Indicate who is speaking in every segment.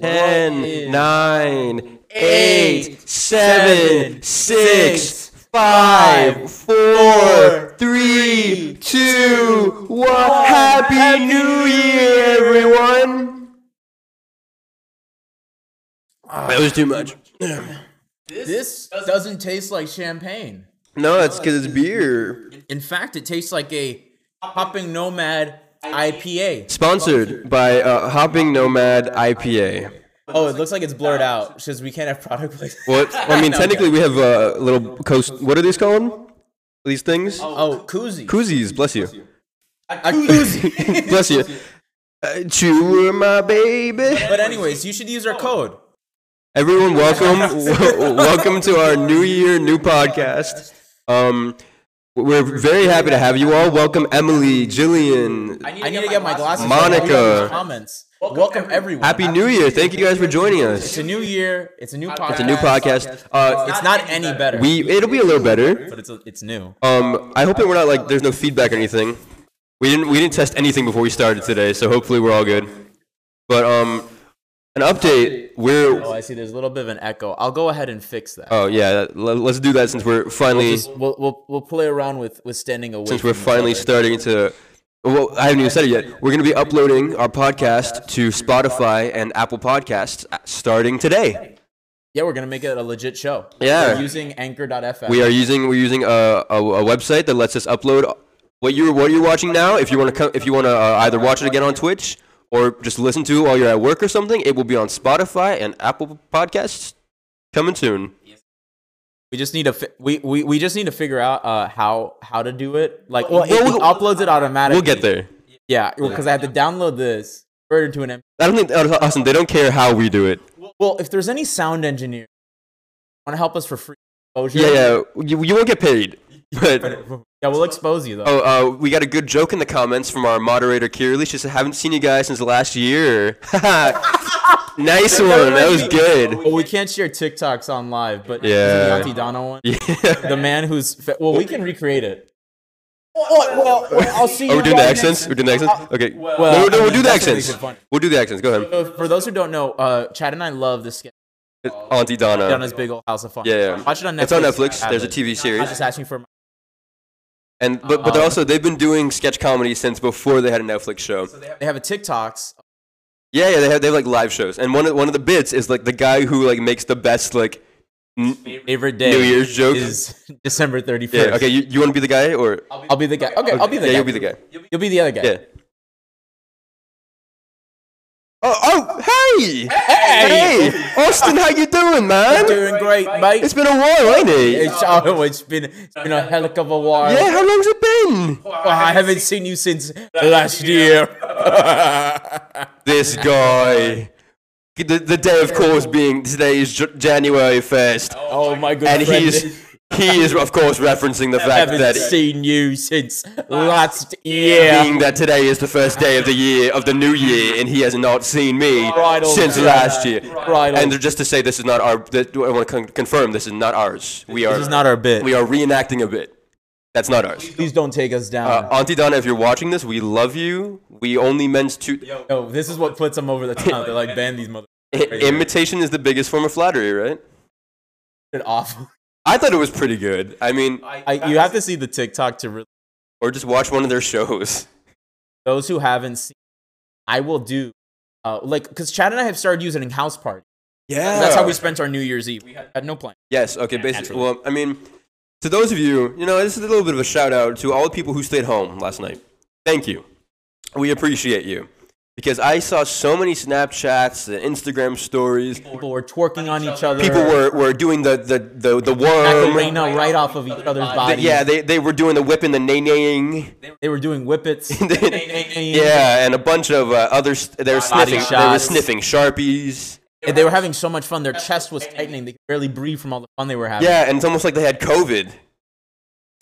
Speaker 1: 10, 9, 8, 7, 6, 5, 4, 3, 2, 1. Happy New Year, everyone! That was too much.
Speaker 2: This doesn't taste like champagne.
Speaker 1: No, that's because it's beer.
Speaker 2: In fact, it tastes like a hopping nomad IPA.
Speaker 1: Sponsored by uh, Hopping Nomad IPA.
Speaker 2: Oh, it looks like it's blurred out since we can't have product placement.
Speaker 1: What? I mean, technically, we have uh, little coast. What are these called? These things?
Speaker 2: Oh, koozie.
Speaker 1: Koozies, bless you.
Speaker 2: A koozie.
Speaker 1: Bless you. Uh, chew my baby.
Speaker 2: but anyways, you should use our code.
Speaker 1: Everyone, welcome, w- welcome to our new year, new podcast. Um, we're very happy to have you all. Welcome, Emily, Jillian.
Speaker 2: I need to get my glasses.
Speaker 1: Monica.
Speaker 2: so I can read all these Comments. Welcome everyone.
Speaker 1: Happy New Year! Thank you guys for joining
Speaker 2: It's
Speaker 1: us.
Speaker 2: a new year. It's a new podcast.
Speaker 1: It's a new podcast. Uh,
Speaker 2: It's not any better.
Speaker 1: we it'll be a little better.
Speaker 2: but it's it's new.
Speaker 1: Um, I hope that we're not like there's no feedback or anything. We didn't we didn't test anything before we started today, so hopefully we're all good. But um, an update. We're
Speaker 2: Oh, I see. There's a little bit of an echo. I'll go ahead and fix that.
Speaker 1: oh yeah, that- let- let's do that since we're finally.
Speaker 2: Just- we'll, we'll we'll play around with with standing away.
Speaker 1: since
Speaker 2: from
Speaker 1: we're
Speaker 2: each
Speaker 1: finally
Speaker 2: other.
Speaker 1: starting to well i haven't even said it yet we're going to be uploading our podcast to spotify and apple podcasts uh, starting today
Speaker 2: Yeah, we're gonna make it a legit show.
Speaker 1: Yeah.
Speaker 2: We're using Anchor.fm.
Speaker 1: we are using we're using a, a, a website that lets us upload what you're what you're watching now if you want to come if you want to uh, either watch it again on twitch or just listen to it while you're at work or something it will be on spotify and apple podcasts coming soon
Speaker 2: We just need to fi- we, we we just need to figure out uh how how to do it. Like, well, it,
Speaker 1: We'll-
Speaker 2: it uploads it automatically.
Speaker 1: we'll get there
Speaker 2: Yeah, because I have to download this convert it to an. M-
Speaker 1: i don't think uh, austin they don't care how we do it
Speaker 2: Well, if there's any sound engineer want to help us for free exposure,
Speaker 1: yeah yeah you, you won't get paid but
Speaker 2: yeah, we'll expose you though.
Speaker 1: Oh, uh, we got a good joke in the comments from our moderator Kirli. She said, "Haven't seen you guys since last year." nice one. That was good.
Speaker 2: Well, we can't share TikToks on live, but
Speaker 1: Yeah.
Speaker 2: isn't the Auntie Donna one,
Speaker 1: Yeah.
Speaker 2: the man who's fa- well, we can recreate it. Well, well, I'll see
Speaker 1: Oh, we're doing the accents. We're doing the accents. Okay. no, no,
Speaker 2: I
Speaker 1: we'll
Speaker 2: mean,
Speaker 1: do the
Speaker 2: that's what makes
Speaker 1: accents.
Speaker 2: it funny.
Speaker 1: We'll do the accents. Go ahead,
Speaker 2: So for those who don't know, uh, Chad and I love this sketch
Speaker 1: Auntie Donna.
Speaker 2: Uh, Donna's Big Old House of Fun.
Speaker 1: Yeah, Uh, yeah.
Speaker 2: watch it on Netflix.
Speaker 1: It's on Netflix. There's a
Speaker 2: Abbott.
Speaker 1: TV
Speaker 2: I was
Speaker 1: series,
Speaker 2: just asking for. My-
Speaker 1: and but
Speaker 2: Uh-huh.
Speaker 1: but they're also they've been doing sketch comedy since before they had a Netflix show.
Speaker 2: they have a TikToks.
Speaker 1: Yeah, yeah. They have they have like live shows, and one of one of the bits is like the guy who like makes the best like. n-
Speaker 2: Favorite day.
Speaker 1: New Year's joke?
Speaker 2: is December thirty first.
Speaker 1: Yeah. Okay. You, you want to be the guy or?
Speaker 2: I'll be the guy. Okay, I'll be the
Speaker 1: yeah,
Speaker 2: guy.
Speaker 1: you'll be the guy.
Speaker 2: You'll be the other guy.
Speaker 1: Yeah. Oh, oh, hey!
Speaker 2: Hey!
Speaker 1: Austin, how you doing, man?
Speaker 2: Doing great, mate.
Speaker 1: It's been a while, ain't it?
Speaker 2: It's, oh, it's been it's been a hell of a while.
Speaker 1: Yeah, how long's it been?
Speaker 2: Well, I haven't seen you since last year.
Speaker 1: This guy. The, the day, of course, being today is J- January 1st,
Speaker 2: oh my good
Speaker 1: and
Speaker 2: friend,
Speaker 1: he's, he is, of course, referencing the
Speaker 2: I
Speaker 1: fact
Speaker 2: haven't
Speaker 1: that
Speaker 2: seen you since last year.
Speaker 1: being that today is the first day of the year, of the new year, and he has not seen me
Speaker 2: Right on,
Speaker 1: since
Speaker 2: yeah.
Speaker 1: last year.
Speaker 2: Right on.
Speaker 1: And just to say, this is not our, that, I want to con- confirm, this is not ours. We are,
Speaker 2: This is not our bit.
Speaker 1: We are reenacting a bit. That's not ours.
Speaker 2: Please don't take us
Speaker 1: Uh,
Speaker 2: down.
Speaker 1: Auntie Donna, if you're watching this, we love you. We only meant to.
Speaker 2: Yo, this is what puts them over the top. They're like, ban these mother.
Speaker 1: I- imitation is the biggest form of flattery, right?
Speaker 2: off.
Speaker 1: I thought it was pretty good. I mean,
Speaker 2: I, you have to see the TikTok to really.
Speaker 1: or just watch one of their shows.
Speaker 2: Those who haven't seen, I will do. Uh, like, because Chad and I have started using house party.
Speaker 1: Yeah.
Speaker 2: That's how we spent our New Year's Eve. We had, had no plan.
Speaker 1: Yes, okay, basically.
Speaker 2: naturally.
Speaker 1: Well, I mean, to those of you, you know, this is a little bit of a shout out to all the people who stayed home last night. Thank you. We appreciate you. Because I saw so many Snapchats and Instagram stories.
Speaker 2: People were twerking on each other.
Speaker 1: People were, were doing the, the, the, the worm.
Speaker 2: Macarena right off of each other's bodies.
Speaker 1: Yeah, they, they were doing the whipping, the nay-naying.
Speaker 2: They were doing whippets.
Speaker 1: yeah, and a bunch of uh, other. St- they were
Speaker 2: Body
Speaker 1: sniffing. They were
Speaker 2: shots.
Speaker 1: sniffing sharpies.
Speaker 2: And they were having so much fun. Their chest was tightening. They could barely breathe from all the fun they were having.
Speaker 1: Yeah, and it's almost like they had COVID.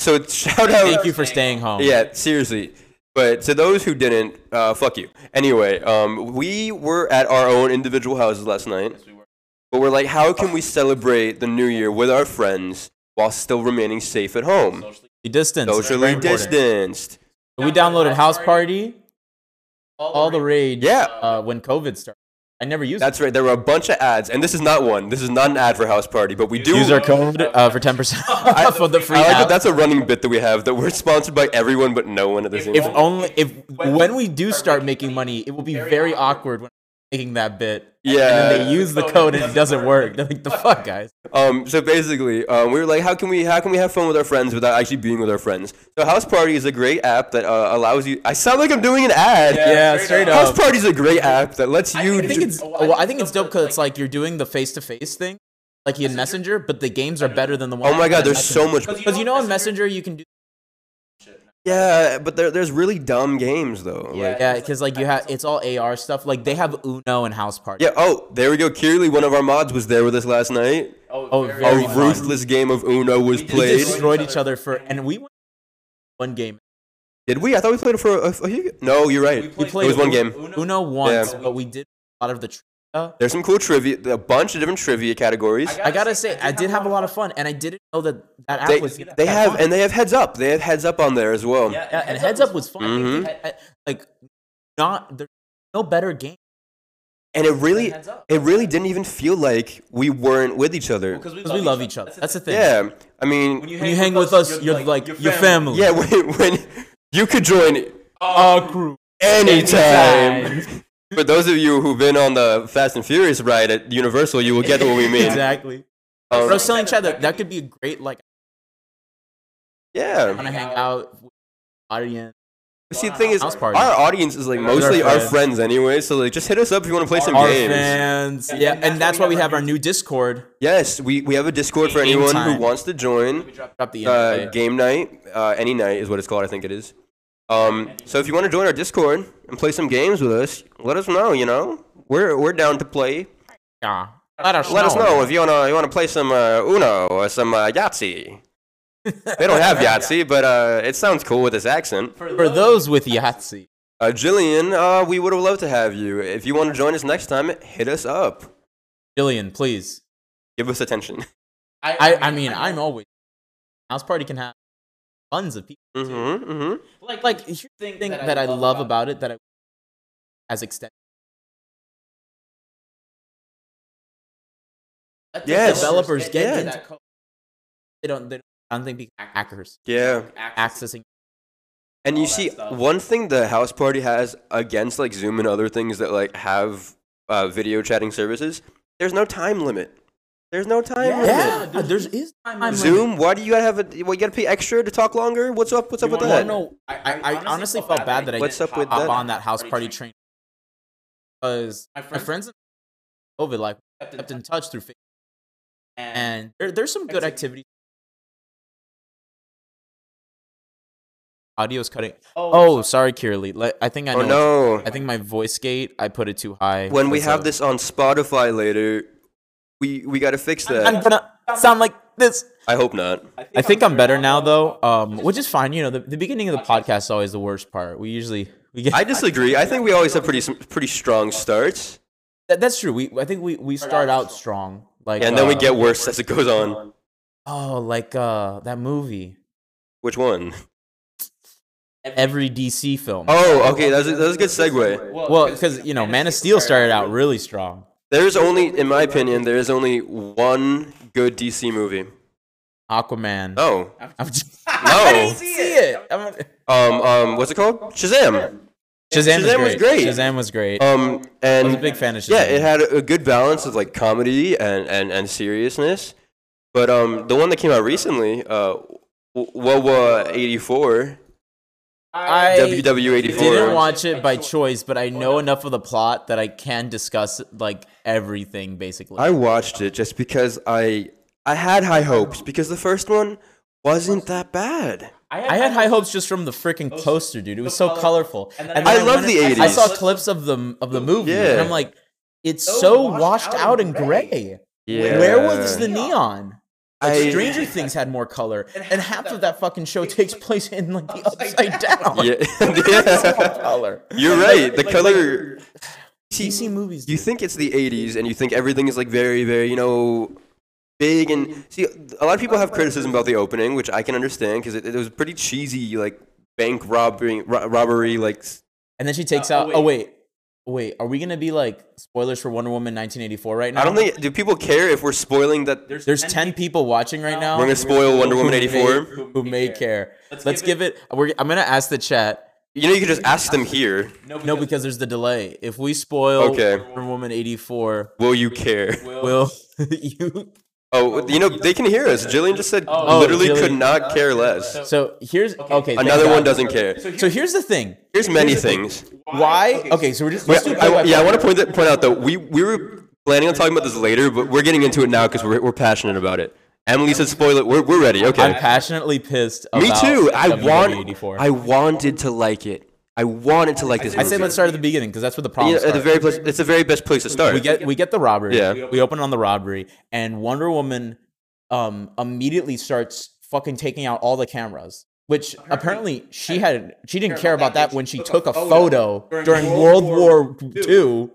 Speaker 1: So it's- shout out.
Speaker 2: Thank you for staying home.
Speaker 1: Yeah, seriously. But to those who didn't, uh, fuck you. Anyway, um, we were at our own individual houses last night. But we're like, how can we celebrate the new year with our friends while still remaining safe at home?
Speaker 2: We distanced. Very
Speaker 1: Socially
Speaker 2: important.
Speaker 1: distanced.
Speaker 2: We downloaded House Party. All the rage.
Speaker 1: Yeah.
Speaker 2: Uh, when COVID started. I never use
Speaker 1: That's right. There were a bunch of ads, and this is not one. This is not an ad for House Party, but we do.
Speaker 2: Use our code uh, for ten percent off of the free
Speaker 1: I like
Speaker 2: app.
Speaker 1: that that's a running bit that we have that we're sponsored by everyone but no one at the same
Speaker 2: if
Speaker 1: time.
Speaker 2: only if when we do start making money, it will be very awkward when I'm making that bit. And then
Speaker 1: Yeah.
Speaker 2: they use the code and it doesn't work. They're like, the fuck, guys.
Speaker 1: Um, so basically, um, we were like, how can we how can we have fun with our friends without actually being with our friends? So House Party is a great app that uh, allows you. I sound like I'm doing an ad.
Speaker 2: Yeah,
Speaker 3: straight
Speaker 2: straight
Speaker 1: House
Speaker 2: up.
Speaker 1: Party is a great app that lets you.
Speaker 2: I think it's well, I think it's dope because it's like you're doing the face to face thing, like in Messenger, but the games are better than the one.
Speaker 1: oh my God, there's so much.
Speaker 2: because you know on Messenger you can do
Speaker 1: Yeah, but there, there's really dumb games though. Yeah. Like,
Speaker 2: yeah because like you have it's all AR stuff. Like they have Uno and House Party.
Speaker 1: yeah. Oh, there we go. Kirli, one of our mods, was there with us last night.
Speaker 2: Oh,
Speaker 1: A
Speaker 2: very fun.
Speaker 1: ruthless game of Uno was
Speaker 2: we
Speaker 1: played.
Speaker 2: destroyed each other for and we won one game.
Speaker 1: Did we? I thought we played it for a, a few. No, you're right.
Speaker 2: We played
Speaker 1: it was one game.
Speaker 2: Uno once,
Speaker 1: Yeah.
Speaker 2: but we did a lot of the. Trivia.
Speaker 1: There's some cool trivia, a bunch of different trivia categories.
Speaker 2: I gotta say, I did have a lot of fun, and I didn't know that that app
Speaker 1: They,
Speaker 2: was.
Speaker 1: they have, and they have heads up. They have heads up on there as well.
Speaker 3: Yeah,
Speaker 2: yeah, and heads up was fun. Mm-hmm.
Speaker 1: Mhm.
Speaker 2: I- I- like, not there's no better game.
Speaker 1: And it really,
Speaker 3: Heads up.
Speaker 1: it really didn't even feel like we weren't with each other.
Speaker 3: Because we,
Speaker 2: Because we love each other. That's the thing.
Speaker 1: Yeah, I mean,
Speaker 2: When you hang with us, you're like your family.
Speaker 1: yeah, when, when you could join
Speaker 2: Our crew.
Speaker 1: anytime. For those of you who've been on the Fast and Furious ride at Universal, you will get what we mean.
Speaker 2: exactly.
Speaker 1: Um,
Speaker 2: But I was telling Chad that that could be a great like
Speaker 1: yeah.
Speaker 2: want to hang out with the audience.
Speaker 1: See, the thing is,
Speaker 2: House
Speaker 1: our
Speaker 2: party.
Speaker 1: audience is like mostly
Speaker 2: our
Speaker 1: our
Speaker 2: friends.
Speaker 1: friends anyway. So like, just hit us up if you want to play some
Speaker 2: Our
Speaker 1: games.
Speaker 2: fans, yeah, and that's why we have our new Discord.
Speaker 1: Yes, we, we have a Discord for
Speaker 2: Game
Speaker 1: anyone
Speaker 2: time.
Speaker 1: who wants to join.
Speaker 2: Drop the
Speaker 1: Uh,
Speaker 2: invite.
Speaker 1: game night, uh, any night is what it's called. I think it is. Um, so if you want to join our Discord and play some games with us, let us know. You know, we're we're down to play.
Speaker 2: yeah. Let us
Speaker 1: Let us know if you wanna you wanna play some uh, Uno or some uh, Yahtzee. they don't have Yahtzee, but uh, it sounds cool with this accent.
Speaker 2: for those with Yahtzee.
Speaker 1: Uh, Jillian, uh, we would have loved to have you. If you want to join us next time, hit us up.
Speaker 2: Jillian, please.
Speaker 1: Give us attention.
Speaker 2: I, I mean, I'm always house party can have tons of people.
Speaker 1: hmm hmm
Speaker 3: like,
Speaker 2: Like here's the thing that, I love about it that I as extended
Speaker 1: Yes.
Speaker 2: developers get
Speaker 1: Yeah.
Speaker 2: into that code. They don't. They don't, I don't think people hackers
Speaker 1: Yeah.
Speaker 2: accessing.
Speaker 1: And you
Speaker 3: all that
Speaker 1: see,
Speaker 3: stuff.
Speaker 1: one thing the house party has against like Zoom and other things that like have uh, video chatting services, there's no time limit. There's no time limit.
Speaker 2: Yeah, there's is time
Speaker 1: Zoom, why do you gotta have a? What you gotta pay extra to talk longer? What's up? What's up with
Speaker 2: I
Speaker 1: that?
Speaker 2: don't know. I, I, I honestly felt bad that I
Speaker 1: What's
Speaker 2: didn't
Speaker 1: up with
Speaker 2: hop
Speaker 1: that?
Speaker 2: on that house party train because my friends, and COVID like kept in touch through Facebook, and there, there's some good activities. Audio's cutting. Oh, sorry, Kirli. Let- I think I know.
Speaker 1: Oh no!
Speaker 2: I think my voice gate. I put it too high.
Speaker 1: When we
Speaker 2: That's
Speaker 1: have
Speaker 2: a-
Speaker 1: this on Spotify later, we we gotta fix that.
Speaker 2: I'm gonna sound like this.
Speaker 1: I hope not.
Speaker 2: I think I'm better now though, um, which is fine. You know, the, the beginning of the podcast is always the worst part. We usually we get.
Speaker 1: I disagree. I think we always have pretty some pretty strong starts,
Speaker 2: That, that's true. We I think we we start out strong, like
Speaker 1: and then we
Speaker 2: uh,
Speaker 1: get worse as it goes on.
Speaker 2: oh like uh that movie
Speaker 1: Which one?
Speaker 2: every DC film.
Speaker 1: Oh, okay. That's a, that's a good segue.
Speaker 2: well, because you know Man of Steel started out really strong.
Speaker 1: There's only, in my opinion, there is only one good DC movie.
Speaker 2: Aquaman.
Speaker 1: Oh,
Speaker 2: I'm just, I
Speaker 1: no.
Speaker 2: didn't see it. I'm-
Speaker 1: Um, um, what's it called? Shazam.
Speaker 2: Shazam,
Speaker 1: Shazam
Speaker 2: was
Speaker 1: was
Speaker 2: great.
Speaker 1: great.
Speaker 2: Shazam was great.
Speaker 1: Um,
Speaker 2: I was a
Speaker 1: and
Speaker 2: big fan of Shazam.
Speaker 1: yeah, it had a a good balance of like comedy and and and seriousness. But um, the one that came out recently, uh, Wawa '84,
Speaker 2: I
Speaker 1: WW
Speaker 2: didn't
Speaker 1: '84.
Speaker 2: watch it by choice, but I know enough of the plot that I can discuss like everything basically.
Speaker 1: I watched it just because I I had high hopes because the first one wasn't that bad.
Speaker 2: I had high hopes just from the freaking poster, dude. It was so colorful. And then
Speaker 1: I love
Speaker 2: went
Speaker 1: the
Speaker 2: and- I saw
Speaker 1: 80s.
Speaker 2: clips of the of the movie, and
Speaker 1: Yeah.
Speaker 2: I'm like, it's so washed out and gray.
Speaker 1: Yeah.
Speaker 2: Where was the neon? Like,
Speaker 1: I-
Speaker 2: Stranger Things had more color, and half of that fucking show takes place in like the upside down.
Speaker 1: Yeah.
Speaker 2: It's
Speaker 1: yeah.
Speaker 2: all color.
Speaker 1: You're right. The color.
Speaker 2: DC movies.
Speaker 1: you
Speaker 2: Dude.
Speaker 1: think it's the 80s and you think everything is like very very you know big and see a lot of people have criticism about the opening which i can understand because it, it was pretty cheesy like bank robbery ro- robbery like s-
Speaker 2: And then she takes out. Uh, Oh wait. Wait, are we gonna be like spoilers for Wonder Woman 1984 right now?
Speaker 1: I don't think do people care if we're spoiling that.
Speaker 3: There's,
Speaker 2: there's 10 people watching right now.
Speaker 1: We're gonna spoil Wonder Woman 84.
Speaker 2: who, may care. Let's, give it. we're, I'm gonna ask the chat.
Speaker 1: You know, you could just ask them here.
Speaker 3: No,
Speaker 2: No, because there's the delay. If we spoil
Speaker 1: Okay.
Speaker 2: Wonder Woman 84,
Speaker 1: Will you care?
Speaker 2: will you?
Speaker 1: Oh, you know they can hear us. Jillian just said
Speaker 3: Oh,
Speaker 1: literally could
Speaker 2: Jillian.
Speaker 1: not care less.
Speaker 2: So here's okay. thank
Speaker 1: Another
Speaker 2: God.
Speaker 1: one doesn't care.
Speaker 2: So here's the thing.
Speaker 1: Here's many things.
Speaker 2: Why? Okay, so we're just.
Speaker 1: Wait,
Speaker 2: let's do
Speaker 1: I,
Speaker 2: play by
Speaker 1: yeah, I
Speaker 2: play.
Speaker 1: want to point that, point out though. We we were planning on talking about this later, but we're getting into it now because we're we're passionate about it. Emily said spoiler. We're we're ready.
Speaker 2: I'm
Speaker 1: Okay.
Speaker 2: passionately pissed.
Speaker 1: Me
Speaker 2: about E
Speaker 1: too. I
Speaker 2: WWE
Speaker 1: want.
Speaker 2: 84.
Speaker 1: I wanted to like it. I wanted to like this.
Speaker 2: I say
Speaker 1: movie.
Speaker 2: let's start at the beginning because that's where the
Speaker 1: You
Speaker 2: problem.
Speaker 1: know, at the
Speaker 2: starts.
Speaker 1: very place. It's the very best place to start.
Speaker 2: we get we get the robbery.
Speaker 1: Yeah.
Speaker 2: We open on the robbery, and Wonder Woman um immediately starts fucking taking out all the cameras. Which apparently she had she didn't care about that when she took a photo during World War II.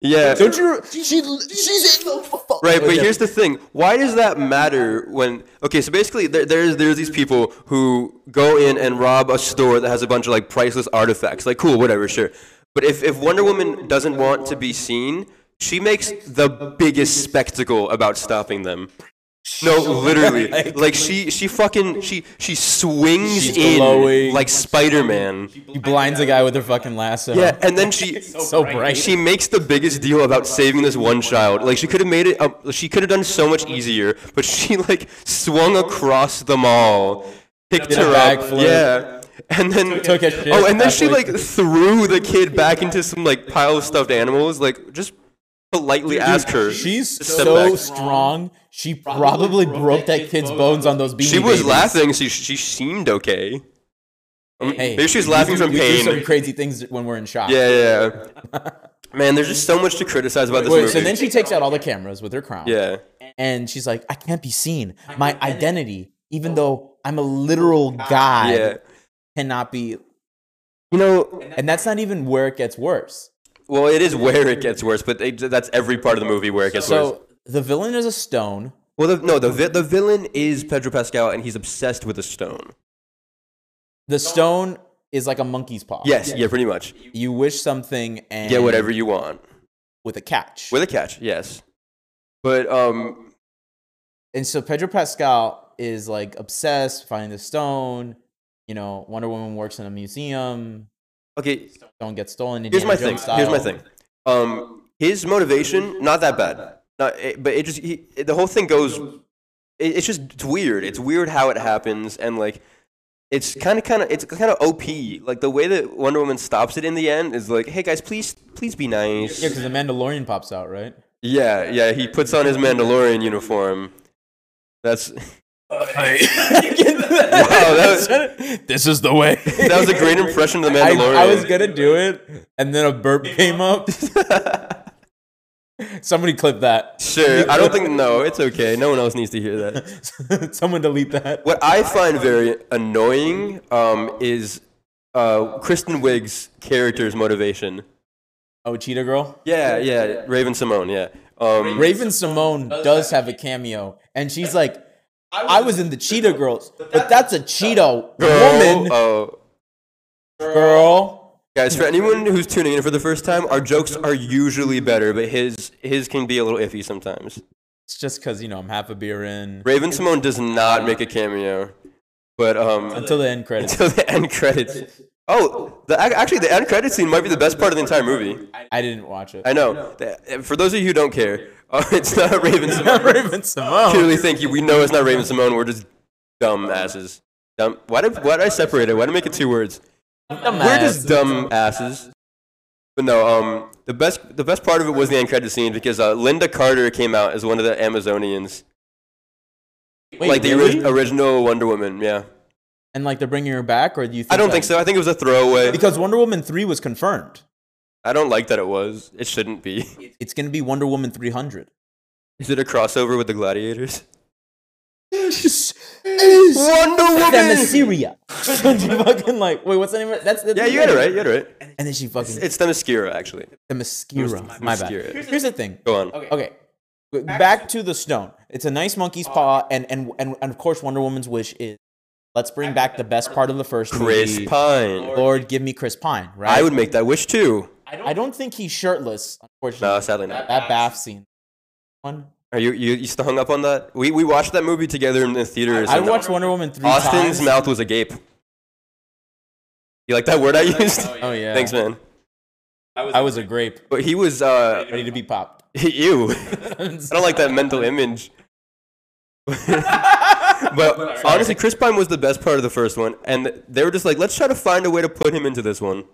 Speaker 1: yeah.
Speaker 2: Don't you? She she's in the fu-
Speaker 1: Right, but here's the thing. Why does that matter when Okay, so basically there there's there's these people who go in and rob a store that has a bunch of like priceless artifacts. Like cool, whatever, sure. But if if Wonder Woman doesn't want to be seen, she makes the biggest spectacle about stopping them. No, literally. Like she she fucking she she swings
Speaker 2: She's
Speaker 1: in
Speaker 2: glowing.
Speaker 1: like Spider-Man.
Speaker 2: She blinds a guy with her fucking lasso.
Speaker 1: Yeah, and then she
Speaker 2: so bright.
Speaker 1: she makes the biggest deal about saving this one child. Like she could have made it. Um, she could have done so much easier, but she like swung across the mall, picked
Speaker 2: Did a
Speaker 1: her up,
Speaker 2: backflip.
Speaker 1: yeah, and then
Speaker 2: Took a shit
Speaker 1: Oh, and then she
Speaker 2: halfway
Speaker 1: like threw the kid back into some like pile of stuffed animals. Like just politely ask her.
Speaker 2: She's
Speaker 1: step
Speaker 2: so
Speaker 1: back.
Speaker 2: strong. She probably broke that kid's bones on those beanie
Speaker 1: She was
Speaker 2: Babies.
Speaker 1: laughing. She she seemed okay. Um,
Speaker 2: Hey,
Speaker 1: Maybe she was
Speaker 2: we
Speaker 1: laughing
Speaker 2: do-
Speaker 1: from
Speaker 2: we do some
Speaker 1: pain.
Speaker 2: crazy things when we're in shock.
Speaker 1: Yeah, yeah. yeah. Man, there's just so much to criticize about this
Speaker 2: Wait,
Speaker 1: movie.
Speaker 2: so then she takes out all the cameras with her crown.
Speaker 1: yeah.
Speaker 2: and she's like, I can't be seen. My identity, even though I'm a literal
Speaker 1: Oh,
Speaker 2: god,
Speaker 1: Yeah.
Speaker 2: cannot be.
Speaker 1: You know,
Speaker 2: And that's not even where it gets worse.
Speaker 1: Well, it is where it gets worse, but it, that's every part of the movie where it gets worse.
Speaker 2: So the villain is a stone.
Speaker 1: Well, the, no, the vi- the villain is Pedro Pascal, and he's obsessed with a stone.
Speaker 2: The stone is like a monkey's paw.
Speaker 1: Yes, yeah, pretty much.
Speaker 2: You wish something and
Speaker 1: Get whatever you want
Speaker 2: with a catch.
Speaker 1: with a catch. Yes, but um,
Speaker 2: and so Pedro Pascal is like obsessed, finding the stone. You know, Wonder Woman works in a museum.
Speaker 1: okay.
Speaker 2: Stone gets stolen.
Speaker 1: Here's
Speaker 2: Indiana
Speaker 1: my thing.
Speaker 2: Jones
Speaker 1: Here's my
Speaker 2: style.
Speaker 1: thing. Um, his motivation not that bad. Not, it, but it just he, it- the whole thing goes. It, it's just it's weird. It's weird how it happens, and like. It's kind of, kind of, it's kind of OP. Like the way that Wonder Woman stops it in the end is like, "Hey guys, please, please be nice."
Speaker 2: Yeah, because the Mandalorian pops out, right?
Speaker 1: Yeah, yeah, he puts on his Mandalorian uniform. That's oh,
Speaker 2: this is the way.
Speaker 1: that was a great impression of the
Speaker 2: I,
Speaker 1: Mandalorian.
Speaker 2: I was gonna do it, and then a burp came up. Somebody clip that.
Speaker 1: sure. I don't think no, it's okay. No one else needs to hear that.
Speaker 2: Someone delete that.
Speaker 1: What I find very annoying um, is uh, Kristen Wiig's character's motivation.
Speaker 2: Oh, Cheetah Girl.
Speaker 1: Yeah, yeah, Raven Simone. Yeah. Um,
Speaker 2: Raven Simone does have a cameo, and she's like, "I was in the Cheetah Girls, but that's a Cheeto
Speaker 1: girl-
Speaker 2: woman
Speaker 1: Oh,
Speaker 2: girl."
Speaker 1: guys, for anyone who's tuning in for the first time, our jokes are usually better, but his his can be a little iffy sometimes.
Speaker 2: It's just because you know I'm half a beer in
Speaker 1: Raven Simone does not make a cameo, but um,
Speaker 2: until the end credits.
Speaker 1: until the end credits. Oh, the, ac- actually, the end credit scene might be the best part of the entire movie.
Speaker 2: I didn't watch it.
Speaker 1: I know. The- For those of you who don't care, uh, it's not Raven Simone.
Speaker 2: Raven Simone.
Speaker 1: Clearly, thank you. We know it's not Raven Simone. We're just dumb asses. Dumb. Why did why did I separate it? Why did I make it two words? We're just dumb asses. But no, um, the best the best part of it was the end credit scene because uh, Linda Carter came out as one of the Amazonians,
Speaker 2: Wait,
Speaker 1: like the ori-
Speaker 2: really?
Speaker 1: original Wonder Woman. Yeah,
Speaker 2: and like they're bringing her back, or do you? Think
Speaker 1: I don't
Speaker 2: that-
Speaker 1: think so. I think it was a throwaway.
Speaker 2: Because Wonder Woman three was confirmed.
Speaker 1: I don't like that it was. It shouldn't be.
Speaker 2: It's gonna be Wonder Woman three hundred.
Speaker 1: Is it a crossover with the gladiators?
Speaker 2: Wonder
Speaker 1: Wonder
Speaker 2: Then Assyria. she fucking like, wait, what's the name of it? That's, that's
Speaker 1: Yeah,
Speaker 2: the
Speaker 1: you got it
Speaker 2: name.
Speaker 1: right. You got it right.
Speaker 2: And then she fucking
Speaker 1: It's Themyscira, actually.
Speaker 2: the Mascara. My bad.
Speaker 1: Mascara.
Speaker 2: Here's the thing.
Speaker 1: Go on.
Speaker 2: Okay. Back to Oh. the stone. It's a nice monkey's paw, and and and, and of course Wonder Woman's wish is let's bring back the best part of the first
Speaker 1: Chris
Speaker 2: movie.
Speaker 1: Pine.
Speaker 2: Lord, give me Chris Pine, right?
Speaker 1: I would make that wish too.
Speaker 2: I don't think he's shirtless, unfortunately.
Speaker 1: No, sadly not.
Speaker 2: That bath scene. One.
Speaker 1: Are you, you you still hung up on that? We we watched that movie together in the theaters.
Speaker 2: I
Speaker 1: and
Speaker 2: watched Wonder Woman three
Speaker 1: Austin's
Speaker 2: times.
Speaker 1: mouth was agape. You like that word I used?
Speaker 2: Oh yeah.
Speaker 1: Thanks, man.
Speaker 2: I was a grape,
Speaker 1: But he was uh,
Speaker 2: ready to be popped.
Speaker 1: ew. I don't like that mental image. But honestly, Chris Pine was the best part of the first one, and they were just like, let's try to find a way to put him into this one.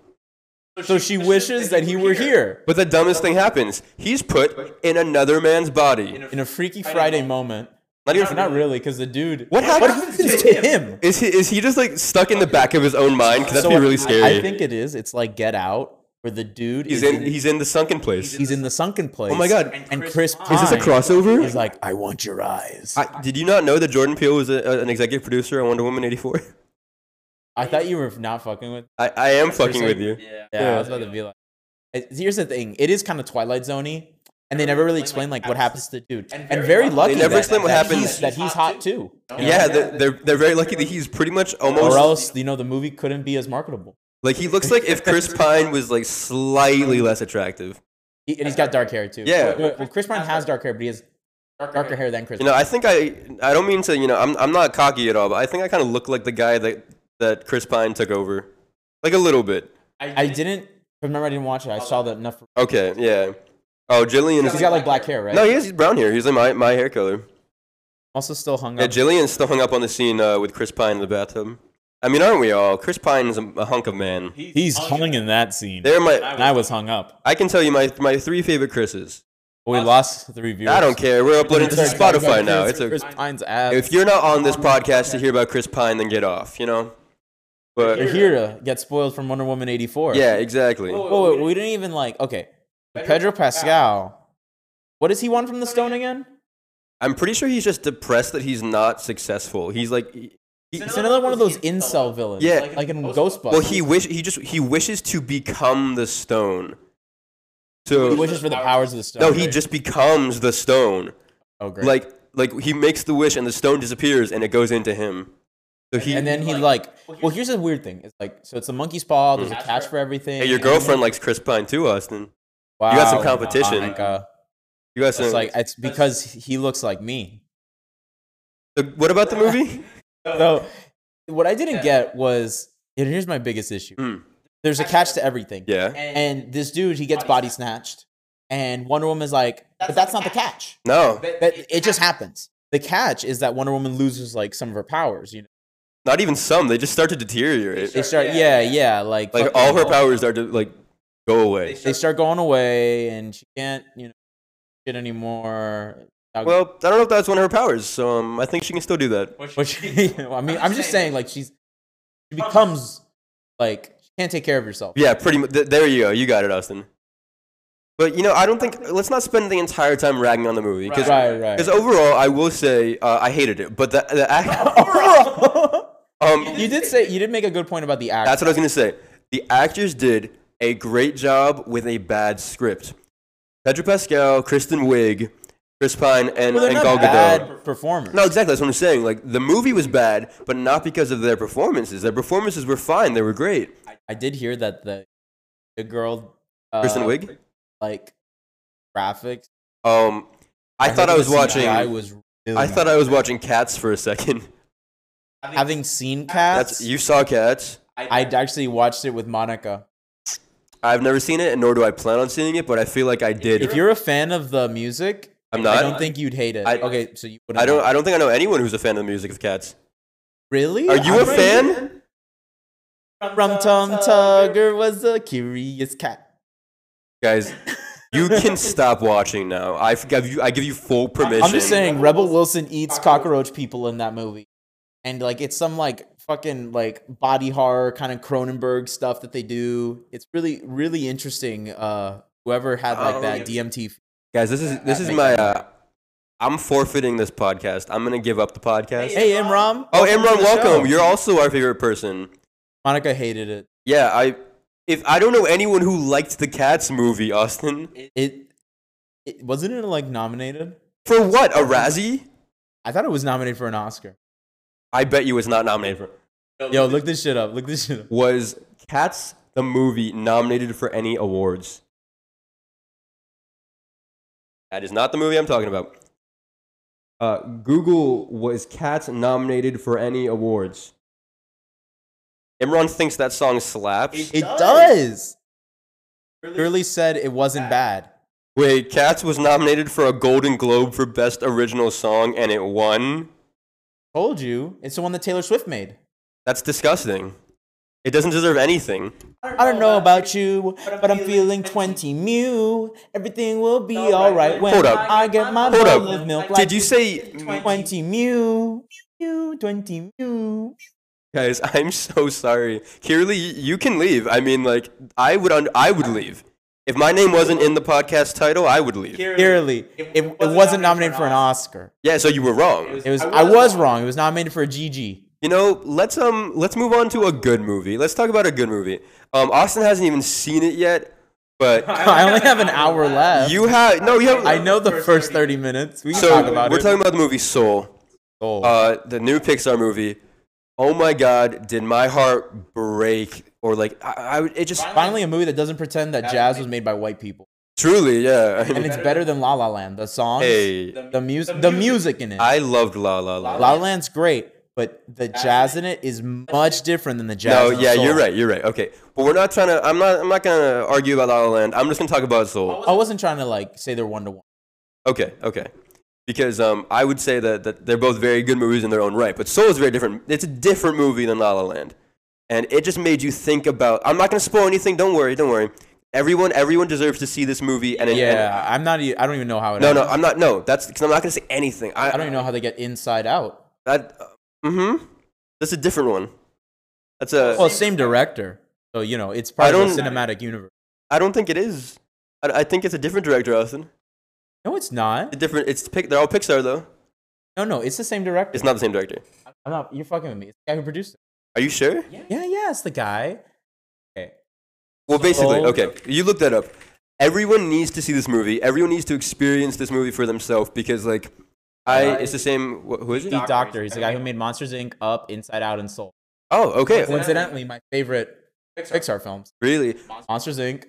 Speaker 2: so she wishes that he were here
Speaker 1: But the dumbest thing happens. He's put in another man's body.
Speaker 2: in a Freaky Friday moment.
Speaker 1: Not even.
Speaker 2: Not really, because the dude.
Speaker 1: What happened
Speaker 2: to him?
Speaker 1: Is he is he just like stuck in the back of his own mind? Cause that'd be
Speaker 2: I-
Speaker 1: really
Speaker 2: I-
Speaker 1: scary.
Speaker 2: I, think it is. It's like Get Out, where the dude
Speaker 1: he's
Speaker 2: is
Speaker 1: in he's in the sunken place.
Speaker 2: he's in the sunken place.
Speaker 1: oh my god!
Speaker 2: And Chris Pine
Speaker 1: Is this a crossover?
Speaker 2: He's like, I want your eyes. I,
Speaker 1: I, did you not know that Jordan Peele was a, a- an executive producer on Wonder Woman '84?
Speaker 2: thought you were not fucking with.
Speaker 1: I, I am fucking with you.
Speaker 2: Yeah, I was about to be like. I- Here's the thing. It is kind of Twilight Zoney, and they never really explain like what happens to the dude. And very lucky
Speaker 1: They never
Speaker 2: that-
Speaker 1: explain what
Speaker 2: that
Speaker 1: happens-
Speaker 2: he's- that he's hot too. you know?
Speaker 1: Yeah, they're, they're they're very lucky that he's pretty much
Speaker 2: Or
Speaker 1: almost
Speaker 2: else, you know, the movie couldn't be as marketable.
Speaker 1: like he looks like if Chris Pine was like slightly less attractive.
Speaker 2: He, and he's got dark hair too.
Speaker 1: Yeah.
Speaker 2: Well, well, Chris Pine has dark hair, but he has darker hair than Chris.
Speaker 1: You know, I think I I don't mean to you know I'm I'm not cocky at all, but I think I kind of look like the guy that that Chris Pine took over, like a little bit.
Speaker 2: I didn't remember. I didn't watch it. I saw that enough.
Speaker 1: Okay, yeah. Oh, Jillian is
Speaker 2: He's got like black hair, right?
Speaker 1: no, he has he's brown hair. He's like my, my hair color.
Speaker 2: Also, still hung
Speaker 1: Yeah,
Speaker 2: up.
Speaker 1: Jillian's still hung up on the scene uh, with Chris Pine in the bathtub. I mean, aren't we all? Chris Pine is a, a hunk of man.
Speaker 2: He's hung in that scene.
Speaker 1: They're my.
Speaker 2: And I was hung up.
Speaker 1: I can tell you my my three favorite Chris's.
Speaker 2: But we lost three viewers.
Speaker 1: I don't care. We're uploading to
Speaker 2: Sorry, sorry, sorry,
Speaker 1: Spotify now.
Speaker 2: Chris-
Speaker 1: It's a.
Speaker 2: Chris Pine's ass.
Speaker 1: If you're not on this podcast to hear about Chris Pine, then get off. You know.
Speaker 2: You're
Speaker 1: But
Speaker 2: here to get spoiled from Wonder Woman '84.
Speaker 1: yeah, exactly.
Speaker 2: Whoa, wait, we didn't even like. Okay, Pedro Pascal. What does he want from the stone again?
Speaker 1: I'm pretty sure he's just depressed that he's not successful. He's like, he- he-
Speaker 2: It's another one of those incel villains.
Speaker 1: Yeah.
Speaker 2: like in Ghostbusters.
Speaker 1: well, he wish he just he wishes to become the stone. So
Speaker 2: He wishes for the powers of the stone.
Speaker 1: no, he just becomes the stone.
Speaker 2: oh, great.
Speaker 1: Like like he makes the wish and the stone disappears and it goes into him. So he
Speaker 2: and then he like. Well, here's a weird thing. It's like so. It's a monkey's paw. There's a catch for everything.
Speaker 1: Hmm. hey, your girlfriend likes Chris Pine too, Austin.
Speaker 2: Wow.
Speaker 1: you got some competition.
Speaker 2: Like, uh,
Speaker 1: You guys
Speaker 2: it's like it's because he looks like me.
Speaker 1: what about the movie?
Speaker 2: So what I didn't get was and here's my biggest issue.
Speaker 1: Hmm.
Speaker 2: There's a catch to everything.
Speaker 1: yeah.
Speaker 2: And this dude, he gets body snatched. And Wonder Woman's like, but that's not the catch.
Speaker 1: No,
Speaker 2: That it just happens. The catch is that Wonder Woman loses like some of her powers, you know.
Speaker 1: not even some. They just start to deteriorate.
Speaker 2: They start yeah, yeah, like
Speaker 1: Like
Speaker 2: fucking-
Speaker 1: all her powers are to like go away.
Speaker 2: They start going away and she can't, you know, shit anymore.
Speaker 1: Well, I don't know if that's one of her powers, so um, I think she can still do that.
Speaker 2: Which you know, I mean, I'm just saying, like she's she becomes like she can't take care of herself.
Speaker 1: Yeah, pretty much. Th- there you go. You got it, Austin. But you know, I don't think let's not spend the entire time ragging on the movie because
Speaker 2: Right, right.
Speaker 1: overall, I will say uh, I hated it. But the, the act, um,
Speaker 2: you did say you did make a good point about the act.
Speaker 1: that's what I was gonna say. The actors did a great job with a bad script. Pedro Pascal, Kristen Wiig, Chris Pine, and,
Speaker 2: well, they're
Speaker 1: and
Speaker 2: not
Speaker 1: Gal Gadot.
Speaker 2: bad performers.
Speaker 1: No, exactly. That's what I'm saying. Like the movie was bad, but not because of their performances. Their performances were fine. They were great.
Speaker 2: I did hear that the the girl uh,
Speaker 1: Kristen Wiig.
Speaker 2: like graphics.
Speaker 1: Um, I, thought
Speaker 2: heard
Speaker 1: I was
Speaker 2: the
Speaker 1: watching.
Speaker 2: CGI was really
Speaker 1: I thought
Speaker 2: bad.
Speaker 1: I was watching Cats for a second.
Speaker 2: having seen cats.
Speaker 1: That's you saw Cats.
Speaker 2: I actually watched it with Monica.
Speaker 1: I've never seen it, and nor do I plan on seeing it. But I feel like I did.
Speaker 2: If you're a fan of the music,
Speaker 1: I'm
Speaker 2: I
Speaker 1: not.
Speaker 2: don't think you'd hate it.
Speaker 1: I-
Speaker 2: okay, so you wouldn't
Speaker 1: I don't.
Speaker 2: like
Speaker 1: I don't think I know anyone who's a fan of the music of Cats.
Speaker 2: it. really?
Speaker 1: Are you
Speaker 2: a
Speaker 1: a fan?
Speaker 2: Rum Tum Tugger was a curious cat.
Speaker 1: Guys, you can stop watching now. I f- give you. I give you full permission.
Speaker 2: I'm just saying, Rebel Wilson eats cockroach people in that movie, and like it's some like fucking like body horror kind of Cronenberg stuff that they do. It's really really interesting. Uh, whoever had
Speaker 1: Oh,
Speaker 2: like that DMT.
Speaker 1: Guys, this is this is my. Uh, I'm forfeiting this podcast. I'm gonna give up the podcast.
Speaker 2: Hey Imram.
Speaker 1: oh,
Speaker 2: to
Speaker 1: Imran,
Speaker 2: the
Speaker 1: welcome.
Speaker 2: show.
Speaker 1: You're also our favorite person.
Speaker 2: Monica hated it.
Speaker 1: Yeah, I. If I don't know anyone who liked the Cats movie, Austin,
Speaker 2: It, it wasn't it like nominated.
Speaker 1: for what a Razzie?
Speaker 2: I thought it was nominated for an Oscar.
Speaker 1: I bet you it's not nominated for.
Speaker 2: Yo, look this shit up. Look this shit up.
Speaker 1: was Cats the movie nominated for any awards. That is not the movie I'm talking about. Uh, Google was Cats nominated for any awards. Imran thinks that song slaps.
Speaker 2: It does. Gurley said it wasn't bad.
Speaker 1: Wait, Cats was nominated for a Golden Globe for Best Original Song and it won?
Speaker 2: Told you, it's the one that Taylor Swift made.
Speaker 1: That's disgusting. It doesn't deserve anything.
Speaker 2: I don't know about you, but I'm feeling 20 mu. Everything will be all right when
Speaker 1: Hold up.
Speaker 2: I get my
Speaker 1: Hold up.
Speaker 2: bottle of milk.
Speaker 1: Did
Speaker 2: Like
Speaker 1: you say.
Speaker 2: 20 mu? mu, 20 mu.
Speaker 1: Guys, I'm so sorry. Kirli, y- you can leave. I mean, like, I would, un- I would leave. If my name wasn't in the podcast title, I would leave.
Speaker 2: Clearly, it, it wasn't nominated for an Oscar.
Speaker 1: Yeah, so you were wrong.
Speaker 2: It was. I was wrong. It was nominated for a GG.
Speaker 1: You know, let's um, let's move on to a good movie. Let's talk about a good movie. Um, Austin hasn't even seen it yet, but
Speaker 2: I only have an hour left.
Speaker 1: you have. No, you have.
Speaker 2: I know the first 30 minutes. We can
Speaker 1: So
Speaker 2: talk about
Speaker 1: we're
Speaker 2: it.
Speaker 1: talking about the movie Soul,
Speaker 2: Oh.
Speaker 1: uh, the new Pixar movie. Oh my God, did my heart break? Or like, I, I it just
Speaker 2: Finally, a movie that doesn't pretend that jazz was made by white people,
Speaker 1: truly, yeah. I
Speaker 2: and
Speaker 1: mean,
Speaker 2: it's better than La La Land. The songs,
Speaker 1: hey,
Speaker 2: the music, the music in it.
Speaker 1: I loved La La La.
Speaker 2: La La Land's great, but the jazz in it is much different than the jazz.
Speaker 1: No,
Speaker 2: in
Speaker 1: yeah,
Speaker 2: Soul.
Speaker 1: you're right. You're right. Okay, but we're not trying to. I'm not. I'm not gonna argue about La La Land. I'm just gonna talk about Soul.
Speaker 2: I wasn't trying to like say they're one to one.
Speaker 1: Okay, okay. Because um, I would say that, that they're both very good movies in their own right, but Soul is very different. It's a different movie than La La Land, and it just made you think about. I'm not gonna spoil anything. Don't worry. Don't worry. Everyone, everyone deserves to see this movie. And and-
Speaker 2: Yeah, I'm not. e- I don't even know how it.
Speaker 1: no, no,
Speaker 2: ends.
Speaker 1: I'm not. No, that's because I'm not gonna say anything. I,
Speaker 2: I don't even know how they get Inside Out.
Speaker 1: That, mm-hmm. That's a different one. That's a.
Speaker 2: Well, same director, so you know it's part
Speaker 1: I
Speaker 2: of the
Speaker 1: don't-
Speaker 2: cinematic universe.
Speaker 1: I don't think it is. I, I think it's a different director, Austin.
Speaker 2: No, it's not.
Speaker 1: A different. It's pic- they're all Pixar though.
Speaker 2: No, no, it's the same director.
Speaker 1: It's not the same director.
Speaker 2: I'm not. You're fucking with me. It's the guy who produced it.
Speaker 1: Are you sure?
Speaker 2: Yeah, yeah, it's the guy. Okay.
Speaker 1: Well, basically,
Speaker 2: Soul.
Speaker 1: okay. You looked that up. Everyone needs to see this movie. Everyone needs to experience this movie for themselves because, like, I. It's the same. wh- Who is it?
Speaker 2: Steve Doctor. He's the guy who made Monsters Inc., Up, Inside Out, and Soul.
Speaker 1: Oh, okay.
Speaker 2: Coincidentally, my favorite Pixar, films:
Speaker 1: Really?
Speaker 2: Monsters Inc.,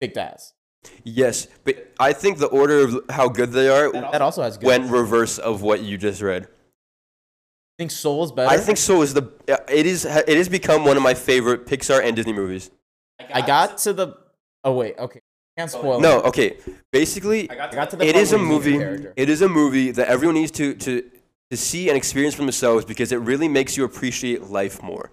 Speaker 2: Big Ass.
Speaker 1: Yes. But I think the order of how good they are
Speaker 2: That also has good.
Speaker 1: went reverse of what you just read.
Speaker 2: I think Soul is better.
Speaker 1: I think so. Is the uh, it is ha- it has become one of my favorite Pixar and Disney movies.
Speaker 2: I got to the. Oh wait, okay. Can't spoil.
Speaker 1: No,
Speaker 2: it.
Speaker 1: okay. Basically,
Speaker 2: I got to the.
Speaker 1: it
Speaker 2: part
Speaker 1: is a
Speaker 2: where he's
Speaker 1: movie.
Speaker 2: the character.
Speaker 1: It is a movie that everyone needs to to to see and experience for themselves because it really makes you appreciate life more.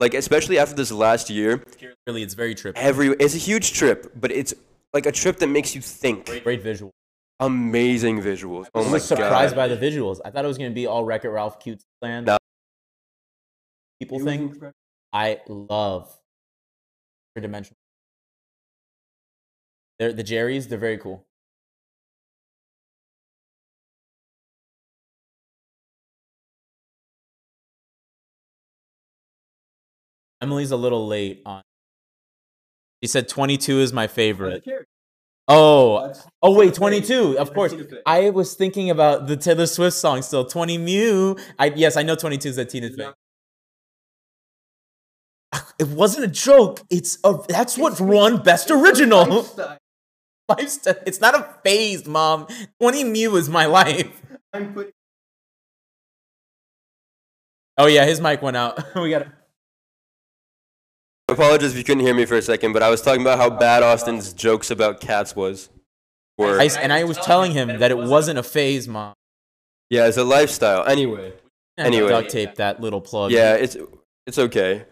Speaker 1: Like especially after this last year,
Speaker 2: Really, it's very trippy.
Speaker 1: every it's a huge trip, but it's like a trip that makes you think.
Speaker 2: Great visual.
Speaker 1: Amazing visuals. Oh
Speaker 2: I
Speaker 1: my
Speaker 2: was surprised
Speaker 1: god.
Speaker 2: by the visuals. I thought it was gonna be all Wreck It Ralph cute land.
Speaker 1: No.
Speaker 2: People thing. I love. Dimension. They're the Jerry's. They're very cool. Emily's a little late on. She said 22 is my favorite. Oh, oh wait, 22. Of course. I was thinking about the Taylor Swift song still. 20 mu. I yes, I know 22 is a Tina Fey. Ah, It wasn't a joke. It's a that's what won best original. Lifestyle. It's not a phase, mom. 20 mu is my life. Oh yeah, his mic went out. we got
Speaker 1: Apologies if you couldn't hear me for a second, but I was talking about how bad Austin's jokes about cats was. Were.
Speaker 2: I, and I was telling him that it wasn't a phase, mom.
Speaker 1: yeah, it's a lifestyle. Anyway. Anyway.
Speaker 2: duct tape that little plug.
Speaker 1: Yeah, it's it's okay.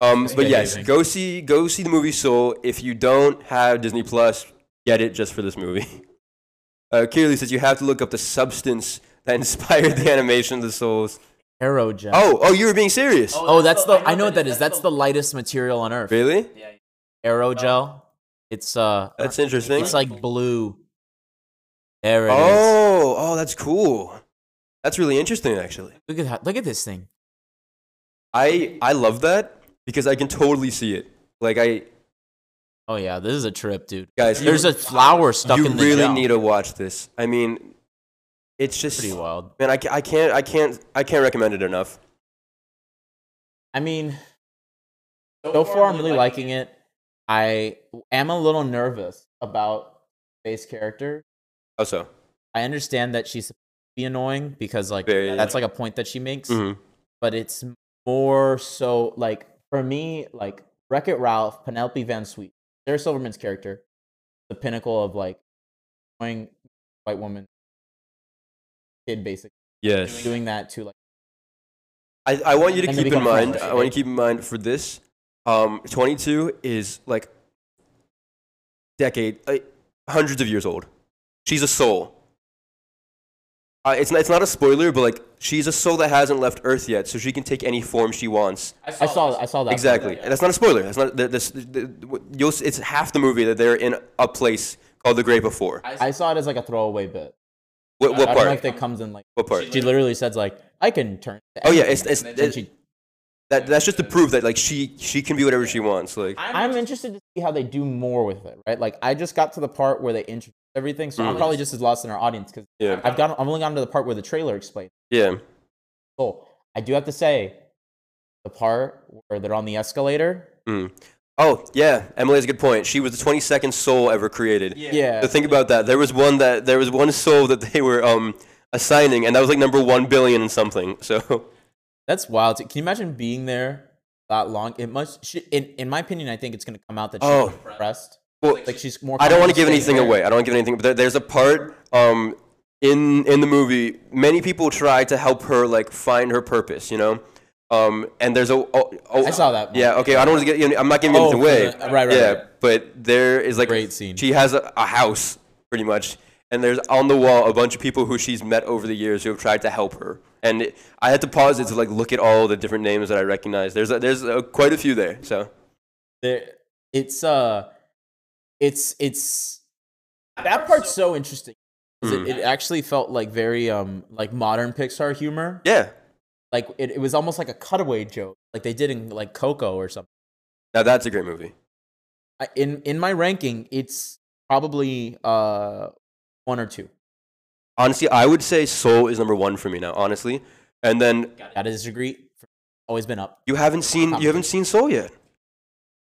Speaker 1: Um, but yes,
Speaker 2: amazing.
Speaker 1: go see go see the movie Soul. If you don't have Disney Plus, get it just for this movie. Uh, clearly says you have to look up the substance that inspired the animation of the souls.
Speaker 2: Arrow gel.
Speaker 1: Oh, oh, you were being serious.
Speaker 2: Oh, that's the I know what that is. That's the lightest material on earth.
Speaker 1: Really?
Speaker 2: Aerogel. It's uh
Speaker 1: That's interesting.
Speaker 2: it's like blue. There it is.
Speaker 1: oh, oh, that's cool. That's really interesting, actually.
Speaker 2: Look at how, look at this thing.
Speaker 1: I I love that because I can totally see it. Like I,
Speaker 2: Oh yeah, this is a trip, dude.
Speaker 1: guys,
Speaker 2: There's
Speaker 1: you,
Speaker 2: a flower stuck
Speaker 1: you
Speaker 2: in the
Speaker 1: really
Speaker 2: gel.
Speaker 1: need to watch this. I mean, it's just
Speaker 2: pretty wild.
Speaker 1: Man, I, ca- I can't, I can't, I can't recommend it enough.
Speaker 2: I mean, So far, I'm really liking it. I am a little nervous about base character.
Speaker 1: Oh, so.
Speaker 2: I understand that she's supposed to be annoying because like
Speaker 1: Very, yeah.
Speaker 2: that's like a point that she makes,
Speaker 1: Mm-hmm.
Speaker 2: but it's more so like for me like Wreck It Ralph, Penelope Van Sweet, Sarah Silverman's character, the pinnacle of like annoying white woman kid basically
Speaker 1: Yes.
Speaker 2: doing that to like
Speaker 1: I, I want you to
Speaker 2: And they
Speaker 1: keep in
Speaker 2: become
Speaker 1: mind.
Speaker 2: friends,
Speaker 1: I want you
Speaker 2: right?
Speaker 1: to keep in mind for this. Um, 22 is like decade, like, hundreds of years old. She's a soul. Uh, it's not, it's not a spoiler, but like she's a soul that hasn't left Earth yet, so she can take any form she wants.
Speaker 2: I saw I saw that
Speaker 1: exactly, and that's not a spoiler. That's not the, this, the, the, you'll, s- It's half the movie that they're in a place called the Grave Before.
Speaker 2: I saw it as like a throwaway bit.
Speaker 1: What, what
Speaker 2: I don't know if
Speaker 1: part?
Speaker 2: that comes in like
Speaker 1: What part?
Speaker 2: she literally says like I can turn. to
Speaker 1: Oh yeah,
Speaker 2: anything."
Speaker 1: it's, it's,
Speaker 2: And
Speaker 1: it's
Speaker 2: she,
Speaker 1: that, that's just to prove that like she she can be whatever she wants. Like
Speaker 2: I'm interested to see how they do more with it, right? Like I just got to the part where they introduced everything, so I'm
Speaker 1: Mm.
Speaker 2: probably just as lost in our audience because
Speaker 1: yeah,
Speaker 2: I've got I've only gotten to the part where the trailer explains.
Speaker 1: yeah.
Speaker 2: So I do have to say, the part where they're on the escalator.
Speaker 1: Oh, yeah. Emily has a good point. She was the 22nd soul ever created.
Speaker 3: Yeah.
Speaker 2: Yeah,
Speaker 1: So think about that. There was one that there was one soul that they were um assigning, and that was like number one billion and something. So
Speaker 2: that's wild. Can you imagine being there that long? It must. She, in in my opinion, I think it's gonna come out that she's
Speaker 1: Oh.
Speaker 2: depressed.
Speaker 1: well,
Speaker 2: Like she's more.
Speaker 1: I don't want to
Speaker 2: comfortable
Speaker 1: give anything
Speaker 2: staying there.
Speaker 1: away. I don't want to give anything. But there, there's a part um in in the movie. Many people try to help her like find her purpose. You know. Um, and there's a oh, oh
Speaker 2: I saw that one.
Speaker 1: Yeah. Okay. I don't want to get. You know, I'm not giving
Speaker 2: Oh,
Speaker 1: anything
Speaker 2: for
Speaker 1: away.
Speaker 2: the- right, right,
Speaker 1: Yeah.
Speaker 2: right.
Speaker 1: But there is like
Speaker 2: Great scene.
Speaker 1: She has a, a house pretty much, and there's on the wall a bunch of people who she's met over the years who have tried to help her. And it, I had to pause it to like look at all the different names that I recognize. There's a, there's a, quite a few there. So
Speaker 2: there it's uh it's it's that part's so interesting 'cause
Speaker 1: Mm.
Speaker 2: it, it actually felt like very um like modern pixar humor
Speaker 1: yeah.
Speaker 2: like it, it was almost like a cutaway joke like they did in like coco or something
Speaker 1: Now that's a great movie.
Speaker 2: I, in in my ranking it's probably uh one or two
Speaker 1: Honestly, I would say Soul is number one for me now. Honestly, and then
Speaker 2: gotta disagree always been up
Speaker 1: you haven't seen you haven't seen Soul yet.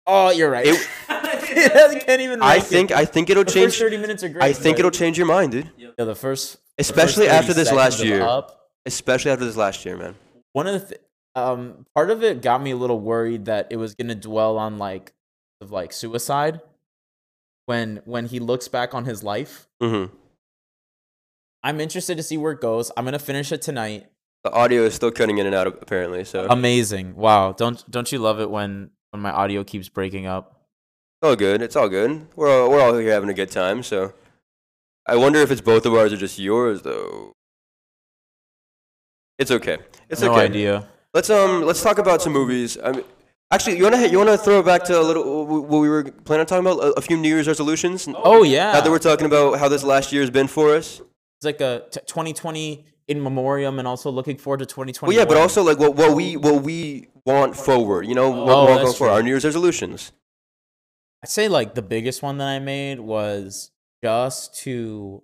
Speaker 2: oh you're right
Speaker 1: It-
Speaker 2: I can't even
Speaker 1: I
Speaker 2: rank it.
Speaker 1: think I think it'll
Speaker 2: the
Speaker 1: change.
Speaker 2: first 30 minutes are great
Speaker 1: I think
Speaker 2: but-
Speaker 1: it'll change your mind, dude.
Speaker 2: yeah, the first
Speaker 1: Especially
Speaker 2: first 30
Speaker 1: after this
Speaker 2: seconds
Speaker 1: last
Speaker 2: of
Speaker 1: year.
Speaker 2: Up,
Speaker 1: Especially after this last year, man.
Speaker 2: one of the th- um part of it got me a little worried that it was gonna dwell on like of like suicide when when he looks back on his life
Speaker 1: hmm
Speaker 2: i'm interested to see where it goes i'm gonna finish it tonight
Speaker 1: The audio is still cutting in and out apparently.
Speaker 2: Um,
Speaker 1: So
Speaker 2: amazing wow don't don't you love it when when my audio keeps breaking up
Speaker 1: It's all good. It's all good. We're all, we're all here having a good time. So, I wonder if it's both of ours or just yours though. It's okay. It's
Speaker 2: no
Speaker 1: okay.
Speaker 2: idea
Speaker 1: Let's um let's talk about some movies. I mean, actually, you wanna you wanna throw it back to a little what we were planning on talking about a, a few New Year's resolutions.
Speaker 2: oh yeah
Speaker 1: Now that we're talking about how this last year has been for us.
Speaker 2: it's like a t- 2020 in memoriam and also looking forward to 2020
Speaker 1: Well, yeah, but also like what what we what we want forward. You know what
Speaker 2: Oh,
Speaker 1: we want going
Speaker 2: that's
Speaker 1: forward.
Speaker 2: true.
Speaker 1: Our New Year's resolutions.
Speaker 2: I'd say like the biggest one that I made was just to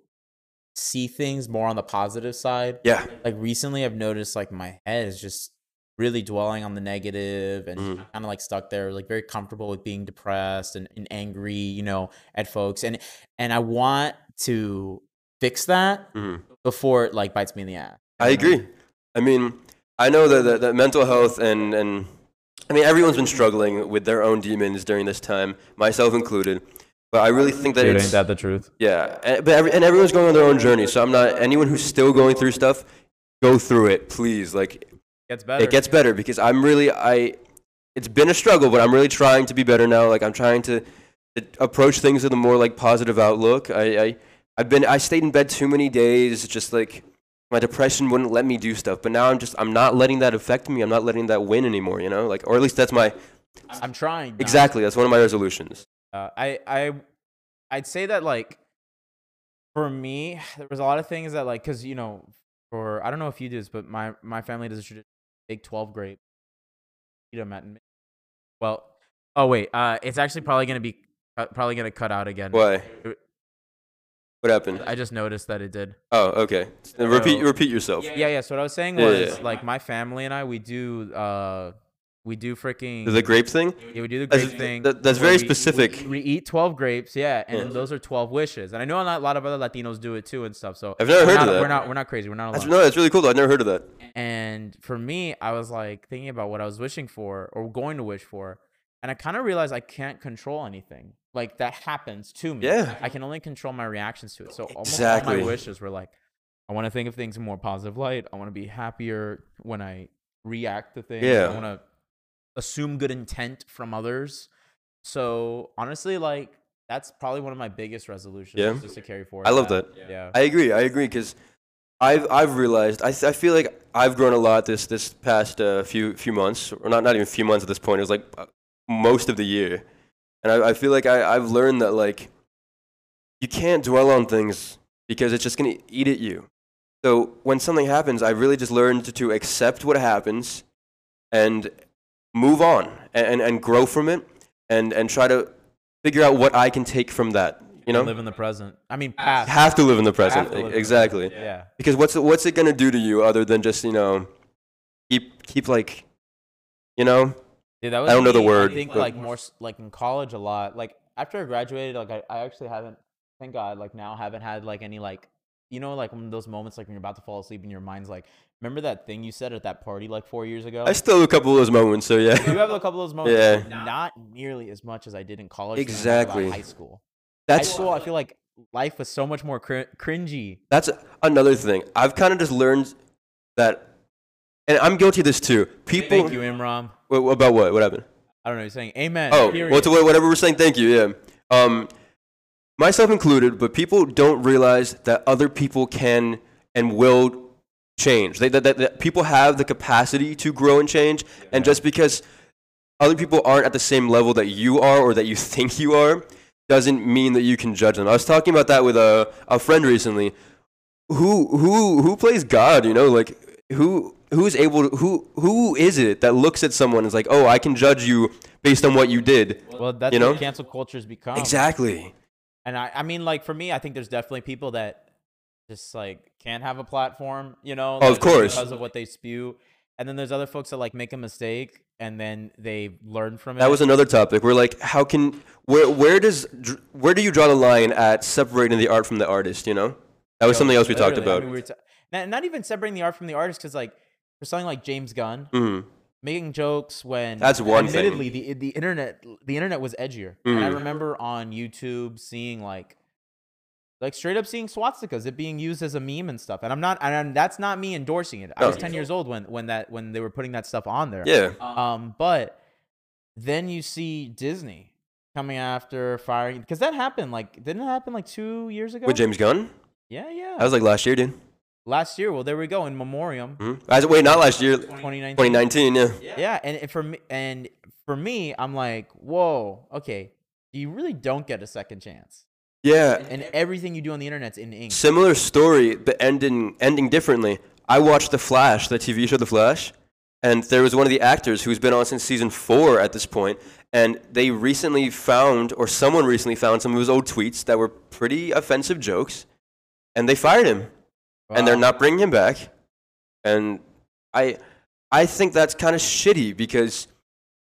Speaker 2: see things more on the positive side.
Speaker 1: Yeah.
Speaker 2: Like recently I've noticed like my head is just really dwelling on the negative and
Speaker 1: Mhm.
Speaker 2: kind of like stuck there, like very comfortable with being depressed and, and angry, you know, at folks. And and I want to fix that
Speaker 1: Mhm.
Speaker 2: before it like bites me in the ass.
Speaker 1: I agree. I mean, I know that, that, that mental health and, and I mean everyone's been struggling with their own demons during this time, myself included. But I really think that it's
Speaker 2: the truth?
Speaker 1: yeah, and, but every, and everyone's going on their own journey. So I'm not anyone who's still going through stuff, go through it, please. Like
Speaker 2: Gets better.
Speaker 1: it gets better because I'm really I. It's been a struggle, but I'm really trying to be better now. Like I'm trying to uh, approach things with a more like positive outlook. I, I I've been I stayed in bed too many days. Just like my depression wouldn't let me do stuff, but now I'm just I'm not letting that affect me. I'm not letting that win anymore. You know, like or at least that's my
Speaker 2: I'm trying. now.
Speaker 1: exactly that's one of my resolutions.
Speaker 2: Uh, I I I'd say that like for me, there was a lot of things that like because you know for I don't know if you do this, but my my family does a tradition take twelve grapes, eat them at mid- well. Oh wait, uh, it's actually probably gonna be uh, probably gonna cut out again.
Speaker 1: Why? What happened?
Speaker 2: I just noticed that it did.
Speaker 1: Oh, okay. Then Repeat
Speaker 2: No.
Speaker 1: repeat yourself.
Speaker 2: Yeah, yeah. So what I was saying
Speaker 1: Yeah,
Speaker 2: was
Speaker 1: yeah.
Speaker 2: like my family and I we do uh We do freaking.
Speaker 1: The grape thing?
Speaker 2: yeah, we do the
Speaker 1: That's-
Speaker 2: grape thing.
Speaker 1: that- that's
Speaker 2: where
Speaker 1: very
Speaker 2: we-
Speaker 1: specific.
Speaker 2: We, we eat 12 grapes, yeah, and
Speaker 1: Yeah.
Speaker 2: those are 12 wishes. And I know a lot, a lot of other Latinos do it too and stuff. So
Speaker 1: I've never
Speaker 2: we're
Speaker 1: heard of
Speaker 2: not,
Speaker 1: that.
Speaker 2: We're not, we're not crazy. We're not
Speaker 1: That's,
Speaker 2: alone.
Speaker 1: no, that's really cool though. I've never heard of that.
Speaker 2: And for me, I was like thinking about what I was wishing for or going to wish for. And I kind of realized I can't control anything. Like that happens to me.
Speaker 1: Yeah.
Speaker 2: I can only control my reactions to it. So almost all
Speaker 1: Exactly.
Speaker 2: my wishes were like, I want to think of things in more positive light. I want to be happier when I react to things.
Speaker 1: Yeah.
Speaker 2: I want to assume good intent from others. So honestly, like that's probably one of my biggest resolutions
Speaker 1: Yeah.
Speaker 2: just to carry forward.
Speaker 1: I love that.
Speaker 2: Yeah.
Speaker 1: I agree. I agree because I've I've realized I, th- I feel like I've grown a lot this this past uh, few few months or not not even a few months at this point. It was like uh, most of the year, and I, I feel like I I've learned that like you can't dwell on things because it's just gonna eat at you. So when something happens, I really just learned to, to accept what happens, and move on and, and, and grow from it, and and try to figure out what I can take from that. You know,
Speaker 2: Live in the present. I mean, past.
Speaker 1: have to live in the present.
Speaker 2: to live in the
Speaker 1: exactly.
Speaker 2: Yeah.
Speaker 1: Because what's it- what's it gonna do to you other than just you know, keep keep like, you know,
Speaker 2: Dude, that was
Speaker 1: I don't know the
Speaker 2: me,
Speaker 1: word,
Speaker 2: I think
Speaker 1: but-
Speaker 2: like more s- like in college a lot. Like after I graduated, like I, I actually haven't. Thank God, like now haven't had like any like you know like when those moments like when you're about to fall asleep and your mind's like, remember that thing you said at that party like four years ago.
Speaker 1: I still have a couple of those moments. So
Speaker 2: you
Speaker 1: yeah,
Speaker 2: have a couple of those moments,
Speaker 1: Yeah.
Speaker 2: but not nearly as much as I did in college. than I did
Speaker 1: Exactly.
Speaker 2: about high school. high
Speaker 1: that's
Speaker 2: school, I feel like life was so much more cr- cringy.
Speaker 1: that's another thing. I've kind of just learned that, and I'm guilty of this too. People
Speaker 2: Thank you, Imram.
Speaker 1: Wha- wha- about what? What happened?
Speaker 2: I don't know. You're saying amen.
Speaker 1: Oh,
Speaker 2: period.
Speaker 1: well, to wha- whatever we're saying. Thank you. Yeah. Um, myself included, but people don't realize that other people can and will change. They, that, that, that people have the capacity to grow and change, and just because other people aren't at the same level that you are or that you think you are, doesn't mean that you can judge them. I was talking about that with a, a friend recently. Who who who plays God? You know, like who who's able to who who is it that looks at someone and is like, oh, I can judge you based on what you did.
Speaker 2: well, that's
Speaker 1: you know?
Speaker 2: what cancel culture's become.
Speaker 1: Exactly.
Speaker 2: And I, I mean, like for me, I think there's definitely people that just like can't have a platform, you know, like,
Speaker 1: of
Speaker 2: just
Speaker 1: course.
Speaker 2: because of what they spew. And then there's other folks that like make a mistake and then they learn from it.
Speaker 1: That was another topic. We're like, how can where where does dr- where do you draw the line at separating the art from the artist? You know, that was something else we talked
Speaker 2: Literally, I
Speaker 1: about.
Speaker 2: mean, we were ta- not, not even separating the art from the artist, because like for something like James Gunn
Speaker 1: Mhm.
Speaker 2: making jokes when
Speaker 1: That's one thing.
Speaker 2: admittedly the the internet the internet was edgier. And I
Speaker 1: Mhm.
Speaker 2: remember on YouTube seeing like like straight up seeing swastikas it being used as a meme and stuff. And I'm not and I'm- that's not me endorsing it. I
Speaker 1: No.
Speaker 2: was 10 years old when when that when they were putting that stuff on there.
Speaker 1: Yeah.
Speaker 2: Um, but then you see Disney coming after firing because that happened like didn't it happen like two years ago?
Speaker 1: With James Gunn,
Speaker 2: yeah, yeah.
Speaker 1: that was like last year, dude.
Speaker 2: Last year, well, there we go in memoriam,
Speaker 1: Mm-hmm. I, wait, not last year.
Speaker 2: 2019.
Speaker 1: 2019. Yeah.
Speaker 2: yeah and it- for me and for me i'm like whoa okay you really don't get a second chance
Speaker 1: Yeah.
Speaker 2: and everything you do on the internet's in ink
Speaker 1: Similar story, but ending ending differently. I watched The Flash, the TV show The Flash, and there was one of the actors who's been on since season four at this point, and they recently found, or someone recently found, some of his old tweets that were pretty offensive jokes, and they fired him, and they're
Speaker 2: Wow.
Speaker 1: not bringing him back, and I, I think that's kind of shitty because.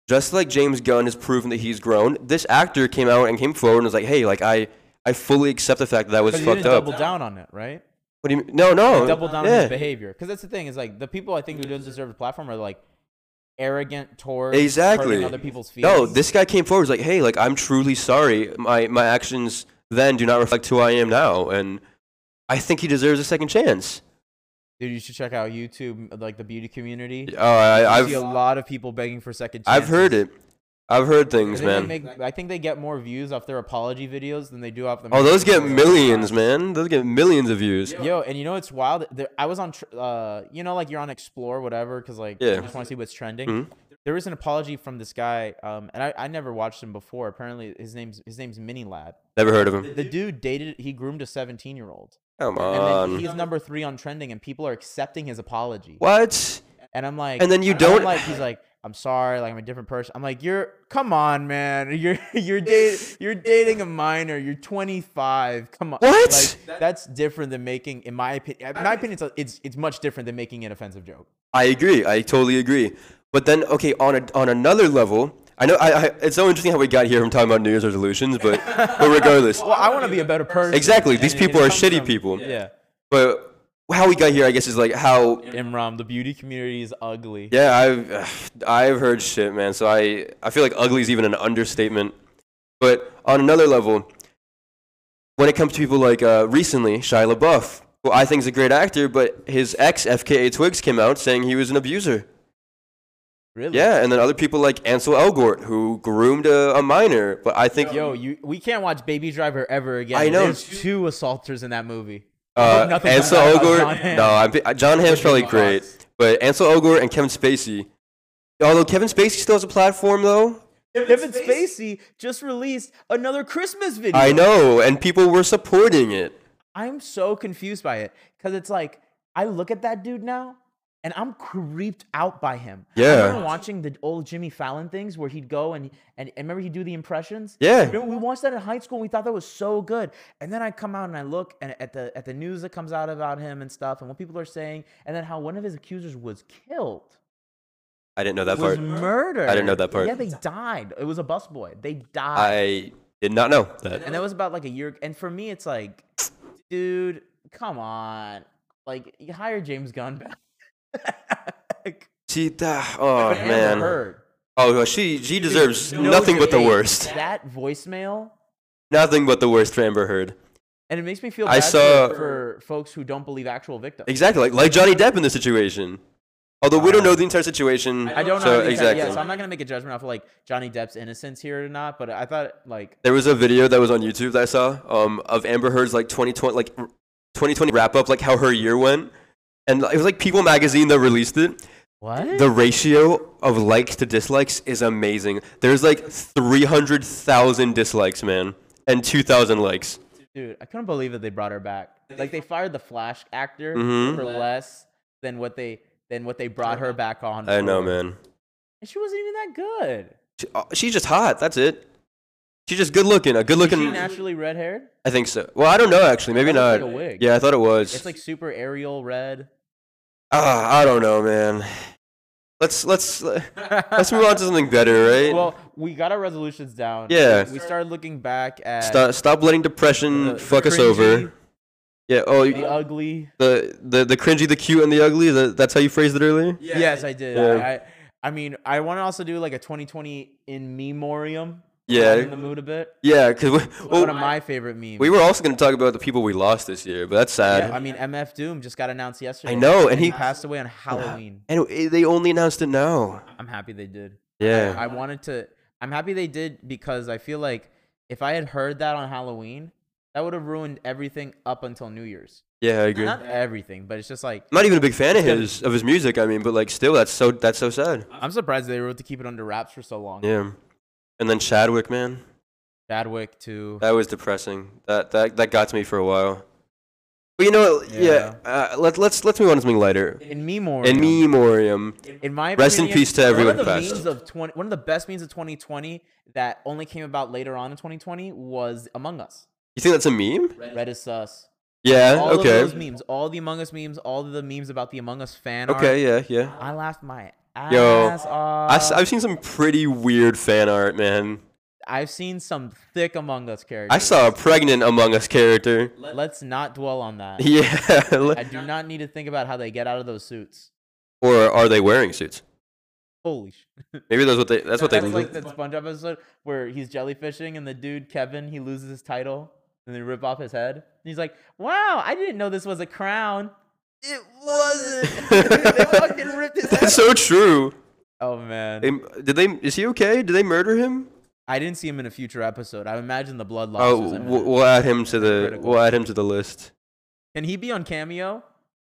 Speaker 1: Just like James Gunn has proven that he's grown, this actor came out and came forward and was like, "Hey, like I, I fully accept the fact that that was
Speaker 2: 'Cause you
Speaker 1: fucked
Speaker 2: didn't
Speaker 1: up."
Speaker 2: double down on it right
Speaker 1: What do you mean? No, no.
Speaker 2: double down on
Speaker 1: yeah.
Speaker 2: his behavior because that's the thing is like the people i think who don't deserve the platform are like arrogant towards hurting
Speaker 1: Exactly.
Speaker 2: other people's feelings
Speaker 1: No, this guy came forward. Was like, hey, like I'm truly sorry. My my actions then do not reflect who I am now, and I think he deserves a second chance.
Speaker 2: dude you should check out youtube like the beauty community
Speaker 1: Oh, I,
Speaker 2: you see a
Speaker 1: I've
Speaker 2: lot of people begging for second chances.
Speaker 1: I've heard it. I've heard things,
Speaker 2: I think,
Speaker 1: man.
Speaker 2: they make, I think they get more views off their apology videos than they do off the
Speaker 1: Oh, those get
Speaker 2: videos.
Speaker 1: millions, man. Those get millions of views.
Speaker 2: Yo, and you know it's wild. There, I was on, tr- uh, you know, like you're on Explore, whatever, because like
Speaker 1: Yeah.
Speaker 2: I just want to see what's trending.
Speaker 1: Mhm.
Speaker 2: There was an apology from this guy, um, and I, I never watched him before. Apparently, his name's his name's Mini Lab.
Speaker 1: Never heard of him.
Speaker 2: The dude dated, he groomed a 17 year old,
Speaker 1: Come
Speaker 2: and then
Speaker 1: on.
Speaker 2: he's number three on trending, and people are accepting his apology.
Speaker 1: What?
Speaker 2: And I'm like,
Speaker 1: And then you
Speaker 2: I'm
Speaker 1: don't-
Speaker 2: like. He's like, I'm sorry, like I'm a different person. I'm like, you're come on, man. You're you're date you're dating a minor. You're 25. Come on.
Speaker 1: What?
Speaker 2: Like, that's different than making, in my opinion, in my opinion, it's, a- it's it's much different than making an offensive joke.
Speaker 1: I agree. I totally agree. But then, okay, on a, on another level, I know I, I, it's so interesting how we got here from talking about New Year's resolutions, but but regardless,
Speaker 2: Well, I want to be a better person.
Speaker 1: Exactly, these
Speaker 2: And it-
Speaker 1: people
Speaker 2: it
Speaker 1: are
Speaker 2: comes
Speaker 1: shitty
Speaker 2: from-
Speaker 1: people.
Speaker 2: Yeah.
Speaker 1: but how we got here, I guess, is like how.
Speaker 2: Imram, the beauty community is ugly.
Speaker 1: Yeah, I've I've heard shit, man. So I I feel like ugly is even an understatement. But on another level, when it comes to people like uh, recently Shia LaBeouf, who I think is a great actor, but his ex FKA Twigs came out saying he was an abuser.
Speaker 2: Really?
Speaker 1: Yeah, and then other people like Ansel Elgort, who groomed a, a minor. But I think
Speaker 2: Yo, you we can't watch Baby Driver ever again.
Speaker 1: I know.
Speaker 2: There's two assaulters in that movie.
Speaker 1: uh,
Speaker 2: nothing comes
Speaker 1: Ansel
Speaker 2: out about
Speaker 1: Elgort.
Speaker 2: John Hamm.
Speaker 1: no, I'm, pi- John Hamm's probably
Speaker 2: Fox.
Speaker 1: great, but Ansel Elgort and Kevin Spacey. Although Kevin Spacey still has a platform, though.
Speaker 2: Kevin Spacey just released another Christmas video.
Speaker 1: I know, and people were supporting it.
Speaker 2: I'm so confused by it because it's like I look at that dude now and I'm creeped out by him. I
Speaker 1: Yeah.
Speaker 2: remember watching the old Jimmy Fallon things where he'd go and and, and remember he'd do the impressions.
Speaker 1: Yeah.
Speaker 2: Remember we watched that in high school. and We thought that was so good. And then I come out and I look and at the at the news that comes out about him and stuff and what people are saying and then how one of his accusers was killed.
Speaker 1: I didn't know that
Speaker 2: was
Speaker 1: part.
Speaker 2: murdered.
Speaker 1: I didn't know that part.
Speaker 2: Yeah, they died. It was a busboy. They
Speaker 1: I
Speaker 2: died.
Speaker 1: did not know that.
Speaker 2: and that was about like a year. And for me, it's like, dude, come on. Like, you hire James Gunn back.
Speaker 1: See, that, oh
Speaker 2: Amber
Speaker 1: man.
Speaker 2: Heard,
Speaker 1: Oh, well, she she deserves
Speaker 2: no
Speaker 1: nothing but the
Speaker 2: debate,
Speaker 1: worst.
Speaker 2: That voicemail.
Speaker 1: Nothing but the worst for Amber Heard.
Speaker 2: And it makes me feel bad
Speaker 1: I
Speaker 2: for-
Speaker 1: saw-
Speaker 2: for, folks who don't believe actual victims.
Speaker 1: Exactly, like like Johnny Depp in this situation. Although we don't know the entire situation,
Speaker 2: I don't know.
Speaker 1: So
Speaker 2: how these-
Speaker 1: exactly.
Speaker 2: Yeah, so I'm not gonna make a judgment off of like Johnny Depp's innocence here or not. But I thought like
Speaker 1: There was a video that was on YouTube that I saw um, of Amber Heard's like 2020 like r- 2020 wrap up, like how her year went, and like, it was like People Magazine that released it.
Speaker 2: what
Speaker 1: The ratio of likes to dislikes is amazing. There's like 300,000 dislikes, man, and 2,000 likes.
Speaker 2: dude, I couldn't believe that they brought her back. Like they fired the Flash actor
Speaker 1: Mhm.
Speaker 2: for less than what they than what they brought her back on.
Speaker 1: I know,
Speaker 2: for.
Speaker 1: man.
Speaker 2: And she wasn't even that good.
Speaker 1: She, uh, she's just hot. That's it. She's just good looking. A good
Speaker 2: Is she
Speaker 1: looking.
Speaker 2: naturally red haired?
Speaker 1: I think so. Well, I don't know actually. Maybe
Speaker 2: That looks
Speaker 1: not.
Speaker 2: like a wig.
Speaker 1: Yeah, I thought it was.
Speaker 2: It's like super aerial red.
Speaker 1: ah, I don't know, man. Let's let's uh, let's move on to something better, right?
Speaker 2: Well, we got our resolutions down.
Speaker 1: Yeah.
Speaker 2: We started looking back at
Speaker 1: Stop, stop letting depression
Speaker 2: the- the
Speaker 1: fuck us
Speaker 2: cringy,
Speaker 1: over. Yeah. Oh,
Speaker 2: the
Speaker 1: you-
Speaker 2: ugly.
Speaker 1: the, the the cringy, the cute, and the ugly. The, that's how you phrased it earlier.
Speaker 2: yes, I did.
Speaker 1: Yeah.
Speaker 2: I, I, I mean, I want to also do like a 2020 in memoriam.
Speaker 1: Yeah.
Speaker 2: In the mood a bit.
Speaker 1: Yeah. Cause we, well,
Speaker 2: One of my favorite memes.
Speaker 1: we were also gonna talk about the people we lost this year, but that's sad.
Speaker 2: Yeah, I mean, MF Doom just got announced yesterday.
Speaker 1: know, and he-
Speaker 2: passed away on Halloween.
Speaker 1: and it- they only announced it now.
Speaker 2: I'm happy they did.
Speaker 1: Yeah.
Speaker 2: I wanted to. I'm happy they did because I feel like if I had heard that on Halloween, that would have ruined everything up until New Year's.
Speaker 1: Yeah, I agree.
Speaker 2: Not everything, but it's just like
Speaker 1: I'm not even a big fan of his of his music. I mean, but like, still, that's so that's so sad.
Speaker 2: I'm surprised they were able to keep it under wraps for so long.
Speaker 1: Yeah. And then Chadwick, man,
Speaker 2: Chadwick too.
Speaker 1: that was depressing. That that that got to me for a while. But you know, yeah. uh, let's let's let's move on to something lighter.
Speaker 2: In me more.
Speaker 1: In memoriam.
Speaker 2: In my
Speaker 1: Rest in
Speaker 2: opinion,
Speaker 1: peace to everyone
Speaker 2: One of the
Speaker 1: passed.
Speaker 2: memes of 20, one of the best memes of 2020 that only came about later on in 2020 was Among Us.
Speaker 1: You think that's a meme?
Speaker 2: Red is sus.
Speaker 1: Yeah.
Speaker 2: All
Speaker 1: okay.
Speaker 2: of those memes, all the Among Us memes, all the memes about the Among Us fan art.
Speaker 1: okay. Yeah. Yeah.
Speaker 2: I laughed my ass
Speaker 1: Yo,
Speaker 2: off.
Speaker 1: I, have seen some pretty weird fan art, man.
Speaker 2: I've seen some thick Among Us characters.
Speaker 1: I saw a pregnant Among Us character.
Speaker 2: Let's not dwell on that.
Speaker 1: Yeah.
Speaker 2: I do not need to think about how they get out of those suits.
Speaker 1: or are they wearing suits?
Speaker 2: Holy sh!
Speaker 1: Maybe that's what they. That's what they.
Speaker 2: That's like that SpongeBob episode where he's jellyfishing and the dude Kevin he loses his title and they rip off his head and he's like, "Wow, I didn't know this was a crown." It wasn't. they fucking ripped his head.
Speaker 1: that's so true.
Speaker 2: Oh man,
Speaker 1: They, did they? Is he okay? Did they murder him?
Speaker 2: I didn't see him in a future episode. I imagine the blood loss.
Speaker 1: Oh,
Speaker 2: was
Speaker 1: we'll,
Speaker 2: imminent.
Speaker 1: we'll add him to the.
Speaker 2: Critical.
Speaker 1: We'll add him to the list.
Speaker 2: Can he be on cameo?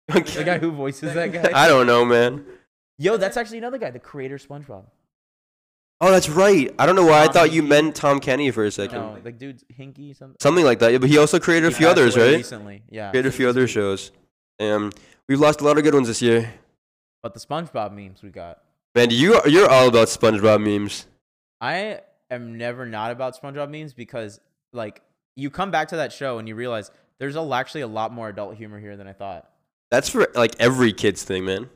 Speaker 2: The
Speaker 1: Okay.
Speaker 2: guy who voices that guy.
Speaker 1: I don't know, man.
Speaker 2: Yo, that's actually another guy, the creator of SpongeBob.
Speaker 1: Oh, that's right. I don't know why I
Speaker 2: Tom
Speaker 1: thought you
Speaker 2: Hinkie.
Speaker 1: meant Tom Kenny for a second.
Speaker 2: No, the dude's Hinky something.
Speaker 1: Something like that. Yeah, but he also created a
Speaker 2: He
Speaker 1: few
Speaker 2: passed
Speaker 1: others,
Speaker 2: away
Speaker 1: right?
Speaker 2: Recently, yeah.
Speaker 1: Created a few other shows. Um, we've lost a lot of good ones this year.
Speaker 2: But the SpongeBob memes we got.
Speaker 1: Man, you you're all about SpongeBob memes.
Speaker 2: I am never not about SpongeBob memes because like you come back to that show and you realize there's a, actually a lot more adult humor here than I thought.
Speaker 1: That's for like every kid's thing, man.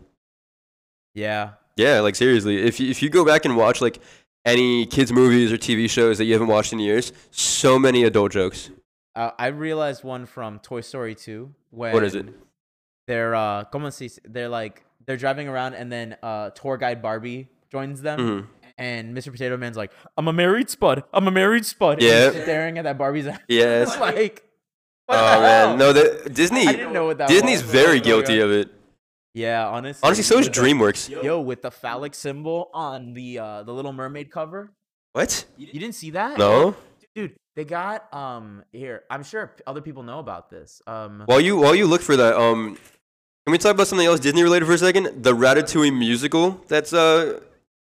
Speaker 2: Yeah.
Speaker 1: Yeah, like seriously, if you, if you go back and watch like any kids movies or TV shows that you haven't watched in years, so many adult jokes.
Speaker 2: Uh, I realized one from Toy Story 2 when
Speaker 1: What is it?
Speaker 2: they're uh como se dice? they're like they're driving around and then uh tour guide Barbie joins them
Speaker 1: Mhm.
Speaker 2: and Mr. Potato Man's like, I'm a married spud, I'm a married spud.
Speaker 1: Yeah.
Speaker 2: And he's staring at that Barbie's ass.
Speaker 1: Yes.
Speaker 2: like what the
Speaker 1: Oh man,
Speaker 2: hell?
Speaker 1: no, the, Disney.
Speaker 2: I didn't know what that
Speaker 1: Disney's
Speaker 2: was.
Speaker 1: very
Speaker 2: Oh,
Speaker 1: guilty
Speaker 2: yeah.
Speaker 1: of it.
Speaker 2: Yeah, honestly.
Speaker 1: Honestly, so is
Speaker 2: with the-
Speaker 1: DreamWorks.
Speaker 2: Yo, with the phallic symbol on the uh the Little Mermaid cover.
Speaker 1: What?
Speaker 2: You didn't see that?
Speaker 1: No.
Speaker 2: Dude, they got um here. I'm sure p- other people know about this. Um
Speaker 1: While you while you look for that, um, can we talk about something else Disney related for a second? The Ratatouille musical. That's uh,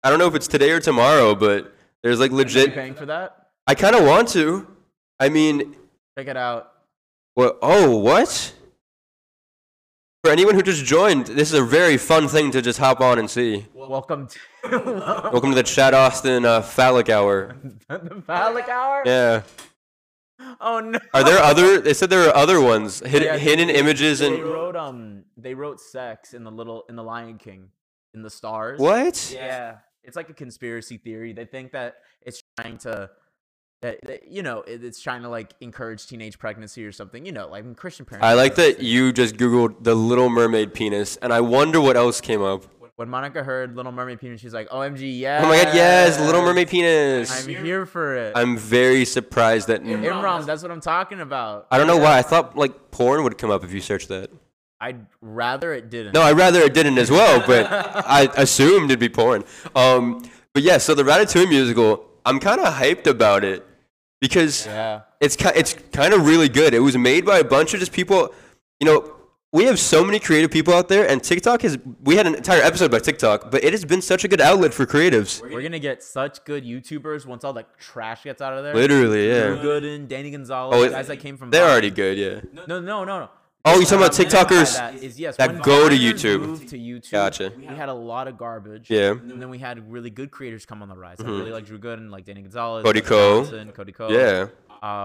Speaker 1: I don't know if it's today or tomorrow, but there's like
Speaker 2: are you
Speaker 1: legit.
Speaker 2: paying for that?
Speaker 1: I kind of want to. I mean,
Speaker 2: Check it out.
Speaker 1: what? Oh, what? For anyone who just joined, this is a very fun thing to just hop on and see.
Speaker 2: Welcome to
Speaker 1: Welcome to the Chad Austin uh, Phallic Hour.
Speaker 2: the phallic hour.
Speaker 1: Yeah.
Speaker 2: Oh no.
Speaker 1: Are there other? They said there are other ones, hid,
Speaker 2: Yeah,
Speaker 1: hidden images
Speaker 2: They
Speaker 1: and
Speaker 2: wrote um they wrote sex in the little in the Lion King in the stars.
Speaker 1: what?
Speaker 2: Yeah. It's like a conspiracy theory. They think that it's trying to that, that you know, it, it's trying to like encourage teenage pregnancy or something. You know, like when Christian parents.
Speaker 1: I
Speaker 2: do
Speaker 1: like
Speaker 2: those
Speaker 1: that
Speaker 2: things.
Speaker 1: you just googled the Little Mermaid penis, and I wonder what else came up.
Speaker 2: when Monica heard Little Mermaid penis, she's like, "OMG, yes!"
Speaker 1: Oh my god, yes, Little Mermaid penis.
Speaker 2: I'm here for it.
Speaker 1: I'm very surprised that.
Speaker 2: Imran, that's what I'm talking about.
Speaker 1: I don't know why. I thought like porn would come up if you search that.
Speaker 2: I'd rather it didn't.
Speaker 1: No, I'd rather it didn't as well, but I assumed it'd be porn. Um, but yeah, so the Ratatouille musical, I'm kind of hyped about it because
Speaker 2: Yeah.
Speaker 1: it's ki- it's kind of really good. It was made by a bunch of just people. You know, we have so many creative people out there, and TikTok has. We had an entire episode about TikTok, but it has been such a good outlet for creatives.
Speaker 2: We're gonna get such good YouTubers once all the trash gets out of there.
Speaker 1: Literally,
Speaker 2: Drew
Speaker 1: yeah.
Speaker 2: Gooden, Danny Gonzalez,
Speaker 1: Oh, it-
Speaker 2: guys that came from.
Speaker 1: They're
Speaker 2: Vine.
Speaker 1: already good, yeah.
Speaker 2: No, no, no, no.
Speaker 1: Oh, you're talking about
Speaker 2: What I meant by
Speaker 1: TikTokers
Speaker 2: that is, yes,
Speaker 1: that
Speaker 2: when
Speaker 1: go to
Speaker 2: Vine
Speaker 1: YouTube.
Speaker 2: Moved to YouTube.
Speaker 1: Gotcha.
Speaker 2: We had a lot of garbage.
Speaker 1: Yeah. Mm-hmm.
Speaker 2: And then we had really good creators come on the rise. Like really like Drew Gooden, like Danny Gonzalez,
Speaker 1: Cody
Speaker 2: Gus
Speaker 1: Ko.
Speaker 2: Johnson, Cody Ko.
Speaker 1: Yeah.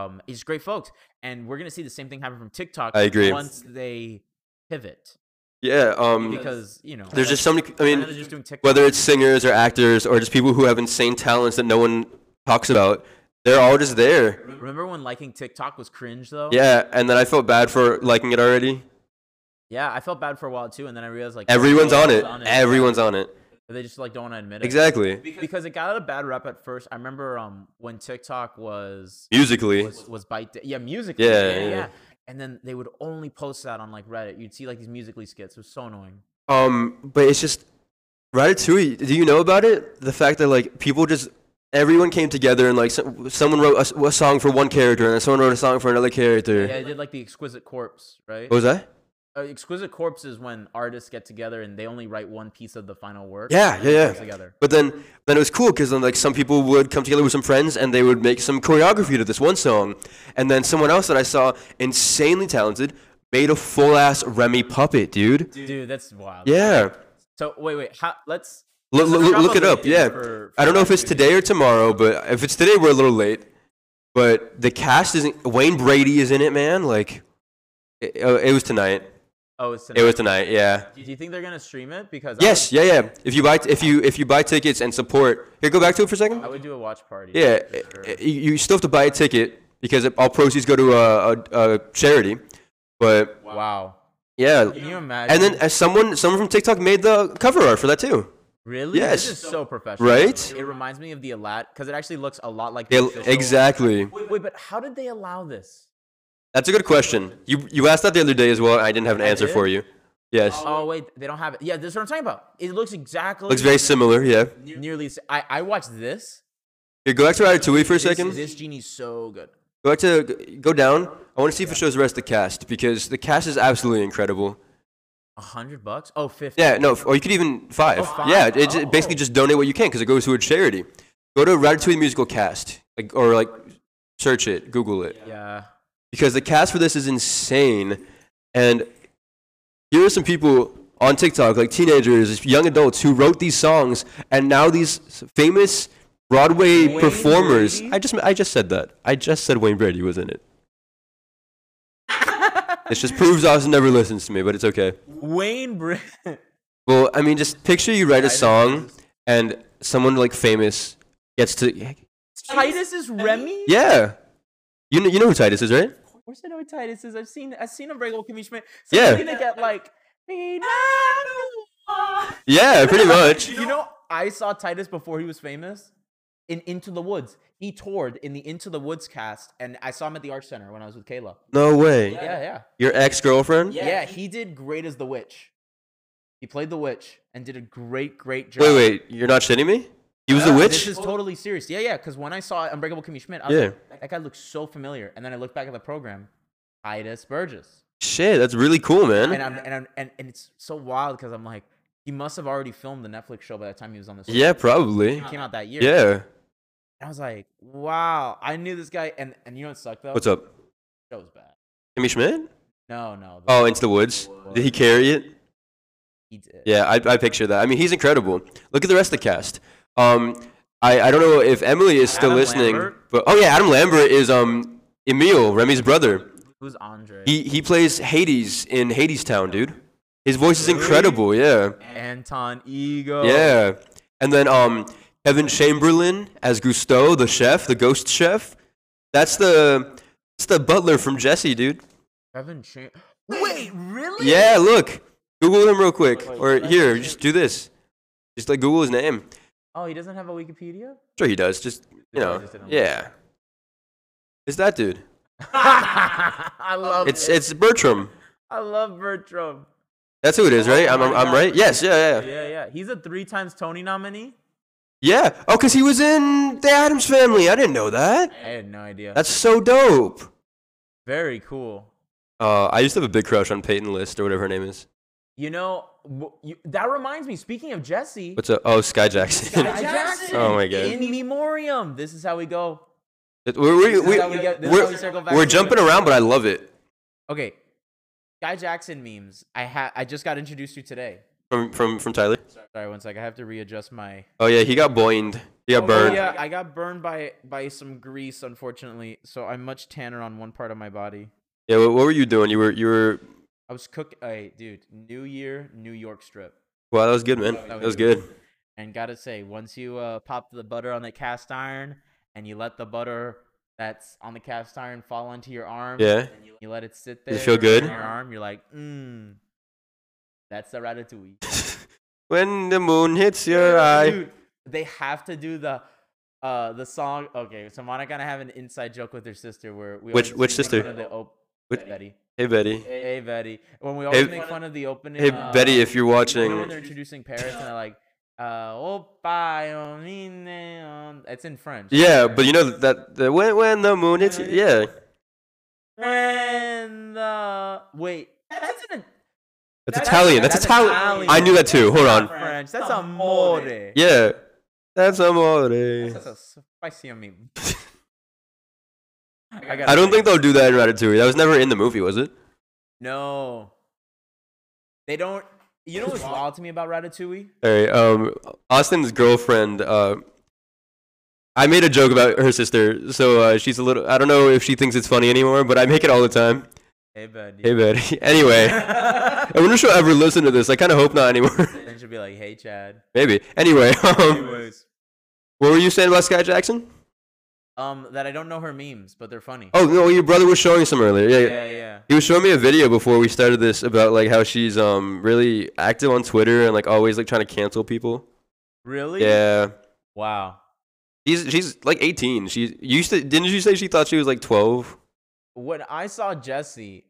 Speaker 2: um, it's just great folks, and we're gonna see the same thing happen from TikTok.
Speaker 1: I agree.
Speaker 2: Once they pivot,
Speaker 1: Yeah, um,
Speaker 2: because you know,
Speaker 1: there's just so many. I
Speaker 2: they're
Speaker 1: mean,
Speaker 2: just doing TikTok.
Speaker 1: whether it's singers or actors or just people who have insane talents that no one talks about, they're all just there.
Speaker 2: remember when liking TikTok was cringe though?
Speaker 1: Yeah, and then I felt bad for liking it already.
Speaker 2: yeah. I felt bad for a while too, and then I realized like
Speaker 1: Everyone's on it.
Speaker 2: Everyone.
Speaker 1: Everyone's on it.
Speaker 2: They just like don't want to admit it.
Speaker 1: Exactly.
Speaker 2: Because it got a bad rep at first. I remember um when TikTok was
Speaker 1: Musically.
Speaker 2: was, was Byte. Yeah, music.
Speaker 1: Yeah,
Speaker 2: yeah,
Speaker 1: yeah.
Speaker 2: yeah. And then they would only post that on like Reddit. You'd see like these musically skits. It was so annoying.
Speaker 1: Um, but it's just Ratatouille. Do you know about it? The fact that like people just everyone came together and like so, someone wrote a s- a, song for one character and then someone wrote a song for another character.
Speaker 2: Yeah, I did like the Exquisite Corpse, right?
Speaker 1: What was that?
Speaker 2: Uh, Exquisite Corpse is when artists get together and they only write one piece of the final work.
Speaker 1: Yeah, yeah,
Speaker 2: and they
Speaker 1: yeah.
Speaker 2: work Together.
Speaker 1: But then, then it was cool because then like some people would come together with some friends and they would make some choreography to this one song, and then someone else that I saw insanely talented made a full ass Remy puppet, dude.
Speaker 2: Dude, that's wild.
Speaker 1: Yeah.
Speaker 2: So wait, wait. How, let's
Speaker 1: Look,
Speaker 2: let's
Speaker 1: look,
Speaker 2: drop
Speaker 1: look
Speaker 2: a
Speaker 1: it up.
Speaker 2: link in
Speaker 1: Yeah,
Speaker 2: for-
Speaker 1: I
Speaker 2: for
Speaker 1: don't know if it's
Speaker 2: Ratatouille.
Speaker 1: today or tomorrow, but if it's today, we're a little late. But the cast isn't. Wayne Brady is in it, man. Like, it, uh, it was tonight.
Speaker 2: Oh, it's tonight.
Speaker 1: It was tonight. Yeah.
Speaker 2: Do you think they're gonna stream it? Because I
Speaker 1: Yes. Yeah. Yeah. If you buy, if you if you buy tickets and support, here, go back to it for a second.
Speaker 2: would- I would do a watch party.
Speaker 1: Yeah.
Speaker 2: for
Speaker 1: i-
Speaker 2: sure.
Speaker 1: i- You you still have to buy a ticket because it- all proceeds go to a, a, a charity. But
Speaker 2: Wow.
Speaker 1: yeah.
Speaker 2: Can you imagine?
Speaker 1: And then uh, someone someone from TikTok made the cover art for that too.
Speaker 2: really,
Speaker 1: yes.
Speaker 2: this is so professional,
Speaker 1: Right?
Speaker 2: It reminds me of the Alat because it actually looks a lot like. the
Speaker 1: Yeah,
Speaker 2: official-
Speaker 1: exactly.
Speaker 2: Wait, but how did they allow this?
Speaker 1: That's a good question. You you asked that the other day as well. And I didn't have an
Speaker 2: I
Speaker 1: answer for
Speaker 2: did?
Speaker 1: you. Yes,
Speaker 2: Oh wait, they don't have it. Yeah, this is what I'm talking about. It looks exactly
Speaker 1: looks very similar. Yeah.
Speaker 2: nearly. s- I I watched this.
Speaker 1: Here, go back to Ratatouille for a
Speaker 2: This-
Speaker 1: second.
Speaker 2: This genie's so good.
Speaker 1: Go back to go down. I want to see if it shows the rest of the cast because the cast is absolutely incredible.
Speaker 2: A hundred bucks? Oh, fifty.
Speaker 1: Yeah, no, f- or you could even five.
Speaker 2: Oh, five?
Speaker 1: Yeah, it, it basically
Speaker 2: Oh.
Speaker 1: just donate what you can because it goes to a charity. Go to Ratatouille musical cast, like or like search it, Google it
Speaker 2: Yeah.
Speaker 1: because the cast for this is insane. And here are some people on TikTok, like teenagers, young adults who wrote these songs, and now these famous Broadway
Speaker 2: Wayne
Speaker 1: performers.
Speaker 2: Brady?
Speaker 1: I just I just said that. I just said Wayne Brady was in it. This just proves Austin never listens to me, but it's okay.
Speaker 2: Wayne Br-
Speaker 1: Well, I mean, just picture you write a song and someone like famous gets to
Speaker 2: Titus is Remy.
Speaker 1: yeah. You know, you know who Titus is, right?
Speaker 2: Of course I know who Titus is. I've seen I've seen him break old Kimmy Schmidt. So
Speaker 1: Yeah.
Speaker 2: yeah. gonna get like "Me now."
Speaker 1: Yeah, pretty much.
Speaker 2: You know, I saw Titus before he was famous in Into the Woods. He toured in the Into the Woods cast, and I saw him at the Arts Center when I was with Kayla.
Speaker 1: No way.
Speaker 2: Yeah, yeah,
Speaker 1: Your ex girlfriend?
Speaker 2: yeah. he did great as the witch. He played the witch and did a great, great job.
Speaker 1: Wait, wait. You're not shitting me? He was the
Speaker 2: Yeah,
Speaker 1: witch.
Speaker 2: This is totally serious. Yeah, yeah. Because when I saw Unbreakable Kimmy Schmidt, I was
Speaker 1: Yeah.
Speaker 2: like, that guy looks so familiar. And then I looked back at the program, Titus Burgess.
Speaker 1: Shit, that's really cool, man.
Speaker 2: and I'm and I'm and, and it's so wild because I'm like, he must have already filmed the Netflix show by the time he was on this.
Speaker 1: Yeah, probably.
Speaker 2: it came out that year.
Speaker 1: Yeah.
Speaker 2: and I was like, wow, I knew this guy, and and you know what sucked though?
Speaker 1: What's up?
Speaker 2: That was bad.
Speaker 1: Kimmy Schmidt?
Speaker 2: No, no. the-
Speaker 1: Oh, Into the Woods. Did he carry it?
Speaker 2: he did.
Speaker 1: Yeah, I, I picture that. I mean, he's incredible. Look at the rest of the cast. Um, I, I don't know if Emily is still
Speaker 2: Adam
Speaker 1: listening,
Speaker 2: Lambert?
Speaker 1: but oh yeah, Adam Lambert is um Emil Remy's brother.
Speaker 2: Who's Andre?
Speaker 1: He he plays Hades in Hades Town, dude. His voice is incredible. Yeah,
Speaker 2: Anton
Speaker 1: Um,
Speaker 2: Ego.
Speaker 1: yeah. And then um Kevin Chamberlain as Gusteau, the chef, the ghost chef. That's the that's the butler from Jesse, dude.
Speaker 2: Kevin Chan. Wait, really?
Speaker 1: Yeah, look. Google him real quick, or here, just do this. Just like Google his name.
Speaker 2: Oh, he doesn't have a Wikipedia.
Speaker 1: Sure, he does. Just you
Speaker 2: probably
Speaker 1: know,
Speaker 2: just didn't look.
Speaker 1: yeah. It's that dude.
Speaker 2: I love.
Speaker 1: It's
Speaker 2: it.
Speaker 1: Um, it's Bertram.
Speaker 2: I love Bertram.
Speaker 1: That's who it is, right? I'm I'm, I'm right. Yes, yeah, yeah,
Speaker 2: Yeah, yeah. He's a three times Tony nominee.
Speaker 1: yeah. Oh, cause he was in The Adams Family. I didn't know that.
Speaker 2: I had no idea.
Speaker 1: That's so dope.
Speaker 2: very cool.
Speaker 1: Uh, I used to have a big crush on Peyton List or whatever her name is.
Speaker 2: You know, w- you, that reminds me. Speaking of Jesse,
Speaker 1: What's up? Oh, Sky Jackson.
Speaker 2: Guy Jackson
Speaker 1: Oh my God.
Speaker 2: in memoriam. This is how we go.
Speaker 1: That- we're, we're,
Speaker 2: This is how
Speaker 1: we're,
Speaker 2: we get. This is how we circle
Speaker 1: we're,
Speaker 2: back.
Speaker 1: we're
Speaker 2: to
Speaker 1: jumping
Speaker 2: it.
Speaker 1: around, but I love it.
Speaker 2: Okay, Guy Jackson memes. I ha- I just got introduced to today.
Speaker 1: From from from Tyler.
Speaker 2: Sorry, one sec. I have to readjust my.
Speaker 1: Oh yeah, he got boined. He got
Speaker 2: Oh,
Speaker 1: burned.
Speaker 2: Yeah, I got burned by by some grease, unfortunately. So I'm much tanner on one part of my body.
Speaker 1: Yeah. What, what were you doing? You were you were.
Speaker 2: I was cook. I dude, New Year, New York strip.
Speaker 1: Wow, that was good, man. That was good.
Speaker 2: And gotta say, once you uh, pop the butter on the cast iron and you let the butter that's on the cast iron fall onto your arm,
Speaker 1: Yeah.
Speaker 2: and you, you let it sit there.
Speaker 1: Does it feel good?
Speaker 2: On your arm, you're like, mmm, that's the ratatouille.
Speaker 1: When the moon hits your eye.
Speaker 2: Dude, they have to do the. Uh, the song. Okay, so Monica and I have an inside joke with her sister where we
Speaker 1: Which-
Speaker 2: always
Speaker 1: which
Speaker 2: make fun
Speaker 1: sister?
Speaker 2: of The op-
Speaker 1: Which-
Speaker 2: Betty.
Speaker 1: Hey Betty.
Speaker 2: Hey Betty. When we always make fun of the opening.
Speaker 1: Hey
Speaker 2: uh,
Speaker 1: Betty, if you're
Speaker 2: You know when
Speaker 1: watching,
Speaker 2: they're introducing Paris and they're like, uh, "Opa, yo, mi, ne, um," it's in French.
Speaker 1: yeah, but you know that, that when when the moon hits, you, yeah,
Speaker 2: When the wait, that's an
Speaker 1: that's Italian. That's, Italian. I knew that too. Hold
Speaker 2: That's not
Speaker 1: on.
Speaker 2: French. That's amore.
Speaker 1: Yeah, that's amore.
Speaker 2: That's a spicy meme. I,
Speaker 1: I don't think they'll do that in Ratatouille. That was never in the movie, was it?
Speaker 2: No, they don't. You know what's wild to me about Ratatouille?
Speaker 1: All right. Um, Austin's girlfriend. Uh, I made a joke about her sister, so uh, she's a little. I don't know if she thinks it's funny anymore, but I make it all the time.
Speaker 2: Hey, buddy.
Speaker 1: Hey Betty. Anyway, I wonder if she'll ever listen to this. I kind of hope not anymore.
Speaker 2: then she'll be like, "Hey, Chad."
Speaker 1: Maybe. Anyway, um,
Speaker 2: Anyways,
Speaker 1: what were you saying about Sky Jackson?
Speaker 2: um, that I don't know her memes, but they're funny.
Speaker 1: Oh no, your brother was showing some earlier. Yeah, yeah.
Speaker 2: yeah, yeah.
Speaker 1: He was showing me a video before we started this about like how she's um really active on Twitter and like always like trying to cancel people.
Speaker 2: Really?
Speaker 1: Yeah.
Speaker 2: Wow.
Speaker 1: She's she's like 18. She you used to didn't you say she thought she was like 12?
Speaker 2: When I saw Jesse,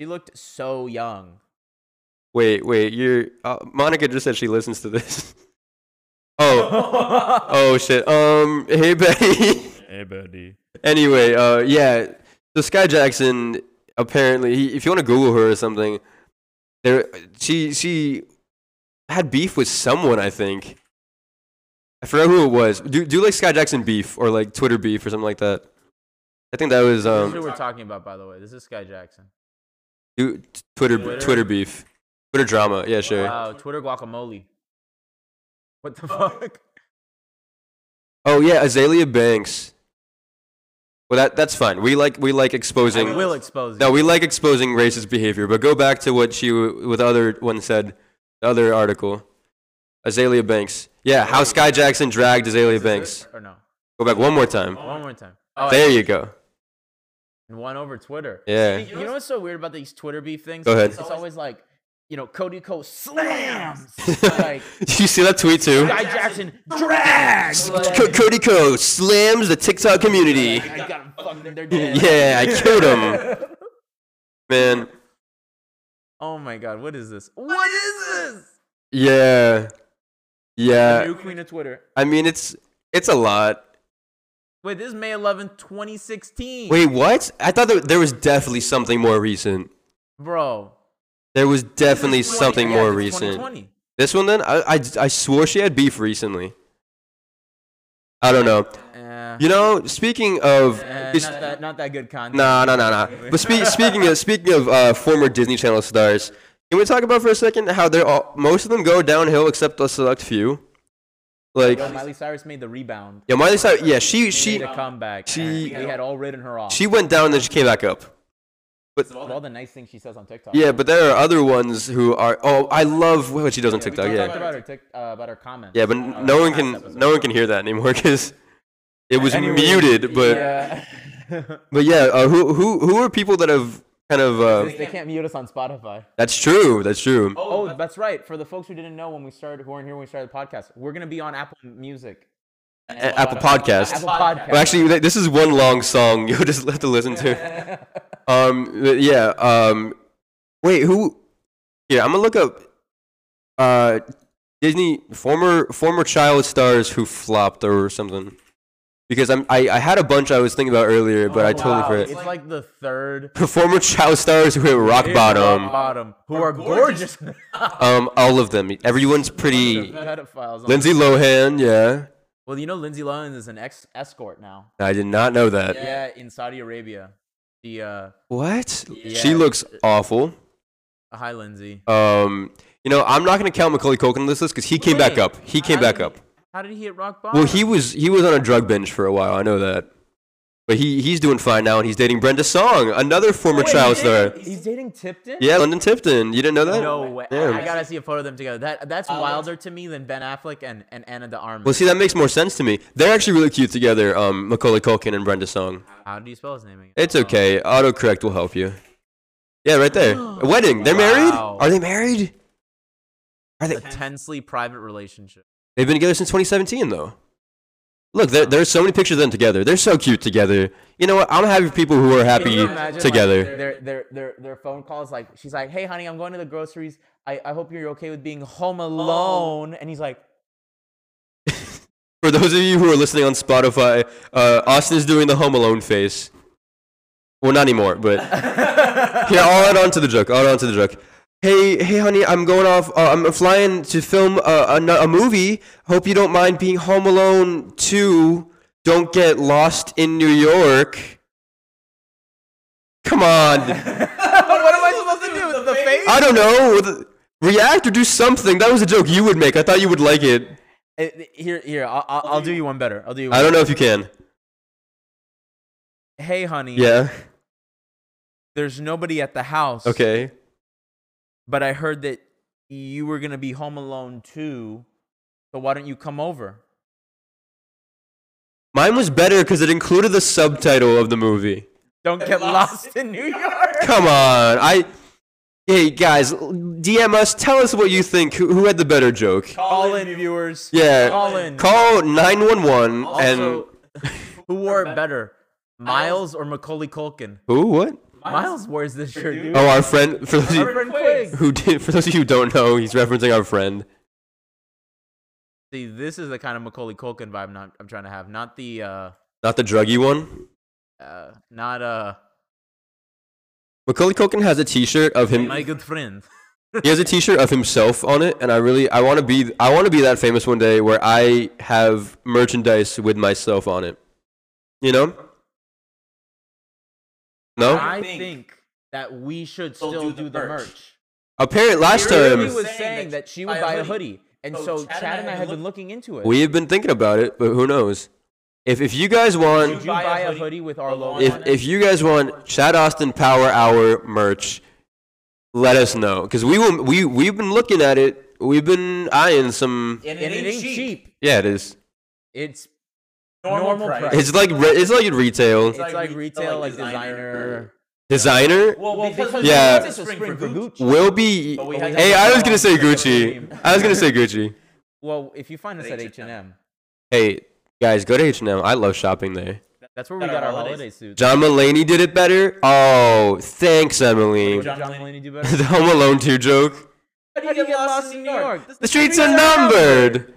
Speaker 2: she looked so young.
Speaker 1: Wait, wait. You're uh, Monica just said she listens to this. Oh, oh shit. Um, hey Betty.
Speaker 4: Hey, buddy.
Speaker 1: anyway, uh, yeah. So Sky Jackson apparently, he, if you want to Google her or something, there she she had beef with someone. I think I forgot who it was. Do do like Sky Jackson beef or like Twitter beef or something like that. I think that was
Speaker 2: this is who
Speaker 1: um
Speaker 2: we're talking about, by the way. This is Sky Jackson.
Speaker 1: do, Twitter
Speaker 2: Twitter?
Speaker 1: Twitter beef. Twitter drama. Yeah, sure.
Speaker 2: Wow, Twitter guacamole. What the fuck?
Speaker 1: Oh yeah, Azalea Banks. Well, that that's fine. We like we like
Speaker 2: I
Speaker 1: exposing.
Speaker 2: will expose you.
Speaker 1: No, we like exposing racist behavior. But go back to what she w- with the other one said, the other article. Azalea Banks. Yeah, how Sky Jackson dragged Azalea Banks.
Speaker 2: Or no.
Speaker 1: Go back one more time.
Speaker 2: One more time. Oh,
Speaker 1: There you go.
Speaker 2: and one over Twitter.
Speaker 1: Yeah.
Speaker 2: You know what's so weird about these Twitter beef things?
Speaker 1: Go ahead.
Speaker 2: It's always like, you know, Cody Co slams. like,
Speaker 1: Did you see that tweet too?
Speaker 2: Guy Jackson drags.
Speaker 1: Co- Cody Co slams the TikTok community.
Speaker 2: I got him fucking. They're dead.
Speaker 1: Yeah, I killed him. Man,
Speaker 2: Oh my god, what is this? What is this?
Speaker 1: yeah. Yeah.
Speaker 2: New queen of Twitter.
Speaker 1: I mean, it's it's a lot.
Speaker 2: Wait, this is May 11th, 2016.
Speaker 1: Wait, what? I thought there, there was definitely something more recent.
Speaker 2: bro.
Speaker 1: There was definitely something
Speaker 2: Yeah,
Speaker 1: more
Speaker 2: it's
Speaker 1: recent.
Speaker 2: 2020.
Speaker 1: This one then? I, I, I swore she had beef recently. I don't know.
Speaker 2: Eh,
Speaker 1: You know, speaking of.
Speaker 2: eh,
Speaker 1: it's-
Speaker 2: not, that, not that good content.
Speaker 1: Nah, nah, nah, nah. But spe- speaking of speaking of uh, former Disney Channel stars, can we talk about for a second how they're all most of them go downhill except a select few? Like,
Speaker 2: Yo, Miley Cyrus made the rebound.
Speaker 1: yeah, Miley Cyrus. Yeah, she she
Speaker 2: made a comeback. and
Speaker 1: she-
Speaker 2: we had all written her off.
Speaker 1: she went down and then she came back up.
Speaker 2: With all the nice things she says on TikTok.
Speaker 1: Yeah, but there are other ones who are. Oh, I love what she does on
Speaker 2: We
Speaker 1: TikTok.
Speaker 2: talked
Speaker 1: Yeah,
Speaker 2: about her tic, uh, about her comments.
Speaker 1: yeah, but
Speaker 2: on
Speaker 1: no
Speaker 2: our
Speaker 1: one
Speaker 2: last
Speaker 1: can
Speaker 2: episode.
Speaker 1: no one can hear that anymore because it was
Speaker 2: Anyway,
Speaker 1: muted. But
Speaker 2: yeah.
Speaker 1: but yeah, uh, who who who are people that have kind of? Uh,
Speaker 2: they can't mute us on Spotify.
Speaker 1: that's true. That's true.
Speaker 2: Oh, that's right. For the folks who didn't know when we started, who weren't here when we started the podcast, we're gonna be on Apple Music,
Speaker 1: A- Apple Podcast.
Speaker 2: Apple Podcast.
Speaker 1: Well, actually, th- this is one long song you'll just have to listen to. um, but yeah. Um, wait, who? Yeah, I'm gonna look up. Uh, Disney former former child stars who flopped or something. Because I'm I, I had a bunch I was thinking about earlier, but I totally
Speaker 2: Oh, Wow,
Speaker 1: forgot.
Speaker 2: It's like the third
Speaker 1: Former child stars who hit rock bottom.
Speaker 2: bottom, who are gorgeous
Speaker 1: Um, all of them. Everyone's pretty.
Speaker 2: pedophiles.
Speaker 1: Lindsay Lohan, yeah.
Speaker 2: Well, you know Lindsay Lohan is an ex escort now.
Speaker 1: I did not know that.
Speaker 2: Yeah, in Saudi Arabia. The uh,
Speaker 1: What?
Speaker 2: Yeah.
Speaker 1: She looks awful.
Speaker 2: hi Lindsay.
Speaker 1: Um, you know, I'm not gonna count Macaulay Culkin on this list because he came back
Speaker 2: Wait,
Speaker 1: up. He came
Speaker 2: how did
Speaker 1: back
Speaker 2: he-
Speaker 1: up.
Speaker 2: How did he hit rock bottom?
Speaker 1: Well, he was he was on a drug binge for a while. I know that, but he he's doing fine now, and he's dating Brenda Song, another former child star.
Speaker 2: He's dating Tipton.
Speaker 1: Yeah, London Tipton. You didn't know that?
Speaker 2: No way. Uh,
Speaker 1: Yeah.
Speaker 2: I gotta see a photo of them together. That that's wilder to me than Ben Affleck and, and Anna de Armas.
Speaker 1: Well, see, that makes more sense to me. They're actually really cute together. Um, Macaulay Culkin and Brenda Song.
Speaker 2: How do you spell his name? Again? Um,
Speaker 1: It's okay. Autocorrect will help you. Yeah, right there. A wedding. They're married.
Speaker 2: Wow.
Speaker 1: Are they married? Are they?
Speaker 2: A tensely private relationship.
Speaker 1: They've been together since 2017, though. Look, there, there's so many pictures of them together. They're so cute together. You know what? I'm happy for people who are
Speaker 2: Can
Speaker 1: happy
Speaker 2: you imagine,
Speaker 1: together.
Speaker 2: Like, their, their, their, their phone calls, like, she's like, hey, honey, I'm going to the groceries. I, I hope you're okay with being home alone. And he's like,
Speaker 1: for those of you who are listening on Spotify, uh, Austin is doing the Home Alone face. Well, not anymore, but here, I'll add on to the joke. I'll add on to the joke. Hey, hey, honey, I'm going off. Uh, I'm flying to film uh, a, a, a movie. Hope you don't mind being Home Alone 2. Don't get lost in New York. Come on.
Speaker 2: what am I supposed to do? with The face? Uh,
Speaker 1: I don't know. th- React or do something. That was a joke you would make. I thought you would like it.
Speaker 2: Uh, Here, here, I'll, I'll, I'll do you one better. I'll do you one
Speaker 1: I don't know if you can.
Speaker 2: Hey, honey,
Speaker 1: Yeah.
Speaker 2: there's nobody at the house.
Speaker 1: Okay.
Speaker 2: But I heard that you were going to be home alone too. So why don't you come over?
Speaker 1: Mine was better because it included the subtitle of the movie.
Speaker 2: Don't get lost in New York.
Speaker 1: Come on. I. Hey, guys, l- DM us. Tell us what you think. Who, who had the better joke?
Speaker 2: Call in, viewers.
Speaker 1: Yeah.
Speaker 2: Call in.
Speaker 1: Call 911 and.
Speaker 2: Also, who wore it better, Miles or Macaulay Culkin?
Speaker 1: Who? What?
Speaker 2: Miles wears this shirt, dude.
Speaker 1: Oh, our friend. For those of you
Speaker 2: Reverend Quiggs.
Speaker 1: who, did, for those of you who don't know, he's referencing our friend.
Speaker 2: See, this is the kind of Macaulay Culkin vibe not, I'm trying to have. Not the, uh,
Speaker 1: Not the druggy one.
Speaker 2: uh not uh,
Speaker 1: Macaulay Culkin has a t shirt of him.
Speaker 2: my good friend.
Speaker 1: he has a t-shirt of himself on it and i really i want to be i want to be that famous one day where i have merchandise with myself on it you know no Oh.
Speaker 2: I think that we should still do, the merch.
Speaker 1: Apparently, last
Speaker 2: Literally
Speaker 1: time
Speaker 2: was saying that she would buy a hoodie, and so Chad and I have
Speaker 4: looked-
Speaker 2: been looking into it.
Speaker 1: we have been thinking about it, but who knows? If if you guys want,
Speaker 2: Would you buy a hoodie with our logo?
Speaker 1: if
Speaker 2: on it?
Speaker 1: if you guys want Chad Austin Power Hour merch, let us know because we will. We we've been looking at it. We've been eyeing some.
Speaker 4: and
Speaker 2: and it ain't cheap.
Speaker 1: Yeah, it is.
Speaker 2: It's
Speaker 4: Normal,
Speaker 2: Normal
Speaker 4: price.
Speaker 2: price.
Speaker 1: It's like re- it's like retail
Speaker 2: it's like,
Speaker 4: like re-
Speaker 2: retail,
Speaker 4: like
Speaker 2: like
Speaker 4: designer.
Speaker 2: designer.
Speaker 1: designer
Speaker 4: Well,
Speaker 2: Well,
Speaker 4: because,
Speaker 2: because
Speaker 1: Yeah.
Speaker 4: it's a spring for Gucci.
Speaker 1: will be.
Speaker 4: But we had to
Speaker 1: Hey,
Speaker 4: put
Speaker 1: I
Speaker 4: it
Speaker 1: was
Speaker 4: on
Speaker 1: gonna say
Speaker 4: the
Speaker 1: Gucci.
Speaker 2: frame.
Speaker 1: I was gonna say Gucci.
Speaker 2: Well, if you find us at H
Speaker 4: H&M.
Speaker 2: and M,
Speaker 1: Hey guys, go to H and M. I love shopping there.
Speaker 2: that's where we
Speaker 4: Got
Speaker 2: got
Speaker 4: our
Speaker 2: our
Speaker 4: holidays.
Speaker 2: holiday suits.
Speaker 1: John Mulaney did it better. Oh, thanks, Emily.
Speaker 4: What did
Speaker 2: John Mulaney do better.
Speaker 1: the Home Alone 2 joke.
Speaker 4: How do you get lost in New York?
Speaker 1: The streets are numbered.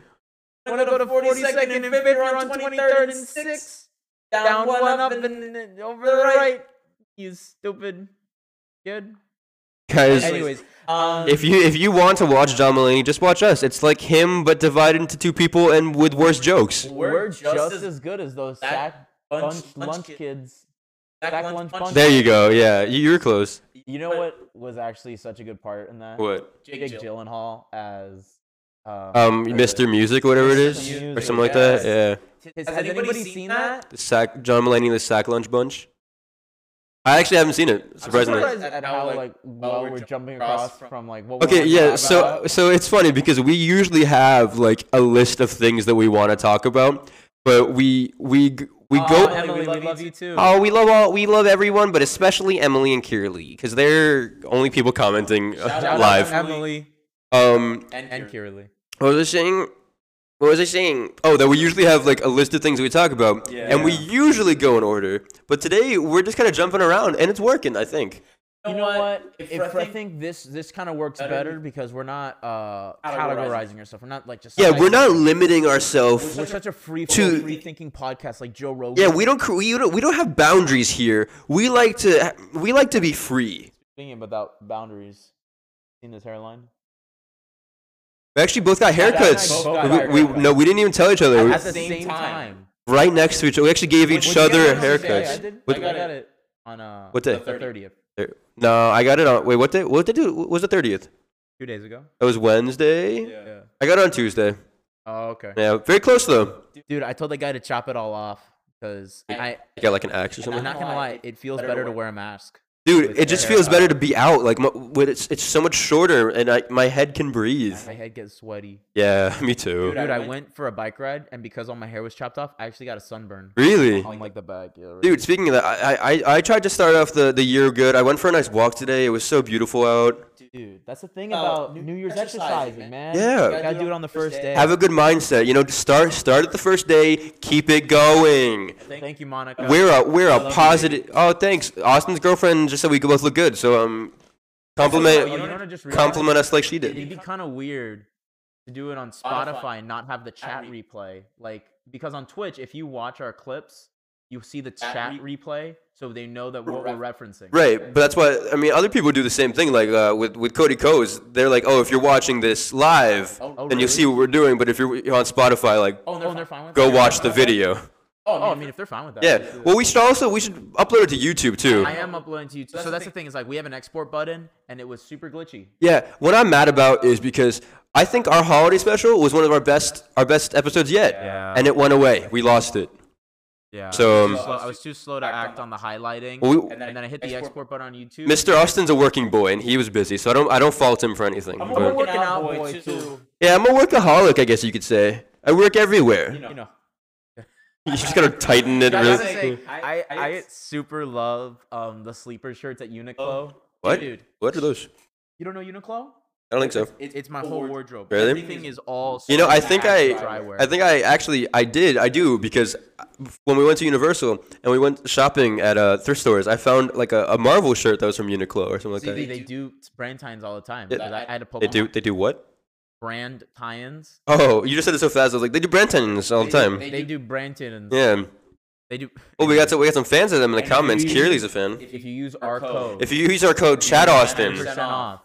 Speaker 2: Want to go to 42nd and 5th, or on 23rd and 6th. Down one up and then over the right. You stupid. Good.
Speaker 1: Guys,
Speaker 2: Anyways,
Speaker 4: Um,
Speaker 1: if you if you want to watch John Mulaney, just watch us. It's like him but divided into two people and with worse jokes.
Speaker 2: we're, just, as, good as those
Speaker 4: Sack
Speaker 2: sack
Speaker 4: Bunch-
Speaker 2: bunch,
Speaker 4: Lunch
Speaker 2: lunch,
Speaker 4: Kid-
Speaker 2: kids.
Speaker 4: Sack
Speaker 2: Sack
Speaker 4: Lunch
Speaker 2: Lunch
Speaker 4: Bunch-
Speaker 2: Bunch.
Speaker 1: There you go. Yeah, you, you were close.
Speaker 2: You know what was actually such a good part in that?
Speaker 1: What?
Speaker 4: Jake
Speaker 2: Jake
Speaker 4: Gyllenhaal.
Speaker 2: Gyllenhaal as um,
Speaker 1: Um, Mr. Music, whatever it is,
Speaker 2: Mr.
Speaker 1: or
Speaker 2: Music,
Speaker 1: something like that.
Speaker 4: yes.
Speaker 1: Yeah.
Speaker 2: Has, has anybody, seen that?
Speaker 1: The sack John Mulaney, the sack lunch bunch. I actually haven't seen it. Surprisingly.
Speaker 2: surprised
Speaker 4: At
Speaker 2: at
Speaker 4: how,
Speaker 2: how
Speaker 4: like,
Speaker 2: like
Speaker 4: well
Speaker 2: well
Speaker 4: we're
Speaker 2: we're jumping
Speaker 4: across
Speaker 2: across
Speaker 4: from-
Speaker 2: from like what. we
Speaker 1: Okay,
Speaker 2: wanna
Speaker 1: yeah,
Speaker 2: talk
Speaker 1: so
Speaker 2: about.
Speaker 1: so it's funny because we usually have like a list of things that we want to talk about, but we we g- we
Speaker 2: Oh,
Speaker 1: go
Speaker 2: Emily, we love you too.
Speaker 1: Oh, we love all we love everyone, but especially Emily and Kirley because they're only people commenting uh,
Speaker 4: Shout out
Speaker 1: live.
Speaker 2: Emily
Speaker 1: Um,
Speaker 2: and Kirley.
Speaker 1: what was I saying? What was I saying? Oh, that we usually have like a list of things we talk about, and we usually go in order. But today we're just kind of jumping around, and it's working, I think.
Speaker 2: You know what?
Speaker 4: If
Speaker 2: If,
Speaker 4: I
Speaker 2: I,
Speaker 4: think-
Speaker 2: think, this this kind of works
Speaker 4: Better
Speaker 2: better,
Speaker 4: than-
Speaker 2: because we're not uh,
Speaker 4: Categorizing.
Speaker 2: categorizing ourselves. We're not like just
Speaker 1: Yeah, we're
Speaker 2: like-
Speaker 1: not limiting ourselves.
Speaker 2: We're such a free
Speaker 1: to-
Speaker 2: free thinking podcast like Joe Rogan.
Speaker 1: Yeah, we don't cr- we don't we don't have boundaries here. We like to we like to be free.
Speaker 2: thinking without boundaries. Seen this hairline?
Speaker 1: We actually both got
Speaker 2: Chad and I
Speaker 1: haircuts.
Speaker 2: both got
Speaker 1: we, we,
Speaker 4: haircuts.
Speaker 1: no, we didn't even tell each other. We-
Speaker 2: At the
Speaker 4: same
Speaker 2: same,
Speaker 4: time.
Speaker 2: time.
Speaker 1: right next to each other. We actually gave each
Speaker 4: Which-
Speaker 1: other
Speaker 4: yeah, I was gonna say,
Speaker 1: haircuts.
Speaker 2: I did.
Speaker 1: What-
Speaker 2: I got it on uh,
Speaker 1: What day?
Speaker 2: The thirtieth.
Speaker 1: There- No, I got it on. Wait, what day? What did it? Was the thirtieth?
Speaker 2: Two days ago.
Speaker 1: That was Wednesday.
Speaker 4: Yeah.
Speaker 2: Yeah.
Speaker 1: I got it on Tuesday.
Speaker 2: Oh, okay.
Speaker 1: Yeah, very close though.
Speaker 2: Dude, I told the guy to chop it all off because I.
Speaker 1: I got like an axe or
Speaker 2: I'm
Speaker 1: something.
Speaker 2: not gonna lie, it feels better to wear a mask.
Speaker 1: Dude,
Speaker 2: with
Speaker 1: it just
Speaker 2: hair
Speaker 1: feels
Speaker 2: out.
Speaker 1: better to be out. Like my, with it's it's so much shorter, and I, my head can breathe.
Speaker 2: My head gets sweaty.
Speaker 1: Yeah, me too.
Speaker 2: Dude, I went for a bike ride, and because all my hair was chopped off, I actually got a sunburn.
Speaker 1: Really?
Speaker 2: On like the back, yeah. right.
Speaker 1: Dude, speaking of that, I, I, I tried to start off the, the year good. I went for a nice walk today. It was so beautiful out.
Speaker 2: Dude, that's the thing
Speaker 4: Uh,
Speaker 2: about
Speaker 4: New-
Speaker 2: Oh, New Year's
Speaker 4: exercising,
Speaker 2: exercising,
Speaker 4: man.
Speaker 2: man.
Speaker 1: Yeah.
Speaker 2: you gotta do it on the first day.
Speaker 1: Have a good mindset. You know, just start start at the first day. Keep it going.
Speaker 2: Thank you, Monica.
Speaker 1: We're a we're
Speaker 4: love
Speaker 1: a
Speaker 4: you,
Speaker 1: positive. Oh, thanks. Austin's girlfriend just said we could both look good. So um,
Speaker 2: Oh, you
Speaker 1: compliment
Speaker 2: know what I just realized?
Speaker 1: compliment us like she did.
Speaker 2: It'd be kind of weird to do it on
Speaker 4: Spotify.
Speaker 2: Spotify and not have the chat
Speaker 4: re-
Speaker 2: replay, like because on Twitch, if you watch our clips, you see the
Speaker 4: Chat
Speaker 2: chat replay, so they know that what we're referencing.
Speaker 1: Right, but that's why I mean other people do the same thing. Like uh, with with Cody Co's, they're like, oh, if you're watching this live,
Speaker 4: Oh,
Speaker 1: then you'll see what we're doing. But if you're you're on Spotify, like
Speaker 2: Oh, and they're, fine with
Speaker 1: go
Speaker 2: that?
Speaker 1: watch the video.
Speaker 2: Oh, I mean, if they're fine with that.
Speaker 1: Yeah.
Speaker 2: let's do
Speaker 1: Well, we should also we should upload it to YouTube too.
Speaker 2: that. I am uploading to YouTube. So that's the thing is like we have an export button, and it was super glitchy.
Speaker 1: Yeah, what I'm mad about is because I think our holiday special was one of our best our best episodes yet,
Speaker 2: Yeah.
Speaker 1: and it went away. We lost it.
Speaker 2: Yeah.
Speaker 1: So, um,
Speaker 2: I was too slow to act on the highlighting,
Speaker 1: Well, we-
Speaker 2: and then I hit the export button on YouTube.
Speaker 1: Mr. Austin's a working boy, and he was busy, so I don't I don't fault him for anything.
Speaker 4: I'm a
Speaker 1: but-
Speaker 4: working out boy, too.
Speaker 1: yeah, I'm a workaholic, I guess you could say. I work everywhere. You,
Speaker 2: You know.
Speaker 1: just gotta tighten it.
Speaker 2: I
Speaker 1: Really.
Speaker 2: gotta say, I,
Speaker 4: I-
Speaker 2: I, super love um the sleeper shirts at Uniqlo.
Speaker 1: what?
Speaker 2: dude.
Speaker 1: What are those?
Speaker 2: You don't know Uniqlo?
Speaker 1: I don't think so.
Speaker 2: It's, it's my whole wardrobe.
Speaker 1: Really?
Speaker 2: Everything is all.
Speaker 1: You know, I
Speaker 2: sewed
Speaker 1: think
Speaker 2: back
Speaker 1: I,
Speaker 2: to dryware.
Speaker 1: I think I actually, I did, I do, because when we went to Universal and we went shopping at uh, thrift stores, I found like a, a Marvel shirt that was from Uniqlo or something like
Speaker 2: See, they,
Speaker 1: that.
Speaker 2: they do brand tie-ins all the time.
Speaker 1: Yeah.
Speaker 2: 'cause I, I had to pull
Speaker 1: They
Speaker 2: them
Speaker 1: do,
Speaker 2: up.
Speaker 1: they do what?
Speaker 2: brand tie-ins.
Speaker 1: Oh, you just said it so fast. I was like, they do brand tendons all the time.
Speaker 2: They, do brand tie-ins.
Speaker 1: yeah.
Speaker 2: They do.
Speaker 1: Oh, we got some, we got some fans of them in the
Speaker 4: And
Speaker 1: comments.
Speaker 4: you-
Speaker 1: Kirley's a fan.
Speaker 2: If you use our code,
Speaker 1: If you use our code Chad Austin,
Speaker 2: 10% off.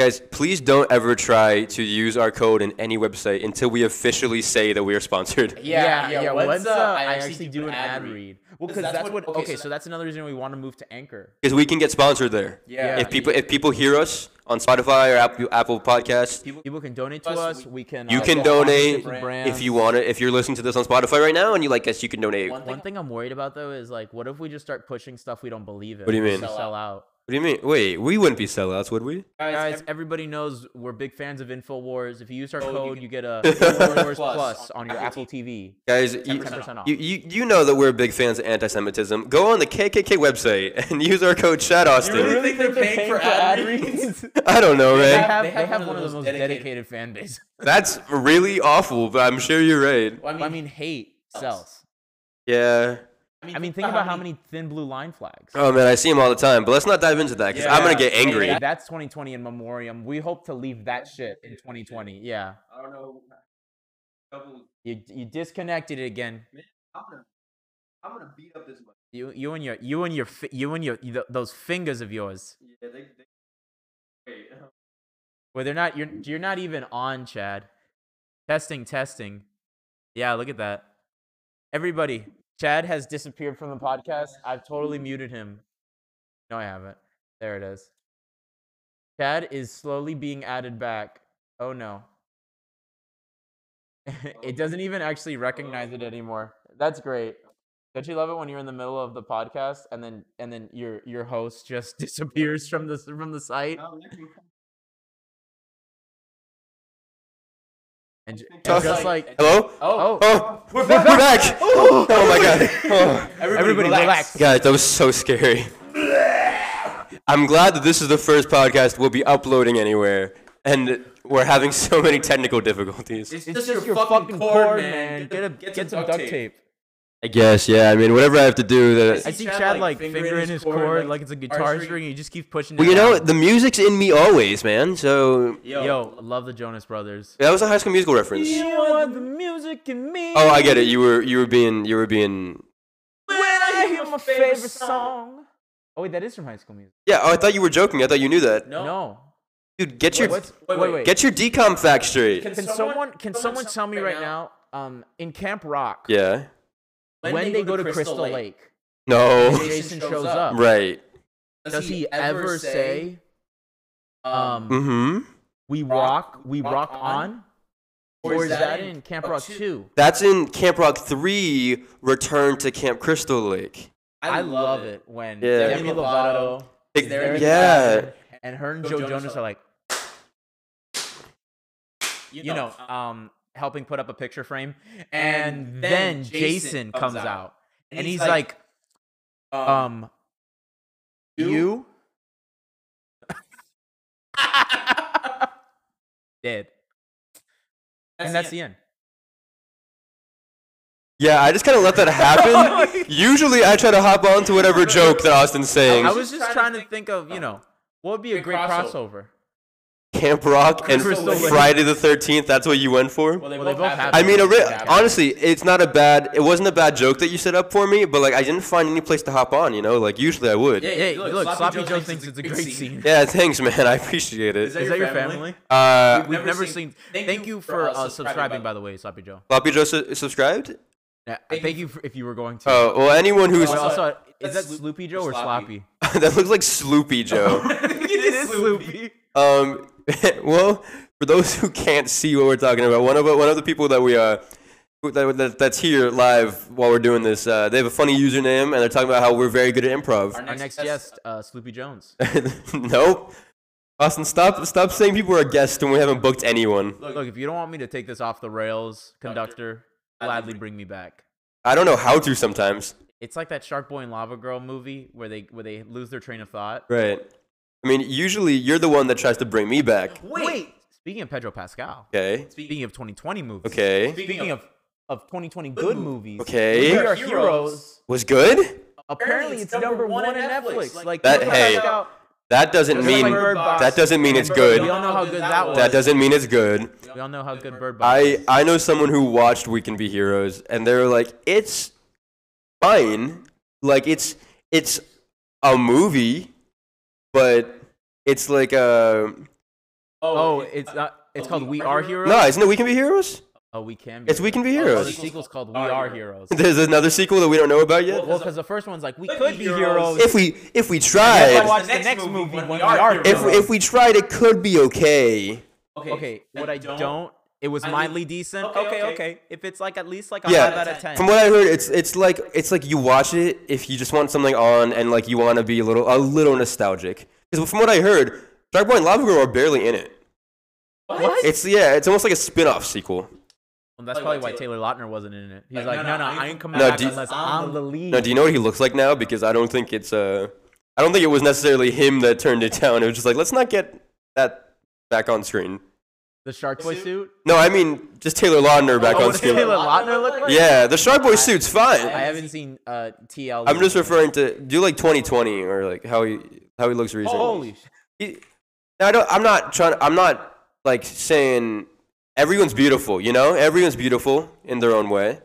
Speaker 1: guys, please don't ever try to use our code in any website until we officially say that we are sponsored.
Speaker 4: Yeah, yeah.
Speaker 2: Once,
Speaker 4: What's
Speaker 2: uh,
Speaker 4: up? I actually do an ad read.
Speaker 2: Well,
Speaker 4: 'Cause
Speaker 2: because
Speaker 4: that's
Speaker 2: that's,
Speaker 4: what-
Speaker 2: what.
Speaker 4: okay,
Speaker 2: Okay,
Speaker 4: so
Speaker 2: so that's another reason we want to move to Anchor.
Speaker 1: Because we can get sponsored there.
Speaker 4: Yeah.
Speaker 1: If people if people hear us, on Spotify or Apple, Apple Podcasts.
Speaker 2: People can donate to
Speaker 4: Plus,
Speaker 2: us. We can.
Speaker 1: You
Speaker 2: uh,
Speaker 1: can
Speaker 2: go on to
Speaker 1: donate
Speaker 2: different
Speaker 1: If you
Speaker 2: brands.
Speaker 1: want to, if you're listening to this on Spotify right now and you like us, you can donate. What
Speaker 2: One thing I'm worried about though is like, what if we just start pushing stuff we don't believe in?
Speaker 1: What do you
Speaker 2: We
Speaker 1: mean?
Speaker 2: just Sell out.
Speaker 1: do you mean? Wait, we wouldn't be sellouts, would we?
Speaker 2: Guys, everybody knows we're big fans of Infowars. If you use our
Speaker 4: Code, you
Speaker 2: code,
Speaker 4: get
Speaker 2: you get a
Speaker 4: InfoWars
Speaker 2: Infowars
Speaker 4: Plus
Speaker 2: Plus
Speaker 4: on
Speaker 2: on your
Speaker 4: Apple
Speaker 2: Apple TV.
Speaker 1: Guys, you,
Speaker 2: 10% off.
Speaker 1: you, you, you know that we're big fans of anti-Semitism. Go on the KKK website and use our code Chad
Speaker 4: you
Speaker 1: Austin.
Speaker 4: really think they're paying for ad reads?
Speaker 1: I don't know,
Speaker 2: They
Speaker 1: man.
Speaker 2: have, they have one, of the most dedicated, fan base.
Speaker 1: That's really awful, but I'm sure you're right.
Speaker 4: Well,
Speaker 2: I mean, hate sells.
Speaker 1: Yeah.
Speaker 2: I mean, think about how many thin blue line flags.
Speaker 1: Oh man, I see him all the time. But let's not dive into that because I'm gonna
Speaker 4: Yeah.
Speaker 1: get angry.
Speaker 2: Hey, that's 2020 in memoriam. We hope to leave that shit in 2020. Yeah.
Speaker 4: I don't know. Double.
Speaker 2: You, you disconnected it again.
Speaker 4: I'm gonna, I'm gonna beat up this mic.
Speaker 2: You you and your you and your fi- you and your th- those fingers of yours.
Speaker 4: Yeah, they. they wait.
Speaker 2: Where they're not you're you're not even on, Chad. Testing, testing. Yeah, look at that. Everybody, Chad has disappeared from the podcast. I've totally muted him. No, I haven't. There it is. Chad is slowly being added back. Oh no. it doesn't even actually recognize it anymore. That's great. Don't you love it when you're in the middle of the podcast and then and then your your host just disappears from the from the site?
Speaker 4: Now they can come
Speaker 2: And, ju- and
Speaker 1: Just
Speaker 2: just like
Speaker 1: Hello?
Speaker 2: oh,
Speaker 1: Oh, we're back. We're back. Oh, my god. Oh.
Speaker 2: everybody relax.
Speaker 1: Guys, that was so scary. I'm glad that this is the first podcast we'll be uploading anywhere, and we're having so many technical difficulties.
Speaker 4: It's, just, your, fucking cord, man.
Speaker 2: Get, a, get, some duct tape.
Speaker 1: I guess, yeah. I mean, whatever I have to do.
Speaker 2: I
Speaker 1: That,
Speaker 2: see Chad, like fingering his cord, like, it's a guitar
Speaker 4: string.
Speaker 2: string. He just keeps pushing.
Speaker 1: well,
Speaker 2: it
Speaker 1: you know,
Speaker 2: down.
Speaker 1: the music's in me always, man. So
Speaker 4: Yo,
Speaker 2: yo, love the Jonas Brothers.
Speaker 1: that was a High School Musical reference.
Speaker 2: want the music in me.
Speaker 1: Oh, I get it. You were, you were being, you were being.
Speaker 4: when I hear my favorite song.
Speaker 2: Oh wait, that is from High School Music.
Speaker 1: Yeah. Oh, I thought you were joking. I thought you knew that.
Speaker 4: No.
Speaker 2: No.
Speaker 1: Dude, get your,
Speaker 2: What's,
Speaker 4: wait,
Speaker 2: wait,
Speaker 4: wait.
Speaker 2: wait.
Speaker 1: get your decom fact straight.
Speaker 4: Can
Speaker 2: can someone can someone tell me right now? Um, in Camp Rock,
Speaker 1: Yeah.
Speaker 2: when, they, go, to Crystal Lake,
Speaker 1: No.
Speaker 2: Jason shows up.
Speaker 1: Oh. Right.
Speaker 2: Does he ever say, um,
Speaker 1: Mm-hmm.
Speaker 2: we
Speaker 4: Rock-
Speaker 2: rock, we
Speaker 4: Rock
Speaker 2: rock
Speaker 4: On?
Speaker 2: on? Or is that in Camp Rock 2?
Speaker 1: That's in Camp Rock 3, Return to Camp Crystal Lake.
Speaker 2: I love it when
Speaker 1: Yeah.
Speaker 2: Demi
Speaker 4: Demi
Speaker 2: Lovato
Speaker 1: It-
Speaker 4: there
Speaker 2: Eric
Speaker 4: any
Speaker 1: yeah.
Speaker 2: Clapton, and her and
Speaker 4: Joe
Speaker 2: Joe
Speaker 4: Jonas
Speaker 2: Jonas
Speaker 4: are-
Speaker 2: are like, you know, um, helping put up a picture frame, and then Jason comes out, and he's like, um, you um, dead, and that's the end.
Speaker 1: Yeah, I just kind of let that happen. Usually I try to hop on to whatever joke that Austin's saying.
Speaker 2: I was just trying to think of you know what would be a great crossover.
Speaker 1: Camp Rock and
Speaker 2: Crystal Lake.
Speaker 1: Friday the 13th, that's what you went for?
Speaker 4: they
Speaker 2: Well, they both have
Speaker 1: I mean, a ri-
Speaker 2: Yeah.
Speaker 1: honestly, it's not a bad, it wasn't a bad joke that you set up for me, but like I didn't find any place to hop on, you know? Like usually I would.
Speaker 4: Yeah.
Speaker 1: Yeah,
Speaker 2: Hey, look, Sloppy, Joe thinks it's a great scene.
Speaker 1: thanks, man. I appreciate it.
Speaker 4: that
Speaker 2: Is
Speaker 4: your
Speaker 2: that your
Speaker 4: family?
Speaker 2: family?
Speaker 1: Uh,
Speaker 2: We've never seen. Thank, you for uh, subscribing, by the way, Sloppy Joe.
Speaker 1: Floppy Joe su- subscribed?
Speaker 2: Yeah,
Speaker 4: Thank
Speaker 2: Thank,
Speaker 4: you
Speaker 2: you for, if you were going to.
Speaker 1: Oh, well, anyone who's.
Speaker 2: Wait,
Speaker 4: also-
Speaker 2: also,
Speaker 4: that's
Speaker 2: is that
Speaker 4: Sloop-
Speaker 2: Sloopy Joe or
Speaker 4: Sloppy.
Speaker 2: Sloppy?
Speaker 1: that looks like Sloopy Joe.
Speaker 4: it is Sloopy.
Speaker 1: Um, well, for those who can't see what we're talking about, one of one of the people that we uh, who- that, that that's here live while we're doing this, uh, they have a funny username and they're talking about how we're very good at improv.
Speaker 2: Our next guest, uh, Sloopy Jones.
Speaker 1: nope. Austin, stop stop saying people are a guest when we haven't booked anyone.
Speaker 2: Look, if you don't want me to take this off the rails, conductor, gladly bring me back.
Speaker 1: I don't know how to sometimes.
Speaker 2: It's like that Shark Boy and Lava Girl movie where they where they lose their train of thought.
Speaker 1: Right. I mean, usually you're the one that tries to bring me back.
Speaker 4: Wait.
Speaker 2: Speaking of Pedro Pascal,
Speaker 1: Okay.
Speaker 2: speaking of 2020 movies,
Speaker 1: Okay.
Speaker 2: Speaking of of 2020 good movies,
Speaker 1: Okay.
Speaker 2: We Are
Speaker 4: Heroes.
Speaker 2: Heroes.
Speaker 1: Was good?
Speaker 2: Apparently, it's number one on Netflix. Like
Speaker 1: That-
Speaker 2: Pedro
Speaker 1: hey,
Speaker 2: Pascal-
Speaker 1: That doesn't
Speaker 2: Just like
Speaker 1: mean
Speaker 2: Bird Box.
Speaker 1: that doesn't mean it's
Speaker 2: We
Speaker 1: good.
Speaker 2: all know how good that was.
Speaker 1: That doesn't mean it's good.
Speaker 2: We all know how good Bird Box. is.
Speaker 1: I I know someone who watched We Can Be Heroes, and they were like, it's fine, like it's it's a movie, but it's like uh
Speaker 2: Oh, it's not. It's called We Are Heroes.
Speaker 1: no, isn't it We Can Be Heroes?
Speaker 2: Oh, we can. Be
Speaker 1: It's We Can Be
Speaker 2: Oh,
Speaker 1: Heroes.
Speaker 2: the sequel's called We Are Heroes.
Speaker 1: There's another sequel that we don't know about yet.
Speaker 2: Well, because the first one's like we could be heroes.
Speaker 1: If we if we
Speaker 2: If I
Speaker 1: tried,
Speaker 2: watch the next movie when we are heroes.
Speaker 1: if if we tried, it could be okay.
Speaker 2: okay, what I don't, it was
Speaker 4: I mean-
Speaker 2: mildly decent.
Speaker 4: Okay,
Speaker 2: Okay, okay,
Speaker 4: okay.
Speaker 2: If it's like at least like a
Speaker 1: Yeah.
Speaker 2: five out of ten.
Speaker 1: From what I heard, it's it's like it's like you watch it if you just want something on and like you want to be a little a little nostalgic. Because from what I heard, Dark Boy and Lava Girl are barely in it.
Speaker 2: What?
Speaker 1: It's yeah, it's almost like a spin-off sequel.
Speaker 2: Well, that's
Speaker 4: Like,
Speaker 2: probably
Speaker 4: why
Speaker 2: why Taylor Lautner wasn't in it. He's
Speaker 4: Like,
Speaker 2: like,
Speaker 4: no, no,
Speaker 2: no, no,
Speaker 4: I
Speaker 2: I
Speaker 4: ain't
Speaker 2: ain't
Speaker 4: coming
Speaker 2: coming
Speaker 1: No,
Speaker 2: back
Speaker 1: do you-
Speaker 2: unless I'm the lead.
Speaker 1: Now, do you know what he looks like now? Because I don't think it's uh, I don't think it was necessarily him that turned it down. It was just like let's not get that back on screen.
Speaker 2: the Shark Boy suit.
Speaker 1: No, I mean just Taylor Lautner back
Speaker 2: Oh,
Speaker 1: on
Speaker 2: does
Speaker 1: screen.
Speaker 2: Taylor Lautner look like?
Speaker 1: Yeah, the Shark Boy suit's fine.
Speaker 2: I haven't seen uh, TL.
Speaker 1: I'm just referring to do like 2020 or like how he how he looks recently.
Speaker 2: Holy sh-
Speaker 1: He- now, I don't. I'm not trying. I'm not like saying everyone's beautiful. You know, everyone's beautiful in their own way.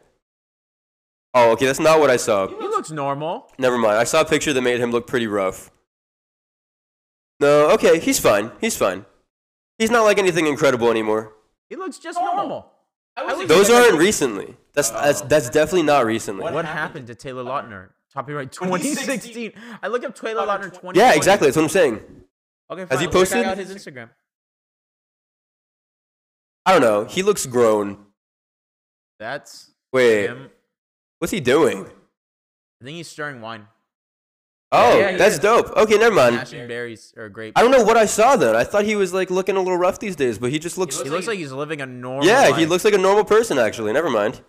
Speaker 1: Oh, okay, that's not what I saw.
Speaker 2: He looks normal.
Speaker 1: Never mind. I saw a picture that made him look pretty rough. No, okay, he's fine. He's fine. He's not like anything incredible anymore.
Speaker 2: He looks just
Speaker 4: Normal.
Speaker 2: normal.
Speaker 1: Those aren't recently. That's that's that's definitely not recently.
Speaker 2: What, happened to Taylor Lautner? Copyright 2016. I look up Taylor Lautner 20.
Speaker 1: Yeah, exactly. That's what I'm saying.
Speaker 2: Okay, fine.
Speaker 1: he
Speaker 2: check
Speaker 1: posted?
Speaker 2: out his Instagram?
Speaker 1: I don't know. He looks grown.
Speaker 2: That's
Speaker 1: Wait,
Speaker 2: him.
Speaker 1: what's he doing?
Speaker 2: I think he's stirring wine,
Speaker 1: Oh,
Speaker 2: Yeah, he
Speaker 1: that's
Speaker 2: is.
Speaker 1: dope. Okay, never mind.
Speaker 2: mashing berries or grape.
Speaker 1: Um, I don't know what I saw then. I thought he was like looking a little rough these days, but he just looks.
Speaker 2: He looks like he's living a normal.
Speaker 1: yeah, he
Speaker 2: life.
Speaker 1: looks like a normal person actually. Never mind.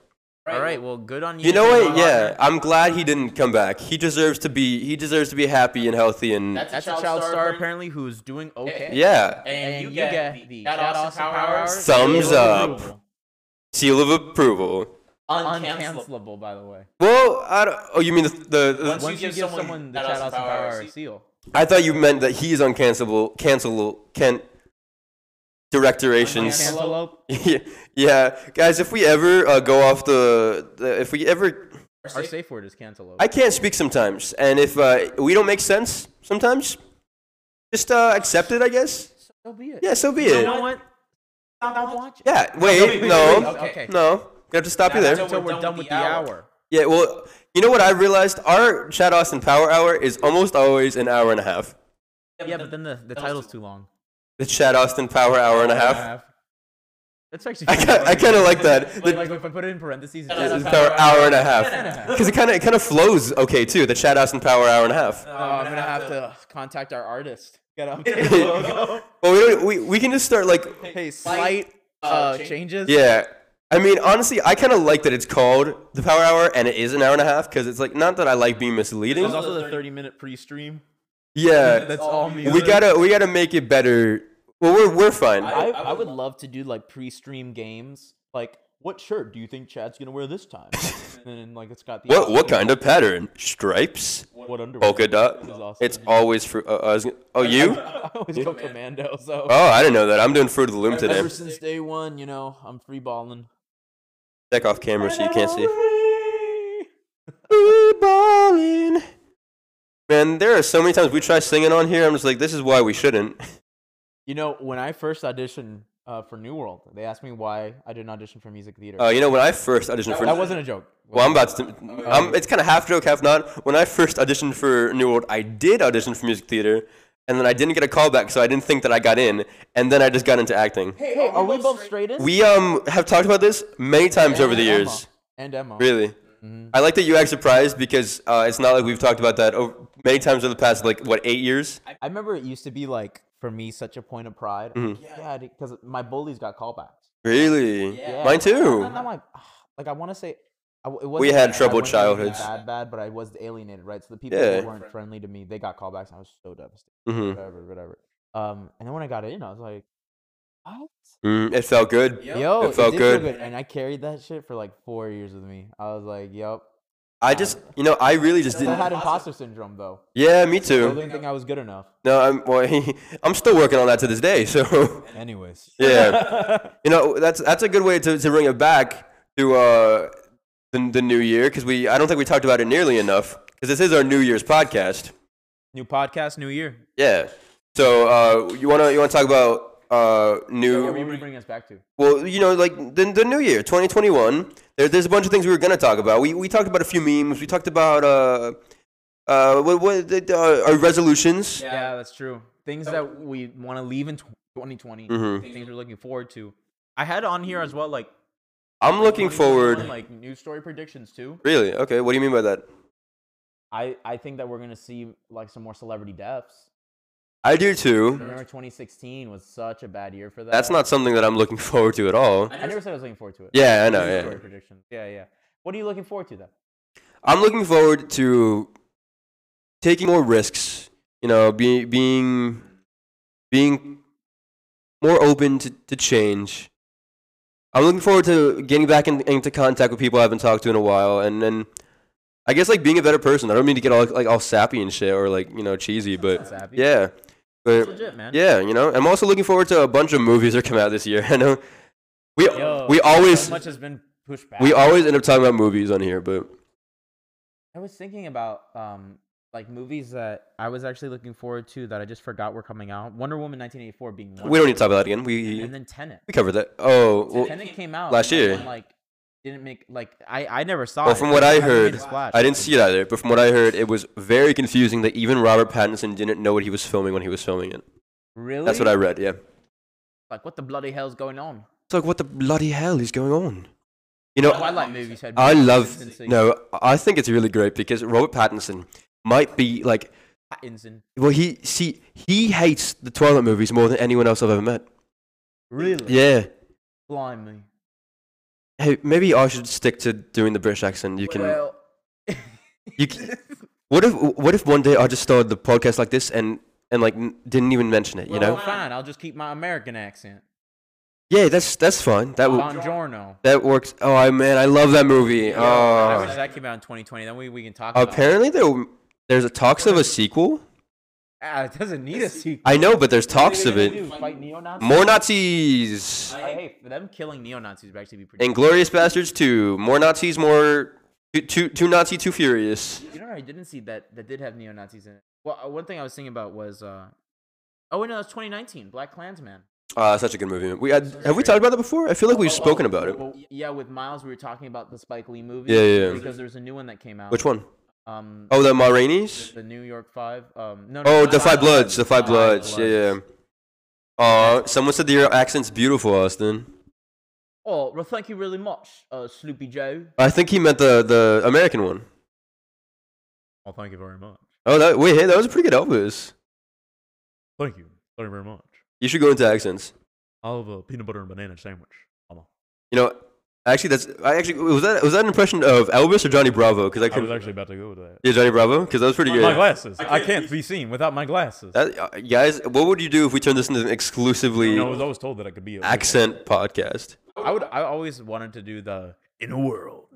Speaker 2: All right, well, good on you.
Speaker 1: You know
Speaker 2: Taylor
Speaker 1: what? Yeah,
Speaker 2: Lautner.
Speaker 1: I'm glad he didn't come back. He deserves to be. He deserves to be happy and healthy and.
Speaker 2: That's a child star apparently who's doing okay.
Speaker 1: yeah.
Speaker 2: And you get the
Speaker 4: Shout
Speaker 2: shout
Speaker 4: Austin
Speaker 2: Austin
Speaker 4: Powers
Speaker 2: Powers
Speaker 1: Thumbs
Speaker 2: seal of
Speaker 1: up.
Speaker 2: approval.
Speaker 1: Seal of approval.
Speaker 4: Uncancelable.
Speaker 2: Uncancelable, by the way.
Speaker 1: Well, I don't, oh, you mean the, the, the-
Speaker 4: Once you
Speaker 2: Once you
Speaker 4: give
Speaker 2: give
Speaker 4: someone
Speaker 2: someone the
Speaker 4: that
Speaker 2: shout
Speaker 4: Austin
Speaker 2: Austin
Speaker 4: Powers
Speaker 2: Powers
Speaker 4: seal-
Speaker 2: seal.
Speaker 1: I thought you meant that he's uncancelable, cancelable, can directorations.
Speaker 4: Uncancelable.
Speaker 2: Cantaloupe.
Speaker 1: yeah, yeah, guys, if we ever uh, go off the, the, if we ever,
Speaker 2: Our safe word is cantaloupe.
Speaker 1: I can't speak sometimes, and if uh, we don't make sense sometimes, just uh, accept it, I guess.
Speaker 2: So be it.
Speaker 1: Yeah, so be
Speaker 2: You
Speaker 1: it.
Speaker 2: know what? Stop watching.
Speaker 1: Yeah, wait, no,
Speaker 2: Okay.
Speaker 1: no, gonna have to stop you there.
Speaker 2: Until we're done with the hour.
Speaker 1: Yeah, well, you know what I realized? Our Chad Austin Power Hour is almost always an hour and a half.
Speaker 2: Yeah, but then the, the title's too long.
Speaker 1: The Chad Austin Power Hour and a half.
Speaker 2: That's actually.
Speaker 1: I
Speaker 2: pretty
Speaker 1: kind, I
Speaker 2: funny.
Speaker 1: kind of like that. The
Speaker 2: Like if I put it in parentheses, it's
Speaker 1: Chad
Speaker 2: just-
Speaker 1: Austin Power Hour and a half. Because it kind of it kind of flows okay too. The Chad Austin Power Hour and a half.
Speaker 2: Oh, I'm gonna have to contact our artist. Get up.
Speaker 1: Well, we, don't, we we can just start like
Speaker 2: Hey, slight uh, changes.
Speaker 1: yeah. I mean, honestly, I kind of like that it's called the Power Hour and it is an hour and a half because it's like not that I like being misleading.
Speaker 2: There's also the 30 minute pre stream.
Speaker 1: Yeah,
Speaker 2: That's all me.
Speaker 1: we gotta we gotta make it better. Well, we're we're fine.
Speaker 2: I, I would love to do like pre stream games. Like, what shirt do you think Chad's gonna wear this time? and then, like, it's got the.
Speaker 1: What what kind of pattern? Stripes,
Speaker 2: What underwear?
Speaker 1: polka dot.
Speaker 2: awesome.
Speaker 1: It's always for. Uh, I was gonna- oh, you?
Speaker 2: I always go commando, so.
Speaker 1: Oh, I didn't know that. I'm doing Fruit of the Loom today.
Speaker 2: Ever since day one, you know, I'm free balling.
Speaker 1: Check off camera so you can't see. Man, there are so many times we try singing on here. I'm just like, this is why we shouldn't.
Speaker 2: You know, when I first auditioned uh, for New World, they asked me why I didn't audition for music theater.
Speaker 1: Uh, you know, when I first auditioned for
Speaker 2: that Um, wasn't a joke.
Speaker 1: well, I'm about to. I'm, it's kind of half joke, half not. When I first auditioned for New World, I did audition for music theater, and then I didn't get a call back, so I didn't think that I got in, and then I just got into acting.
Speaker 2: Hey, are we both straight in?
Speaker 1: We um have talked about this many times over the
Speaker 2: Emma.
Speaker 1: years.
Speaker 2: and Emma. Mm-hmm.
Speaker 1: Really, I like that you act surprised because uh, it's not like we've talked about that over, many times over the past like what eight years.
Speaker 2: I remember it used to be like for me such a point of pride.
Speaker 1: Mm-hmm.
Speaker 2: Yeah, because my bullies got callbacks.
Speaker 1: Really,
Speaker 2: Yeah.
Speaker 1: mine too.
Speaker 2: And I'm like, ah, like I want to say, I, w- it wasn't
Speaker 1: We
Speaker 2: like
Speaker 1: had
Speaker 2: I
Speaker 1: troubled
Speaker 2: wasn't really
Speaker 1: childhoods.
Speaker 2: Bad, bad, but I was alienated, right? So the people
Speaker 1: Yeah.
Speaker 2: that weren't friendly to me, they got callbacks, and I was so devastated.
Speaker 1: hmm
Speaker 2: Whatever, whatever. Um, and then when I got in, I was like, what?
Speaker 1: Mm, it felt good.
Speaker 2: Yo,
Speaker 1: It felt
Speaker 2: did
Speaker 1: good.
Speaker 2: feel and I carried that shit for like four years with me. I was like, yep.
Speaker 1: I just, you know, I really just
Speaker 2: I had
Speaker 1: didn't.
Speaker 2: imposter syndrome though.
Speaker 1: Yeah, me
Speaker 2: I
Speaker 1: too.
Speaker 2: didn't think I was good enough.
Speaker 1: No, I'm well, I'm still working on that to this day. So
Speaker 2: Anyways,
Speaker 1: yeah, you know that's that's a good way to, to bring it back to uh the, the new year because we I don't think we talked about it nearly enough because this is our New Year's podcast.
Speaker 2: new podcast, new year.
Speaker 1: Yeah. So uh, you wanna you wanna talk about uh,
Speaker 2: What
Speaker 1: new.
Speaker 2: were you bringing us back to?
Speaker 1: Well, you know, like the, the new year, 2021. There, there's a bunch of things we were gonna talk about. We we talked about a few memes. We talked about uh, uh, what, what the- uh, our resolutions.
Speaker 2: Yeah, that's true. Things that we want to leave in tw- 2020.
Speaker 1: Mhm.
Speaker 2: Things we're looking forward to. I had on here as well, like
Speaker 1: I'm looking
Speaker 2: 2021,
Speaker 1: forward.
Speaker 2: like news story predictions too.
Speaker 1: Really? Okay. What do you mean by that?
Speaker 2: I I think that we're gonna see like some more celebrity deaths.
Speaker 1: I do too.
Speaker 2: Remember, 2016 was such a bad year for that.
Speaker 1: Mm-hmm. That's not something that I'm looking forward to at all.
Speaker 2: I never said I was looking forward to it.
Speaker 1: Yeah, I know.
Speaker 2: News
Speaker 1: Yeah.
Speaker 2: story predictions. Yeah, yeah. What are you looking forward to though?
Speaker 1: I'm looking forward to taking more risks. You know, being being being more open to, to change. I'm looking forward to getting back in, into contact with people I haven't talked to in a while, and then I guess like being a better person. I don't mean to get all like all sappy and shit or like you know cheesy, but
Speaker 2: Sappy.
Speaker 1: yeah,
Speaker 2: It's
Speaker 1: but
Speaker 2: legit, man.
Speaker 1: yeah, you know. I'm also looking forward to a bunch of movies that come out this year. I know we
Speaker 2: Yo,
Speaker 1: we always
Speaker 2: so much has been pushed back.
Speaker 1: we always end up talking about movies on here, but
Speaker 2: I was thinking about um like movies that I was actually looking forward to that I just forgot were coming out. Wonder Woman 1984 being one.
Speaker 1: we don't need to talk about that again. We
Speaker 2: And then Tenet.
Speaker 1: We covered that. Oh, well,
Speaker 2: Tenet came out
Speaker 1: last
Speaker 2: and
Speaker 1: year.
Speaker 2: everyone, Like didn't make like I I never saw
Speaker 1: well,
Speaker 2: it.
Speaker 1: from what I
Speaker 2: haven't made a
Speaker 1: heard,
Speaker 2: splash.
Speaker 1: I didn't see it either. But from what I heard, it was very confusing that even Robert Pattinson didn't know what he was filming when he was filming it.
Speaker 2: Really?
Speaker 1: That's what I read. Yeah.
Speaker 2: like. What the bloody hell's going on?
Speaker 1: It's like, what the bloody hell is going on? You know,
Speaker 2: Twilight Oh, movies had
Speaker 1: I
Speaker 2: more
Speaker 1: love.
Speaker 2: consistency.
Speaker 1: No, I think it's really great because Robert Pattinson might be like.
Speaker 2: Pattinson.
Speaker 1: Well, he see he hates the Twilight movies more than anyone else I've ever met.
Speaker 2: Really?
Speaker 1: Yeah.
Speaker 2: Blimey.
Speaker 1: Hey, maybe I should stick to doing the British accent. You can.
Speaker 2: Well,
Speaker 1: You c what if what if one day I just started the podcast like this and and like n- didn't even mention it? You know?
Speaker 2: well, fine. I'll just keep my American accent.
Speaker 1: Yeah, that's that's fine.
Speaker 2: Oh.
Speaker 1: That will
Speaker 2: Buongiorno.
Speaker 1: that works. Oh I- man, I love that movie.
Speaker 2: I wish
Speaker 1: Oh.
Speaker 2: that came out in 2020. Then we, we can talk about it.
Speaker 1: Apparently there w- there's a talks of a sequel.
Speaker 2: Ah, it doesn't need a sequel.
Speaker 1: I know, but there's talks of it.
Speaker 2: Dude, fight neo-Nazis?
Speaker 1: More Nazis.
Speaker 2: Hey, hey, for them killing neo-Nazis would actually be pretty
Speaker 1: Inglorious Bastards 2. More Nazis, more two two two Nazi, two furious.
Speaker 2: You know what I didn't see that that did have neo-Nazis in it? Well, uh, one thing I was thinking about was... uh Oh, wait, no, that's 2019. Black Klansman.
Speaker 1: Ah, such a good movie. We had, have we talked about that before? I feel like we've spoken about it.
Speaker 2: Well, yeah, with Miles, we were talking about the Spike Lee movie.
Speaker 1: Yeah, yeah, yeah.
Speaker 2: Because there's a new one that came out.
Speaker 1: Which one?
Speaker 2: Um,
Speaker 1: Oh, the Ma Rainey's?
Speaker 2: The New York Five. Um, no, no,
Speaker 1: Oh,
Speaker 2: not
Speaker 1: the Five Bloods,
Speaker 2: Bloods,
Speaker 1: the Five Bloods, yeah, yeah. Uh, someone said that your accent's beautiful, Austin.
Speaker 2: Oh, well, thank you really much, uh, Sloopy Joe.
Speaker 1: I think he meant the the American one.
Speaker 2: Oh, thank you very much.
Speaker 1: Oh, that, wait, hey, that was a pretty good Elvis.
Speaker 2: Thank you. Thank you very much.
Speaker 1: You should go into accents.
Speaker 2: I'll have a peanut butter and banana sandwich.
Speaker 1: You know, actually, that's I actually was that was that an impression of Elvis or Johnny Bravo? Because I could
Speaker 2: actually about to go with that.
Speaker 1: yeah Johnny Bravo because that was pretty good.
Speaker 2: glasses. I can't, be seen without my glasses.
Speaker 1: That, uh, guys, what would you do if we turned this into an exclusively
Speaker 2: always told that I could be a
Speaker 1: accent podcast?
Speaker 2: I would. I always wanted to do the in a world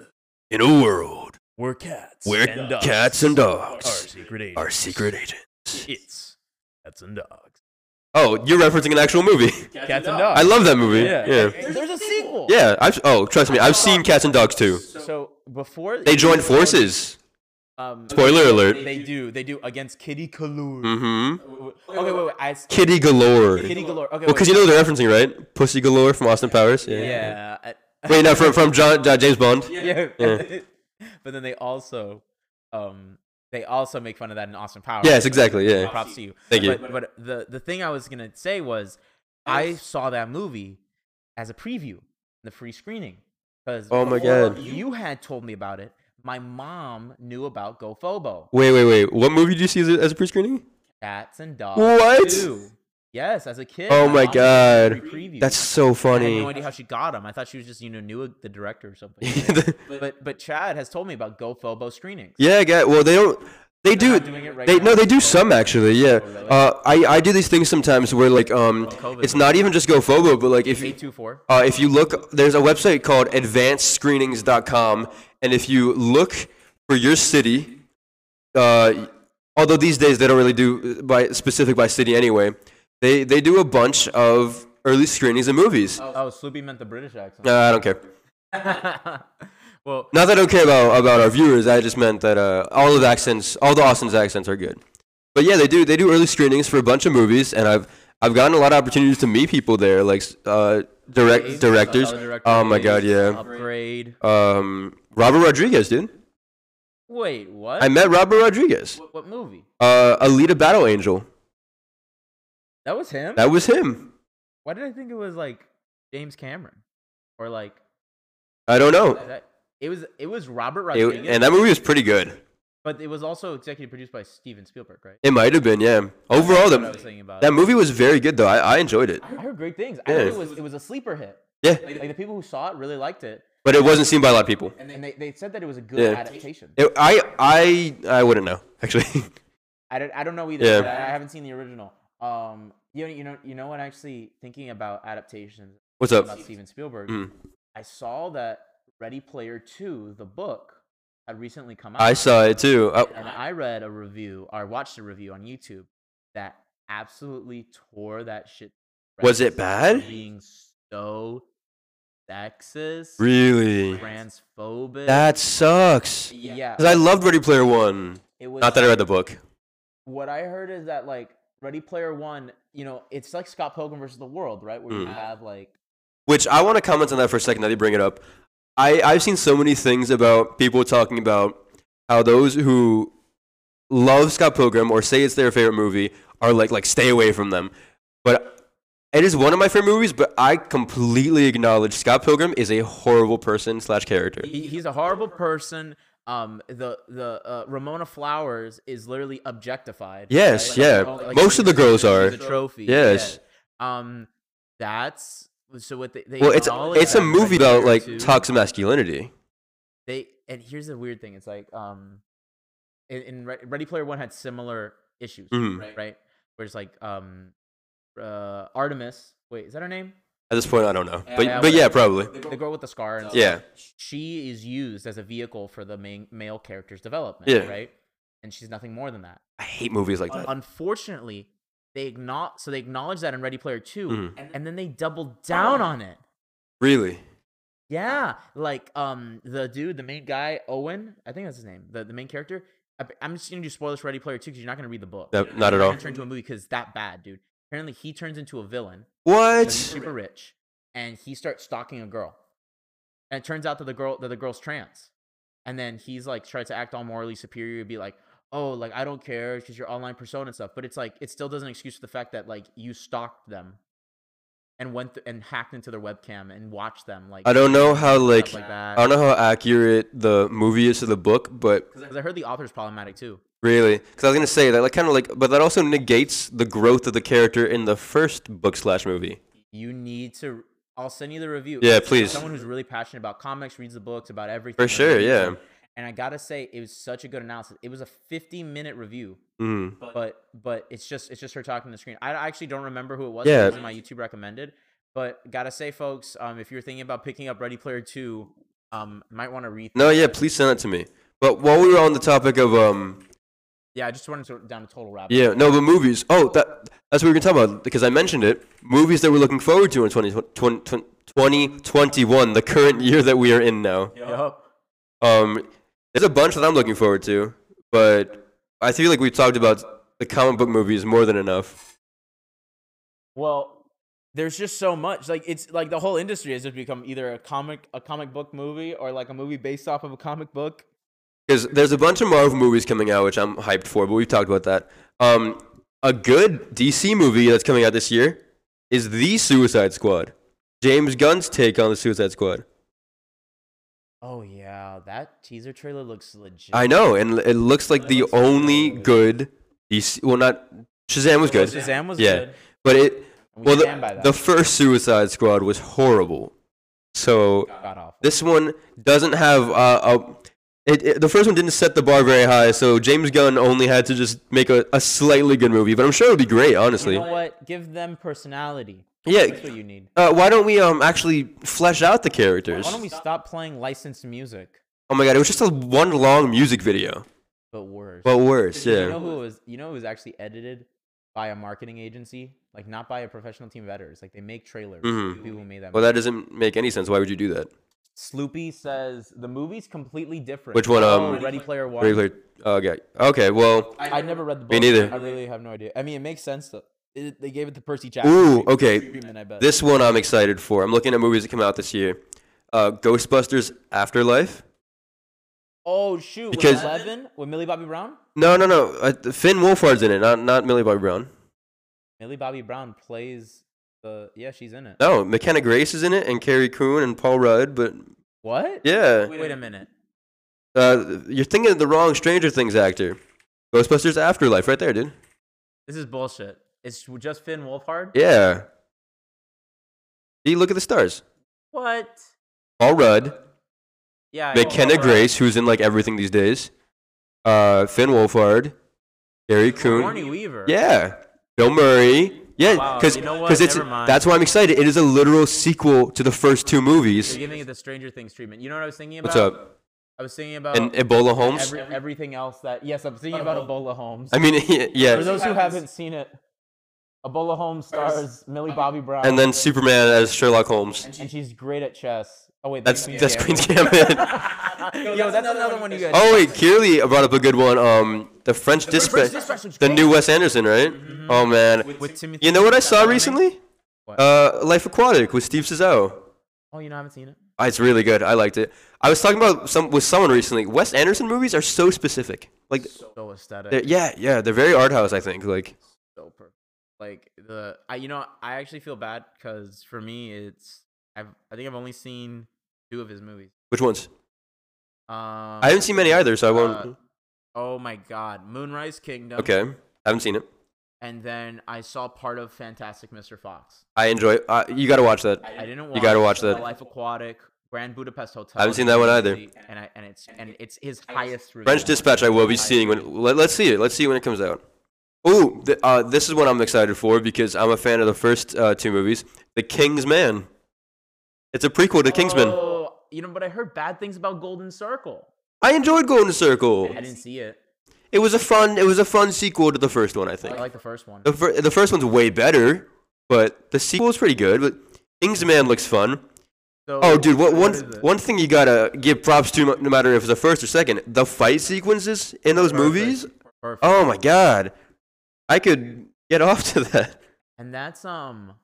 Speaker 1: In a world
Speaker 2: we're cats.
Speaker 1: where
Speaker 2: and dogs
Speaker 1: cats and dogs
Speaker 2: secret agents.
Speaker 1: are secret agents.
Speaker 2: It's cats and dogs.
Speaker 1: Oh, you're referencing an actual movie.
Speaker 2: Cats, and dogs.
Speaker 1: I love that movie. yeah.
Speaker 2: There's, a sequel.
Speaker 1: Yeah, I've, oh, trust me, I've seen Cats and Dogs too.
Speaker 2: So before
Speaker 1: They joined forces.
Speaker 2: Um,
Speaker 1: Spoiler alert.
Speaker 2: They do. They do against Kitty Galore.
Speaker 1: Mm-hmm.
Speaker 2: Okay, wait, wait. I, s-
Speaker 1: Kitty galore.
Speaker 2: Kitty Galore. Okay,
Speaker 1: Well,
Speaker 2: wait.
Speaker 1: because you know they're referencing, right? Pussy galore from Austin Powers. Yeah.
Speaker 2: yeah. I-
Speaker 1: Wait, no, from from John, uh, James Bond.
Speaker 2: yeah.
Speaker 1: Yeah.
Speaker 2: but then they also, um, they also make fun of that in Austin Powers.
Speaker 1: Yes, exactly. Yeah.
Speaker 2: Props to you.
Speaker 1: Thank you.
Speaker 2: But, but the the thing I was gonna say was, I saw that movie as a preview, the free screening, because
Speaker 1: Oh my God.
Speaker 2: you had told me about it. My mom knew about GoFobo.
Speaker 1: Wait, wait, wait. What movie did you see as a, as a pre-screening?
Speaker 2: Cats and dogs.
Speaker 1: What?
Speaker 2: Two. Yes, as a kid.
Speaker 1: Oh my
Speaker 2: mom had a
Speaker 1: God.
Speaker 2: free preview.
Speaker 1: That's so
Speaker 2: I had no
Speaker 1: funny.
Speaker 2: idea how she got him. I thought she was just you know knew the director or something.
Speaker 1: yeah,
Speaker 2: but but Chad has told me about GoFobo screenings.
Speaker 1: guy. Well, they don't. They do.
Speaker 2: not doing it right
Speaker 1: They
Speaker 2: now?
Speaker 1: no,
Speaker 2: Oh,
Speaker 1: they do some actually. Yeah.
Speaker 2: really?
Speaker 1: Uh, I I do these things sometimes where like um,
Speaker 2: COVID.
Speaker 1: it's not even just GoFobo, but like if
Speaker 2: Eight two four.
Speaker 1: Uh, if you look, there's a website called advancedscreenings.com, and if you look for your city, uh, although these days they don't really do uh, by specific by city anyway, they they do a bunch of early screenings of movies. Uh,
Speaker 2: Oh, Sloopy meant the British accent.
Speaker 1: I don't care.
Speaker 2: well,
Speaker 1: Not that I don't care about about our viewers. I just meant that uh, all of the accents, all the Austin's accents are good. But yeah, they do they do early screenings for a bunch of movies, and I've I've gotten a lot of opportunities to meet people there, like s- uh, direct directors. Oh my god, yeah.
Speaker 3: Upgrade.
Speaker 1: Um, Robert Rodriguez, dude.
Speaker 3: Wait, what?
Speaker 1: I met Robert Rodriguez.
Speaker 3: what, what movie?
Speaker 1: Uh, Alita Battle Angel.
Speaker 3: That was him.
Speaker 1: That was him.
Speaker 3: Why did I think it was like James Cameron, or like
Speaker 1: I don't know.
Speaker 3: that, it was it was Robert Rodriguez,
Speaker 1: It, and that movie was pretty good.
Speaker 3: but it was also executive produced by Steven Spielberg, right?
Speaker 1: It might have been, yeah. Overall,
Speaker 3: That's what I was
Speaker 1: the,
Speaker 3: thinking about.
Speaker 1: that movie was very good though. I, I enjoyed it.
Speaker 3: I heard great things. I heard
Speaker 1: Yeah.
Speaker 3: it was it was a sleeper hit.
Speaker 1: Yeah,
Speaker 3: Like the people who saw it really liked it,
Speaker 1: but it wasn't seen by a lot of people.
Speaker 3: and they, and they, they said that it was a good
Speaker 1: Yeah.
Speaker 3: adaptation.
Speaker 1: It- I I I wouldn't know actually.
Speaker 3: I don't, I don't know either.
Speaker 1: Yeah.
Speaker 3: but I I haven't seen the original. Um, you know, you know, you know what? Actually, thinking about adaptations
Speaker 1: What's up?
Speaker 3: about Steven Spielberg,
Speaker 1: Mm.
Speaker 3: I saw that Ready Player Two, the book, had recently come out.
Speaker 1: I saw it too. Oh, I,
Speaker 3: and I read a review or watched a review on YouTube that absolutely tore that shit. to
Speaker 1: Was it
Speaker 3: shreds for
Speaker 1: bad?
Speaker 3: Being so sexist,
Speaker 1: really?
Speaker 3: transphobic.
Speaker 1: That sucks.
Speaker 3: yeah,
Speaker 1: 'Cause I loved Ready Player One.
Speaker 3: it was
Speaker 1: Not that I read the book.
Speaker 3: what I heard is that like Ready Player One, you know, it's like Scott Pilgrim versus the World, right? Where you
Speaker 1: Mm.
Speaker 3: have like
Speaker 1: Which I want to comment on that for a second. Now that you bring it up, I I've seen so many things about people talking about how those who love Scott Pilgrim or say it's their favorite movie are like like stay away from them. But it is one of my favorite movies. But I completely acknowledge Scott Pilgrim is a horrible person slash character.
Speaker 3: he, he's a horrible person. Um, the the uh, Ramona Flowers is literally objectified.
Speaker 1: Yes,
Speaker 3: like,
Speaker 1: yeah.
Speaker 3: oh, like,
Speaker 1: Most of the girls
Speaker 3: she's
Speaker 1: are.
Speaker 3: a trophy.
Speaker 1: Yes.
Speaker 3: yeah. Um, that's so what they. they
Speaker 1: Well, it's
Speaker 3: acknowledge
Speaker 1: it's a
Speaker 3: that in
Speaker 1: movie
Speaker 3: Ready
Speaker 1: about
Speaker 3: Player
Speaker 1: like
Speaker 3: Two,
Speaker 1: toxic masculinity.
Speaker 3: They and here's the weird thing. It's like um, in, in Re- Ready Player One had similar issues,
Speaker 1: Mhm.
Speaker 3: right? Right. Where it's like um, uh, Artemis. Wait, is that her name?
Speaker 1: At this point, I don't know, but
Speaker 3: yeah,
Speaker 1: but yeah,
Speaker 3: whatever.
Speaker 1: probably.
Speaker 3: The girl with the scar and stuff.
Speaker 1: Yeah,
Speaker 3: she is used as a vehicle for the main male character's development,
Speaker 1: Yeah.
Speaker 3: right? And she's nothing more than that.
Speaker 1: I hate movies like that.
Speaker 3: Unfortunately, they acknowledge so they acknowledge that in Ready Player 2
Speaker 1: Mhm.
Speaker 3: and, then they doubled down on it.
Speaker 1: Really?
Speaker 3: Yeah, like um the dude, the main guy, Owen, I think that's his name, the, the main character. I- I'm just gonna do spoilers for Ready Player Two because you're not gonna read the book.
Speaker 1: No, not at
Speaker 3: You're
Speaker 1: all.
Speaker 3: gonna Turn into a movie because that bad, dude. Apparently, he turns into a villain he's
Speaker 1: What?
Speaker 3: super rich, and he starts stalking a girl. And it turns out that the girl that the girl's trans, and then he's like tries to act all morally superior, and be like, "Oh, like I don't care because your online persona and stuff." But it's like it still doesn't excuse the fact that like you stalked them, and went th- and hacked into their webcam and watched them like
Speaker 1: I don't know how like
Speaker 3: stuff like
Speaker 1: I
Speaker 3: that.
Speaker 1: don't know how accurate the movie is to the book, but
Speaker 3: 'Cause I heard the author's problematic too.
Speaker 1: really, because I was gonna say that like kind of like, but that also negates the growth of the character in the first book slash movie.
Speaker 3: You need to. I'll send you the review.
Speaker 1: Yeah,
Speaker 3: It's from
Speaker 1: please.
Speaker 3: Someone who's really passionate about comics, reads the books, about everything.
Speaker 1: For
Speaker 3: like,
Speaker 1: sure,
Speaker 3: reads
Speaker 1: yeah.
Speaker 3: them. And I gotta say, it was such a good analysis. It was a 50 minute review,
Speaker 1: Mm.
Speaker 3: but but it's just it's just her talking to the screen. I I actually don't remember who it was.
Speaker 1: Yeah.
Speaker 3: it was in my YouTube recommended. But gotta say, folks, um, if you're thinking about picking up Ready Player Two, um, might want to read.
Speaker 1: No, yeah, please send it to me. But while we were on the topic of um,
Speaker 3: Yeah, I just wanted to down a total rabbit.
Speaker 1: yeah, no, but movies. Oh, that that's what we were gonna talk about because I mentioned it. Movies that we're looking forward to in 20, 20, 2021, the current year that we are in now.
Speaker 3: Yup.
Speaker 1: Um, there's a bunch that I'm looking forward to, but I feel like we've talked about the comic book movies more than enough.
Speaker 3: Well, there's just so much. Like it's like the whole industry has just become either a comic a comic book movie or like a movie based off of a comic book.
Speaker 1: Because there's a bunch of Marvel movies coming out, which I'm hyped for, but we've talked about that. Um, a good DC movie that's coming out this year is The Suicide Squad. James Gunn's take on The Suicide Squad.
Speaker 3: Oh yeah, that teaser trailer looks legit.
Speaker 1: I know, and it looks like the only good DC. Well, not Shazam was good.
Speaker 3: Shazam was
Speaker 1: Yeah.
Speaker 3: good.
Speaker 1: but it.
Speaker 3: We
Speaker 1: Well,
Speaker 3: stand by
Speaker 1: the,
Speaker 3: that.
Speaker 1: the first Suicide Squad was horrible. So
Speaker 3: God awful.
Speaker 1: This one doesn't have uh, a. It, it, the first one didn't set the bar very high, so James Gunn only had to just make a, a slightly good movie. But I'm sure it'll be great, honestly.
Speaker 3: You know what? Give them personality.
Speaker 1: yeah.
Speaker 3: That's what you need.
Speaker 1: Uh, why don't we um actually flesh out the characters?
Speaker 3: Why don't we stop playing licensed music?
Speaker 1: Oh my god, it was just a one long music video,
Speaker 3: But worse.
Speaker 1: but worse.
Speaker 3: you know
Speaker 1: Yeah.
Speaker 3: who was you know who was actually edited by a marketing agency, like not by a professional team of editors. Like they make trailers.
Speaker 1: Mhm.
Speaker 3: the People who made that.
Speaker 1: Well, that doesn't make any sense. Why would you do that?
Speaker 3: Sloopy says the movie's completely different.
Speaker 1: Which one,
Speaker 3: Oh,
Speaker 1: um,
Speaker 3: Ready Player One.
Speaker 1: Regular. Okay. Okay. Well,
Speaker 3: I never read the book.
Speaker 1: Me neither.
Speaker 3: I really have no idea. I mean, it makes sense though.
Speaker 2: It- they gave it to Percy Jackson.
Speaker 1: Ooh,
Speaker 2: treatment-
Speaker 1: okay.
Speaker 2: treatment, I bet.
Speaker 1: This one I'm excited for. I'm looking at movies that come out this year. Uh, Ghostbusters Afterlife.
Speaker 2: oh shoot, with
Speaker 1: because-
Speaker 2: eleven with Millie Bobby Brown.
Speaker 1: No, no, no. Uh, Finn Wolfhard's in it, not not Millie Bobby Brown.
Speaker 2: Millie Bobby Brown plays the yeah, she's in it.
Speaker 1: No, McKenna Grace is in it, and Carrie Coon and Paul Rudd. But
Speaker 2: What?
Speaker 1: yeah,
Speaker 2: Wait a minute.
Speaker 1: uh, you're thinking of the wrong Stranger Things actor. Ghostbusters Afterlife, right there, dude.
Speaker 2: This is bullshit. It's just Finn Wolfhard.
Speaker 1: Yeah. See, look at the stars.
Speaker 2: What?
Speaker 1: Paul Rudd,
Speaker 2: Yeah. I know.
Speaker 1: McKenna Grace, who's in like everything these days. Uh, Finn Wolfhard, Carrie Coon.
Speaker 2: Sigourney Weaver.
Speaker 1: Yeah. Bill Murray. Yeah,
Speaker 2: Wow,
Speaker 1: because
Speaker 2: you know what?
Speaker 1: it's
Speaker 2: Never mind.
Speaker 1: that's why I'm excited. It is a literal sequel to the first two
Speaker 2: They're
Speaker 1: movies.
Speaker 2: giving it the Stranger Things treatment. You know what I was thinking about?
Speaker 1: What's up?
Speaker 2: I was thinking about
Speaker 1: And Ebola Holmes.
Speaker 2: every, everything else that. Yes, I'm thinking about Ebola Holmes.
Speaker 1: I mean,
Speaker 2: For
Speaker 1: yeah.
Speaker 2: those who haven't seen it, Ebola Holmes stars Millie Bobby Brown,
Speaker 1: And then Superman as Sherlock Holmes.
Speaker 2: and she's great at chess. Oh wait,
Speaker 1: That's
Speaker 2: Queen's
Speaker 1: that's
Speaker 2: Gambit.
Speaker 1: Queen's Gambit.
Speaker 2: Yo, that's, another one you guys.
Speaker 1: Oh wait, Keely brought up a good one. Um, the French Dispatch,
Speaker 2: Dispatch was
Speaker 1: the
Speaker 2: great.
Speaker 1: new Wes Anderson, right? Oh man,
Speaker 2: Mm-hmm. with Timothy.
Speaker 1: you know what I saw recently?
Speaker 2: What?
Speaker 1: Uh, Life Aquatic with Steve Zissou.
Speaker 2: Oh, you know I haven't seen it.
Speaker 1: Ah, It's really good. I liked it. I was talking about some with someone recently. Wes Anderson movies are so specific. Like,
Speaker 2: So
Speaker 1: they're-
Speaker 2: aesthetic,
Speaker 1: yeah, yeah, they're very art house. I think. Like,
Speaker 2: so perfect. Like the, I you know I actually feel bad because for me it's I've I think I've only seen two of his movies.
Speaker 1: which ones?
Speaker 2: Um,
Speaker 1: I haven't seen many either, so I won't.
Speaker 2: Uh, oh my God, Moonrise Kingdom.
Speaker 1: okay, haven't seen it.
Speaker 2: And then I saw part of Fantastic Mr. Fox.
Speaker 1: I enjoy. Uh, you gotta watch that.
Speaker 2: I didn't watch.
Speaker 1: You gotta watch
Speaker 2: The
Speaker 1: that.
Speaker 2: Life Aquatic, Grand Budapest Hotel.
Speaker 1: haven't seen that one either.
Speaker 2: And I and it's and it's his highest.
Speaker 1: French
Speaker 2: rated.
Speaker 1: Dispatch. I will be seeing when. Let, let's see it. Let's see when it comes out. Ooh, th- uh, this is what I'm excited for because I'm a fan of the first uh, two movies. The King's Man. It's a prequel to Kingsman.
Speaker 2: Oh, you know, but I heard bad things about Golden Circle.
Speaker 1: I enjoyed Golden Circle.
Speaker 2: I didn't see it.
Speaker 1: It was a fun. It was a fun sequel to the first one. I think.
Speaker 2: I like the first one.
Speaker 1: The, fir- the first one's way better, but the sequel is pretty good. But Kingsman looks fun.
Speaker 2: So,
Speaker 1: Oh, dude, what, one
Speaker 2: is it?
Speaker 1: one thing you gotta give props to, no matter if it's the first or second, the fight sequences in those movies.
Speaker 2: Perfect.
Speaker 1: Oh my god, I could get off to that.
Speaker 2: And that's um.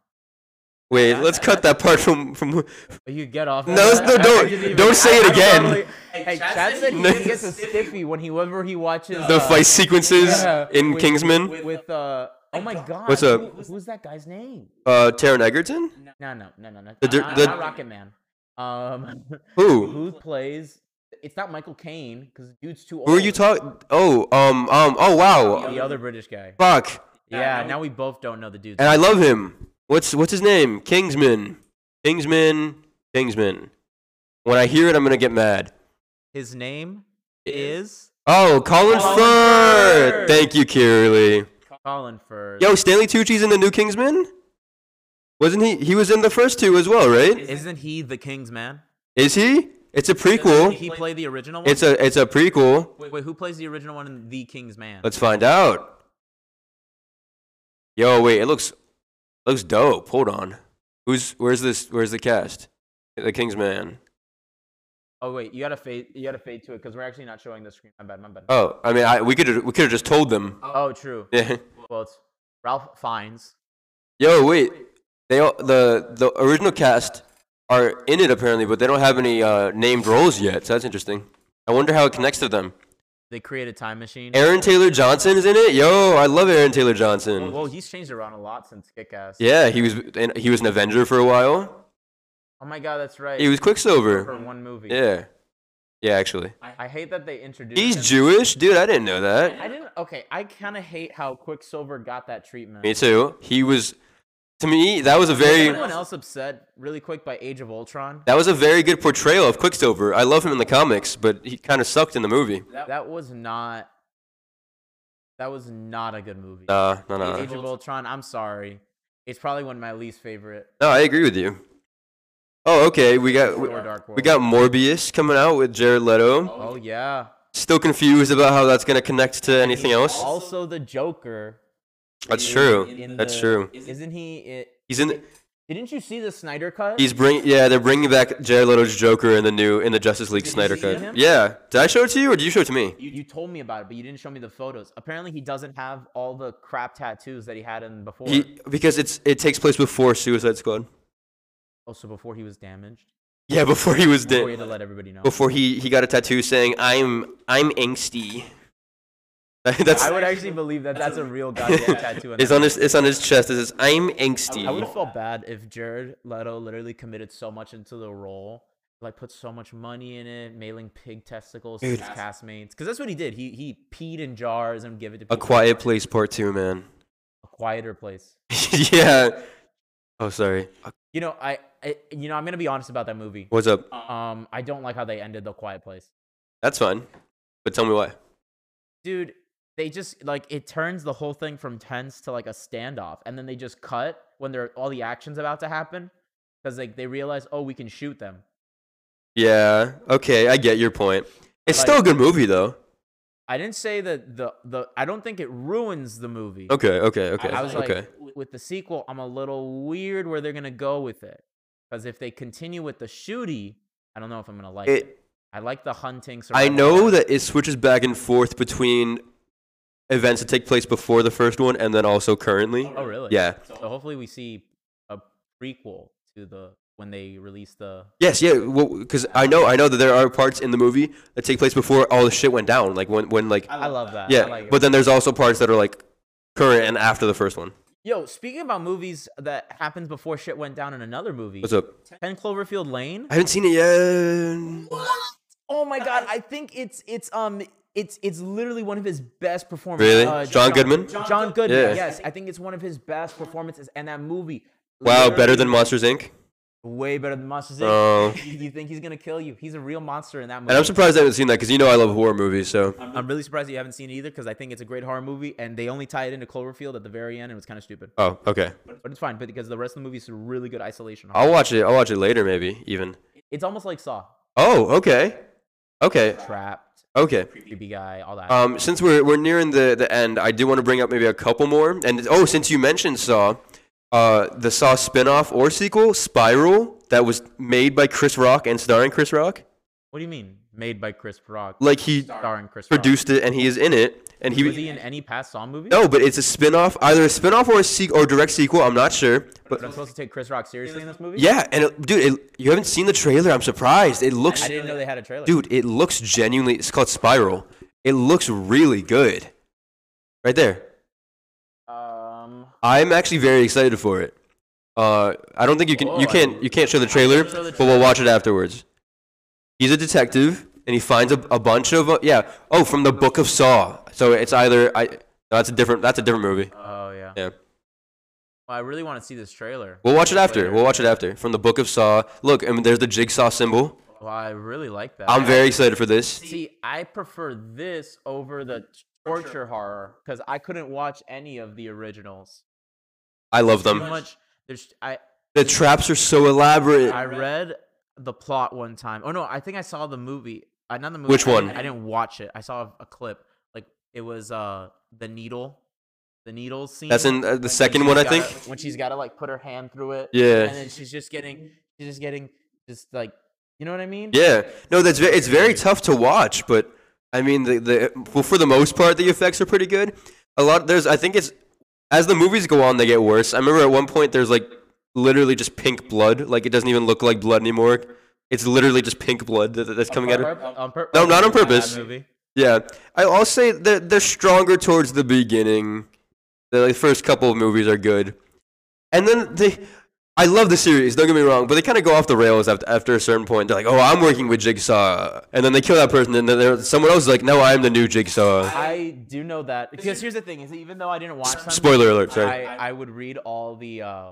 Speaker 1: Wait, let's cut that part from from.
Speaker 2: You get off.
Speaker 1: Oh. No, no, don't- don't say it again.
Speaker 2: Hey, Chad said he
Speaker 1: No.
Speaker 2: gets a stiffy when he whenever he watches uh,
Speaker 1: The fight sequences
Speaker 2: yeah,
Speaker 1: in
Speaker 2: with-
Speaker 1: Kingsman.
Speaker 2: with uh. Oh my God.
Speaker 1: What's up?
Speaker 2: Who, who's that guy's name?
Speaker 1: Uh, Taron Egerton.
Speaker 2: No, no, no, no, no.
Speaker 1: The dir-
Speaker 2: not,
Speaker 1: the-
Speaker 2: not Rocket Man. Um,
Speaker 1: Who?
Speaker 2: who plays? It's not Michael Caine because dude's too old.
Speaker 1: Who are you talking? Oh, um, um, oh
Speaker 2: The
Speaker 1: wow,
Speaker 2: other British guy.
Speaker 1: fuck.
Speaker 2: Yeah, now we both don't know the dude's.
Speaker 1: And I love him. What's what's his name? Kingsman. Kingsman. Kingsman. When I hear it, I'm gonna get mad.
Speaker 2: His name is
Speaker 1: Oh, Colin,
Speaker 2: Colin
Speaker 1: Firth.
Speaker 2: Firth.
Speaker 1: Thank you, Kirley.
Speaker 2: Colin Firth.
Speaker 1: Yo, Stanley Tucci's in the new Kingsman. Wasn't he? He was in the first two as well, right?
Speaker 2: Isn't he the King's man?
Speaker 1: Is he? It's a
Speaker 2: Did
Speaker 1: prequel.
Speaker 2: he play the original one?
Speaker 1: It's a it's a prequel.
Speaker 2: Wait, who plays the original one in The King's Man?
Speaker 1: Let's find out. Yo, wait, it looks looks dope. Hold on. Who's where's this? Where's the cast? The Kingsman.
Speaker 2: Oh wait, you gotta fade. You gotta fade to it because we're actually not showing the screen. My bad. My bad. Oh,
Speaker 1: Oh, I mean, I, we could we could have just told them.
Speaker 2: true.
Speaker 1: Yeah.
Speaker 2: Well, it's Ralph Fiennes.
Speaker 1: Yo, wait. They all, the the original cast are in it apparently, but they don't have any uh, named roles yet. So that's interesting. I wonder how it connects to them.
Speaker 2: They created Time Machine.
Speaker 1: Aaron Taylor Johnson is in it. Yo, I love Aaron Taylor
Speaker 2: Well,
Speaker 1: Johnson.
Speaker 2: well, he's changed around a lot since Kick Ass.
Speaker 1: Yeah, he was in, he was an Avenger for a while.
Speaker 2: Oh my god, that's right.
Speaker 1: He was
Speaker 2: for
Speaker 1: Quicksilver.
Speaker 2: one movie.
Speaker 1: Yeah, yeah, actually.
Speaker 2: I hate that they introduced.
Speaker 1: He's
Speaker 2: him.
Speaker 1: Jewish, dude. I didn't know that.
Speaker 2: I didn't. Okay, I kind of hate how Quicksilver got that treatment.
Speaker 1: Me too. He was. To me, that was a
Speaker 2: Was
Speaker 1: very
Speaker 2: anyone else upset really quick by Age of Ultron?
Speaker 1: that was a very good portrayal of Quicksilver. I love him in the comics, but he kind of sucked in the movie.
Speaker 2: That, was not. That was not a good movie.
Speaker 1: Nah, no, no,
Speaker 2: Age
Speaker 1: no.
Speaker 2: of Ultron. I'm sorry. It's probably one of my least favorite.
Speaker 1: No, I agree with you. Oh, okay. We got we,
Speaker 2: Or Dark World.
Speaker 1: we got Morbius coming out with Jared Leto.
Speaker 2: Oh yeah.
Speaker 1: Still confused about how that's gonna connect to anything else.
Speaker 2: Also, the Joker.
Speaker 1: That's true.
Speaker 2: in
Speaker 1: That's
Speaker 2: the-
Speaker 1: true.
Speaker 2: Isn't he? It.
Speaker 1: He's in.
Speaker 2: Didn't you see the Snyder cut?
Speaker 1: He's bring yeah, they're bringing back Jared Leto's Joker in the new in the Justice League
Speaker 2: Did you
Speaker 1: Snyder
Speaker 2: see
Speaker 1: cut.
Speaker 2: him?
Speaker 1: Yeah, did I show it to you or did you show it to me?
Speaker 2: you, you told me about it, but you didn't show me the photos. Apparently, he doesn't have all the crap tattoos that he had in before.
Speaker 1: He, because it's it takes place before Suicide Squad.
Speaker 2: oh, so before he was damaged.
Speaker 1: Yeah, before he was
Speaker 2: Before you had to
Speaker 1: dead.
Speaker 2: let everybody know.
Speaker 1: Before he he got a tattoo saying I'm I'm angsty. That's
Speaker 2: I would actually believe that that's a real goddamn tattoo. and
Speaker 1: it's
Speaker 2: that-
Speaker 1: on his it's on his chest. It says I'm
Speaker 2: I would have
Speaker 1: angsty.
Speaker 2: felt bad if Jared Leto literally committed so much into the role, like put so much money in it, mailing pig testicles to his castmates, because that's what he did. He he peed in jars and gave it to people.
Speaker 1: A Quiet Place Part Two, man.
Speaker 2: a quieter place.
Speaker 1: yeah. Oh, sorry.
Speaker 2: You know, I, I you know I'm gonna be honest about that movie.
Speaker 1: What's up?
Speaker 2: Um, I don't like how they ended the Quiet Place,
Speaker 1: That's fine. But tell me why.
Speaker 2: dude. They just like it turns the whole thing from tense to like a standoff, and then they just cut when they're all the action's about to happen, because like they realize, oh, we can shoot them.
Speaker 1: Yeah. Okay, I get your point. It's
Speaker 2: Like-
Speaker 1: still a good movie though.
Speaker 2: I didn't say that the the I don't think it ruins the movie.
Speaker 1: Okay. Okay. Okay.
Speaker 2: I was like,
Speaker 1: okay.
Speaker 2: w- with the sequel, I'm a little weird where they're gonna go with it, because if they continue with the shooty, I don't know if I'm gonna like it.
Speaker 1: It-
Speaker 2: I like the hunting.
Speaker 1: I
Speaker 2: survival
Speaker 1: know
Speaker 2: aspect.
Speaker 1: that it switches back and forth between events that take place before the first one and then also currently.
Speaker 2: Oh really?
Speaker 1: Yeah.
Speaker 2: So hopefully we see a prequel to the when they release the.
Speaker 1: Yes, yeah, because I know, I know that there are parts in the movie that take place before all the shit went down, like when, when, like,
Speaker 2: I love that. I
Speaker 1: yeah.
Speaker 2: like it.
Speaker 1: but then there's also parts that are like current and after the first one.
Speaker 2: yo, speaking about movies that happens before shit went down in another movie,
Speaker 1: What's up?
Speaker 2: Ten Cloverfield Lane.
Speaker 1: I haven't seen it yet.
Speaker 2: Oh my god, I think it's it's um it's it's literally one of his best performances.
Speaker 1: Really?
Speaker 2: Uh,
Speaker 1: John Goodman?
Speaker 2: John Goodman.
Speaker 1: Yeah.
Speaker 2: Yes, I think it's one of his best performances, and that movie.
Speaker 1: Wow, better than
Speaker 2: literally
Speaker 1: Monsters Inc.
Speaker 2: way better than Monsters Inc.
Speaker 1: Oh.
Speaker 2: You- you think he's gonna kill you? He's a real monster in that movie.
Speaker 1: And I'm surprised I haven't seen that because you know I love horror movies, so
Speaker 2: I'm, really surprised that you haven't seen it either, because I think it's a great horror movie, and they only tie it into Cloverfield at the very end, and it was kind of stupid.
Speaker 1: oh, okay.
Speaker 2: But it's fine, but because the rest of the movie is really good isolation. horror.
Speaker 1: I'll watch it. I'll watch it later, maybe even.
Speaker 2: It's almost like Saw,
Speaker 1: Oh, okay, okay,
Speaker 2: trapped,
Speaker 1: okay.
Speaker 2: creepy guy, all that.
Speaker 1: Um, since we're we're nearing the the end, I do want to bring up maybe a couple more. And oh, since you mentioned Saw, uh, the Saw spin-off or sequel, Spiral, that was made by Chris Rock and starring Chris Rock.
Speaker 2: what do you mean? Made by Chris Rock,
Speaker 1: Like he
Speaker 2: starring Chris. Rock.
Speaker 1: produced it and he is in it, and he
Speaker 2: was he in any past Saw movie?
Speaker 1: no, but it's a spin-off, either a spin-off or a sequel or direct sequel. I'm not sure,
Speaker 2: But
Speaker 1: but
Speaker 2: I'm supposed to take Chris Rock seriously in this movie?
Speaker 1: yeah, and it, dude, it, you haven't seen the trailer. I'm surprised. It looks
Speaker 2: I didn't know they had a trailer.
Speaker 1: dude it looks genuinely it's called spiral it looks really good right there
Speaker 2: Um,
Speaker 1: i'm actually very excited for it uh, i don't think you can
Speaker 2: Oh,
Speaker 1: you
Speaker 2: I-
Speaker 1: can't you can't show the trailer but we'll watch it afterwards he's a detective and he finds a, a bunch of uh, yeah oh from the book of saw so it's either i no, that's a different that's a different movie
Speaker 2: oh yeah.
Speaker 1: yeah
Speaker 2: Well, I really want to see this trailer.
Speaker 1: we'll watch it after we'll watch it after from the book of saw look and there's the jigsaw symbol
Speaker 2: Well, I really like that.
Speaker 1: i'm very excited for this
Speaker 2: See, I prefer this over the torture horror because I couldn't watch any of the originals.
Speaker 1: i love
Speaker 2: Too
Speaker 1: them
Speaker 2: much. There's. I
Speaker 1: the traps are so elaborate
Speaker 2: I read the plot one time. Oh no, I think I saw the movie. Uh, not the movie.
Speaker 1: Which
Speaker 2: I didn't-
Speaker 1: one?
Speaker 2: I didn't watch it. I saw a clip. Like it was uh the needle, the needle scene.
Speaker 1: that's in uh,
Speaker 2: when
Speaker 1: the second
Speaker 2: she's
Speaker 1: one i
Speaker 2: gotta-
Speaker 1: think
Speaker 2: when she's got to like put her hand through it.
Speaker 1: Yeah.
Speaker 2: And then she's just getting, she's just getting, just like, you know what I mean?
Speaker 1: Yeah, no, that's very, it's very tough to watch, but I mean, the, the well, for the most part, the effects are pretty good. A lot there's, I think it's as the movies go on, they get worse. I remember at one point there's like literally just pink blood, like it doesn't even look like blood anymore. It's literally just pink blood that, that's coming out
Speaker 2: Pur-
Speaker 1: of.
Speaker 2: on pur-
Speaker 1: No, not on
Speaker 2: that
Speaker 1: purpose.
Speaker 2: movie.
Speaker 1: Yeah, I, I'll say they're they're stronger towards the beginning. The like, first couple of movies are good, and then they. I love the series. Don't get me wrong, but they kind of go off the rails after, after a certain point. They're like, "Oh, I'm working with Jigsaw," and then they kill that person, and then there- someone else is like, "No, I'm the new Jigsaw."
Speaker 2: I do know that because here's the thing: is even though I didn't watch them,
Speaker 1: Spoiler alert. Sorry.
Speaker 2: I, I would read all the uh,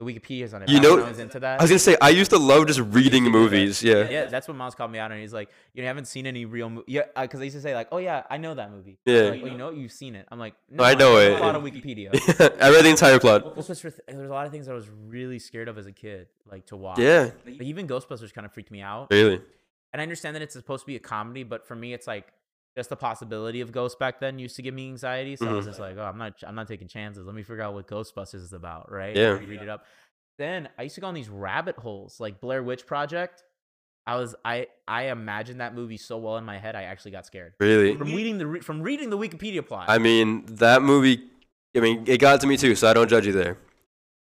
Speaker 2: the Wikipedia's on it.
Speaker 1: You
Speaker 2: back when
Speaker 1: know-
Speaker 2: I was into
Speaker 1: I
Speaker 2: that.
Speaker 1: was gonna say I used to love just reading movies. Yeah.
Speaker 2: yeah, that's what Miles called me out on. He's like, you haven't seen any real movie. Yeah, because I used to say like, oh yeah, I know that movie. They're
Speaker 1: Yeah.
Speaker 2: Like, well, you know, you've seen it. I'm like,
Speaker 1: No,
Speaker 2: no,
Speaker 1: I know
Speaker 2: saw
Speaker 1: it.
Speaker 2: A lot on Wikipedia.
Speaker 1: I read the entire plot.
Speaker 2: Ghostbusters, th- there's a lot of things I was really scared of as a kid, like to watch.
Speaker 1: Yeah.
Speaker 2: Like, even Ghostbusters kind of freaked me out.
Speaker 1: Really.
Speaker 2: And I understand that it's supposed to be a comedy, but for me, it's like just the possibility of ghosts back then used to give me anxiety. So I was
Speaker 1: Mhm.
Speaker 2: just like, oh, I'm not, I'm not taking chances. Let me figure out what Ghostbusters is about, right?
Speaker 1: Yeah.
Speaker 2: You read it up. then I used to go on these rabbit holes, like Blair Witch Project. I was I I imagined that movie so well in my head, I actually got scared
Speaker 1: Really?
Speaker 2: from reading the re- from reading the Wikipedia plot.
Speaker 1: I mean, that movie. I mean, it got to me too, so I don't judge you there.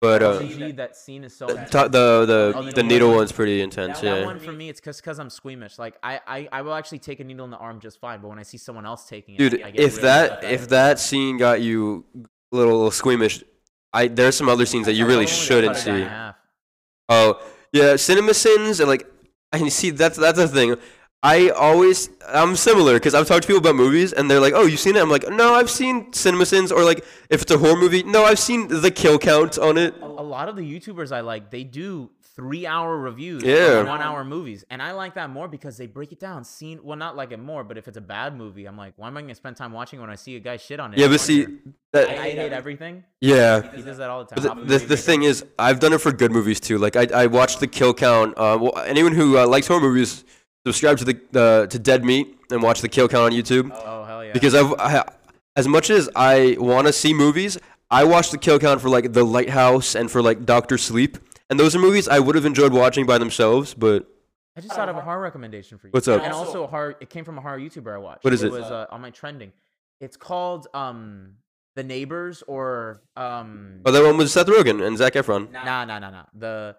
Speaker 1: But uh,
Speaker 2: OCD, that scene is so
Speaker 1: the,
Speaker 2: intense.
Speaker 1: to- the
Speaker 2: Oh,
Speaker 1: the
Speaker 2: the
Speaker 1: the
Speaker 2: needle
Speaker 1: needle
Speaker 2: one.
Speaker 1: one's pretty intense.
Speaker 4: That
Speaker 2: That
Speaker 1: Yeah.
Speaker 2: one for me, it's because I'm squeamish. Like I, I, I will actually take a needle in the arm just fine, but when I see someone else taking it,
Speaker 1: Dude,
Speaker 2: I get
Speaker 1: if
Speaker 2: really
Speaker 1: that
Speaker 2: upset.
Speaker 1: if that scene got you a little, little squeamish, I there's some other scenes that you really
Speaker 2: I only
Speaker 1: shouldn't
Speaker 2: cut it down
Speaker 1: see.
Speaker 2: in half.
Speaker 1: Oh yeah, cinema sins and like and you see that's that's the thing. I always I'm similar because I've talked to people about movies and they're like, "Oh, you've seen it?" I'm like, "No, I've seen cinema sins or like if it's a horror movie, no, I've seen the kill count on it."
Speaker 2: A lot of the YouTubers I like, they do three hour reviews
Speaker 1: Yeah.
Speaker 2: of one hour movies, and I like that more because they break it down scene. Well, not like it more, but if it's a bad movie, I'm like, why am I gonna spend time watching when I see a guy shit on it?
Speaker 1: Yeah,
Speaker 2: I
Speaker 1: but see
Speaker 2: wonder. I,
Speaker 1: that
Speaker 2: I hate everything.
Speaker 1: yeah.
Speaker 2: He does that all the
Speaker 1: But
Speaker 2: time. I'll be
Speaker 1: the, the,
Speaker 2: like,
Speaker 1: the thing is, I've done it for good movies too. Like I, I watched the Kill Count. Uh, well, anyone who uh, likes horror movies, subscribe to the uh, to Dead Meat and watch the Kill Count on YouTube.
Speaker 2: oh hell yeah.
Speaker 1: Because I've I, as much as I want to see movies, I watch the Kill Count for like The Lighthouse and for like Doctor Sleep, and those are movies I would have enjoyed watching by themselves. But
Speaker 2: I just thought of a horror recommendation for you.
Speaker 1: What's up?
Speaker 2: And also a horror. It came from a horror YouTuber I watched.
Speaker 1: What is it?
Speaker 2: was uh, on my trending. It's called um, The Neighbors or um,
Speaker 1: oh, that one was Seth Rogen and Zach Efron.
Speaker 2: nah nah nah nah the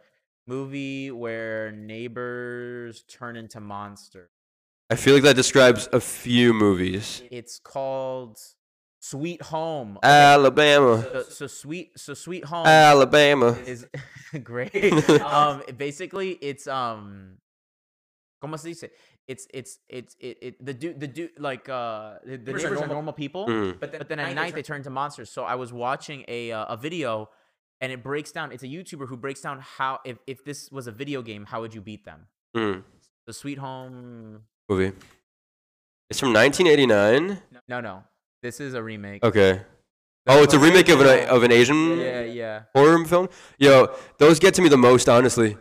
Speaker 2: movie where neighbors turn into monsters.
Speaker 1: I feel like that describes a few movies.
Speaker 2: It's called Sweet Home.
Speaker 1: Alabama,
Speaker 2: So, so sweet so Sweet Home
Speaker 1: Alabama.
Speaker 2: is great. um, basically, it's um, como se dice? It's it's it's it, it the dude the dude like uh the, the neighbors, are normal people,
Speaker 1: Mm.
Speaker 2: but then, but then at night they turn into monsters. So I was watching a uh, a video, and it breaks down. It's a YouTuber who breaks down how if if this was a video game, how would you beat them?
Speaker 1: Mm.
Speaker 2: The Sweet Home.
Speaker 1: Movie. It's from 1989.
Speaker 2: No, no, this is a remake.
Speaker 1: Okay. Oh, it's a remake of an of an Asian
Speaker 2: Yeah, yeah.
Speaker 1: horror film. Yo, those get to me the most, honestly.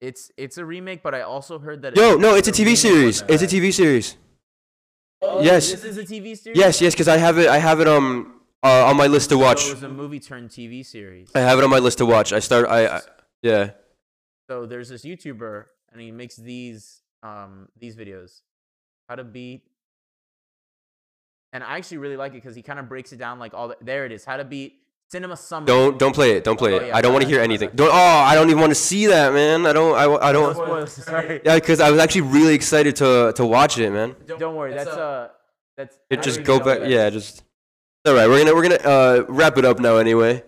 Speaker 2: It's it's a remake, but I also heard that.
Speaker 1: Yo,
Speaker 2: it-
Speaker 1: no, it's a
Speaker 2: the
Speaker 1: TV
Speaker 2: remake
Speaker 1: series.
Speaker 2: wasn't
Speaker 1: It's a
Speaker 2: bad.
Speaker 1: TV series.
Speaker 2: Oh,
Speaker 1: yes.
Speaker 2: This is a TV series.
Speaker 1: Yes, yes, because I have it. I have it um uh, on my list to
Speaker 2: So
Speaker 1: watch.
Speaker 2: it was a movie turned TV series.
Speaker 1: I have it on my list to watch. I start. I, I yeah.
Speaker 2: So there's this YouTuber, and he makes these um these videos, how to beat. And I actually really like it because he kind of breaks it down like all the, there it is, how to beat cinema summer.
Speaker 1: Don't don't play it. Don't play
Speaker 2: Oh,
Speaker 1: it.
Speaker 2: yeah,
Speaker 1: I don't want to
Speaker 2: yeah,
Speaker 1: hear
Speaker 2: yeah.
Speaker 1: anything. Don't. Oh, I don't even want to see that, man. I don't. I, wa- I
Speaker 2: No
Speaker 1: don't.
Speaker 2: spoilers, sorry.
Speaker 1: Yeah, because I was actually really excited to to watch it, man.
Speaker 2: Don't worry. That's uh that's.
Speaker 1: It
Speaker 2: I
Speaker 1: just
Speaker 2: already
Speaker 1: go
Speaker 2: know
Speaker 1: back.
Speaker 2: that.
Speaker 1: Yeah, just. All right, we're gonna we're gonna uh wrap it up now anyway.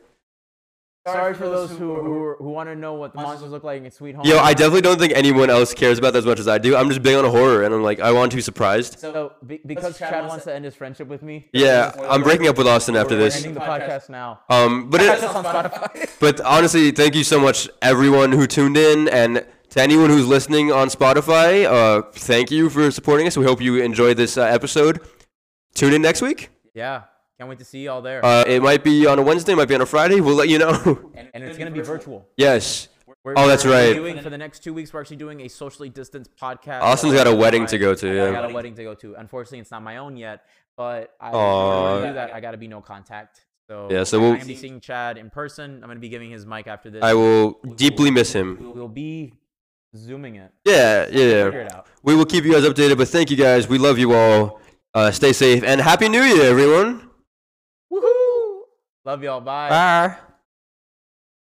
Speaker 2: Sorry for those who who, who want to know what the monsters look like in Sweet Home.
Speaker 1: Yo, I definitely don't think anyone else cares about that as much as I do. I'm just big on horror, and I'm like, I want to be surprised.
Speaker 2: So be, because Chad, wants to end his friendship with me,
Speaker 1: Yeah, I'm breaking up with Austin after
Speaker 2: we're
Speaker 1: this.
Speaker 2: ending the podcast now.
Speaker 1: Um, but it, but honestly, thank you so much, everyone who tuned in, and to anyone who's listening on Spotify. Uh, thank you for supporting us. We hope you enjoyed this uh, episode. Tune in next week.
Speaker 2: Yeah, can't wait to see you all there.
Speaker 1: Uh, it might be on a Wednesday, it might be on a Friday. We'll let you know.
Speaker 2: and, and it's gonna be virtual.
Speaker 1: yes,
Speaker 2: We're,
Speaker 1: Oh, that's
Speaker 2: we're
Speaker 1: right.
Speaker 2: Doing, for the next two weeks, we're actually doing a socially distanced podcast.
Speaker 1: Austin's got a wedding to go to.
Speaker 2: I got
Speaker 1: Yeah.
Speaker 2: a wedding to go to. Unfortunately, it's not my own yet, but I
Speaker 1: Aw.
Speaker 2: to do that. I gotta be no contact. So
Speaker 1: Yeah, so
Speaker 2: I'm
Speaker 1: we'll-
Speaker 2: gonna be seeing Chad in person. I'm gonna be giving his mic after this.
Speaker 1: I will deeply miss him.
Speaker 2: We'll be zooming it.
Speaker 1: Yeah, yeah.
Speaker 2: Figure it out.
Speaker 1: We will keep you guys updated, but thank you guys. We love you all. Uh, stay safe and happy new year, everyone.
Speaker 2: Woohoo! Love y'all. Bye.
Speaker 1: Bye.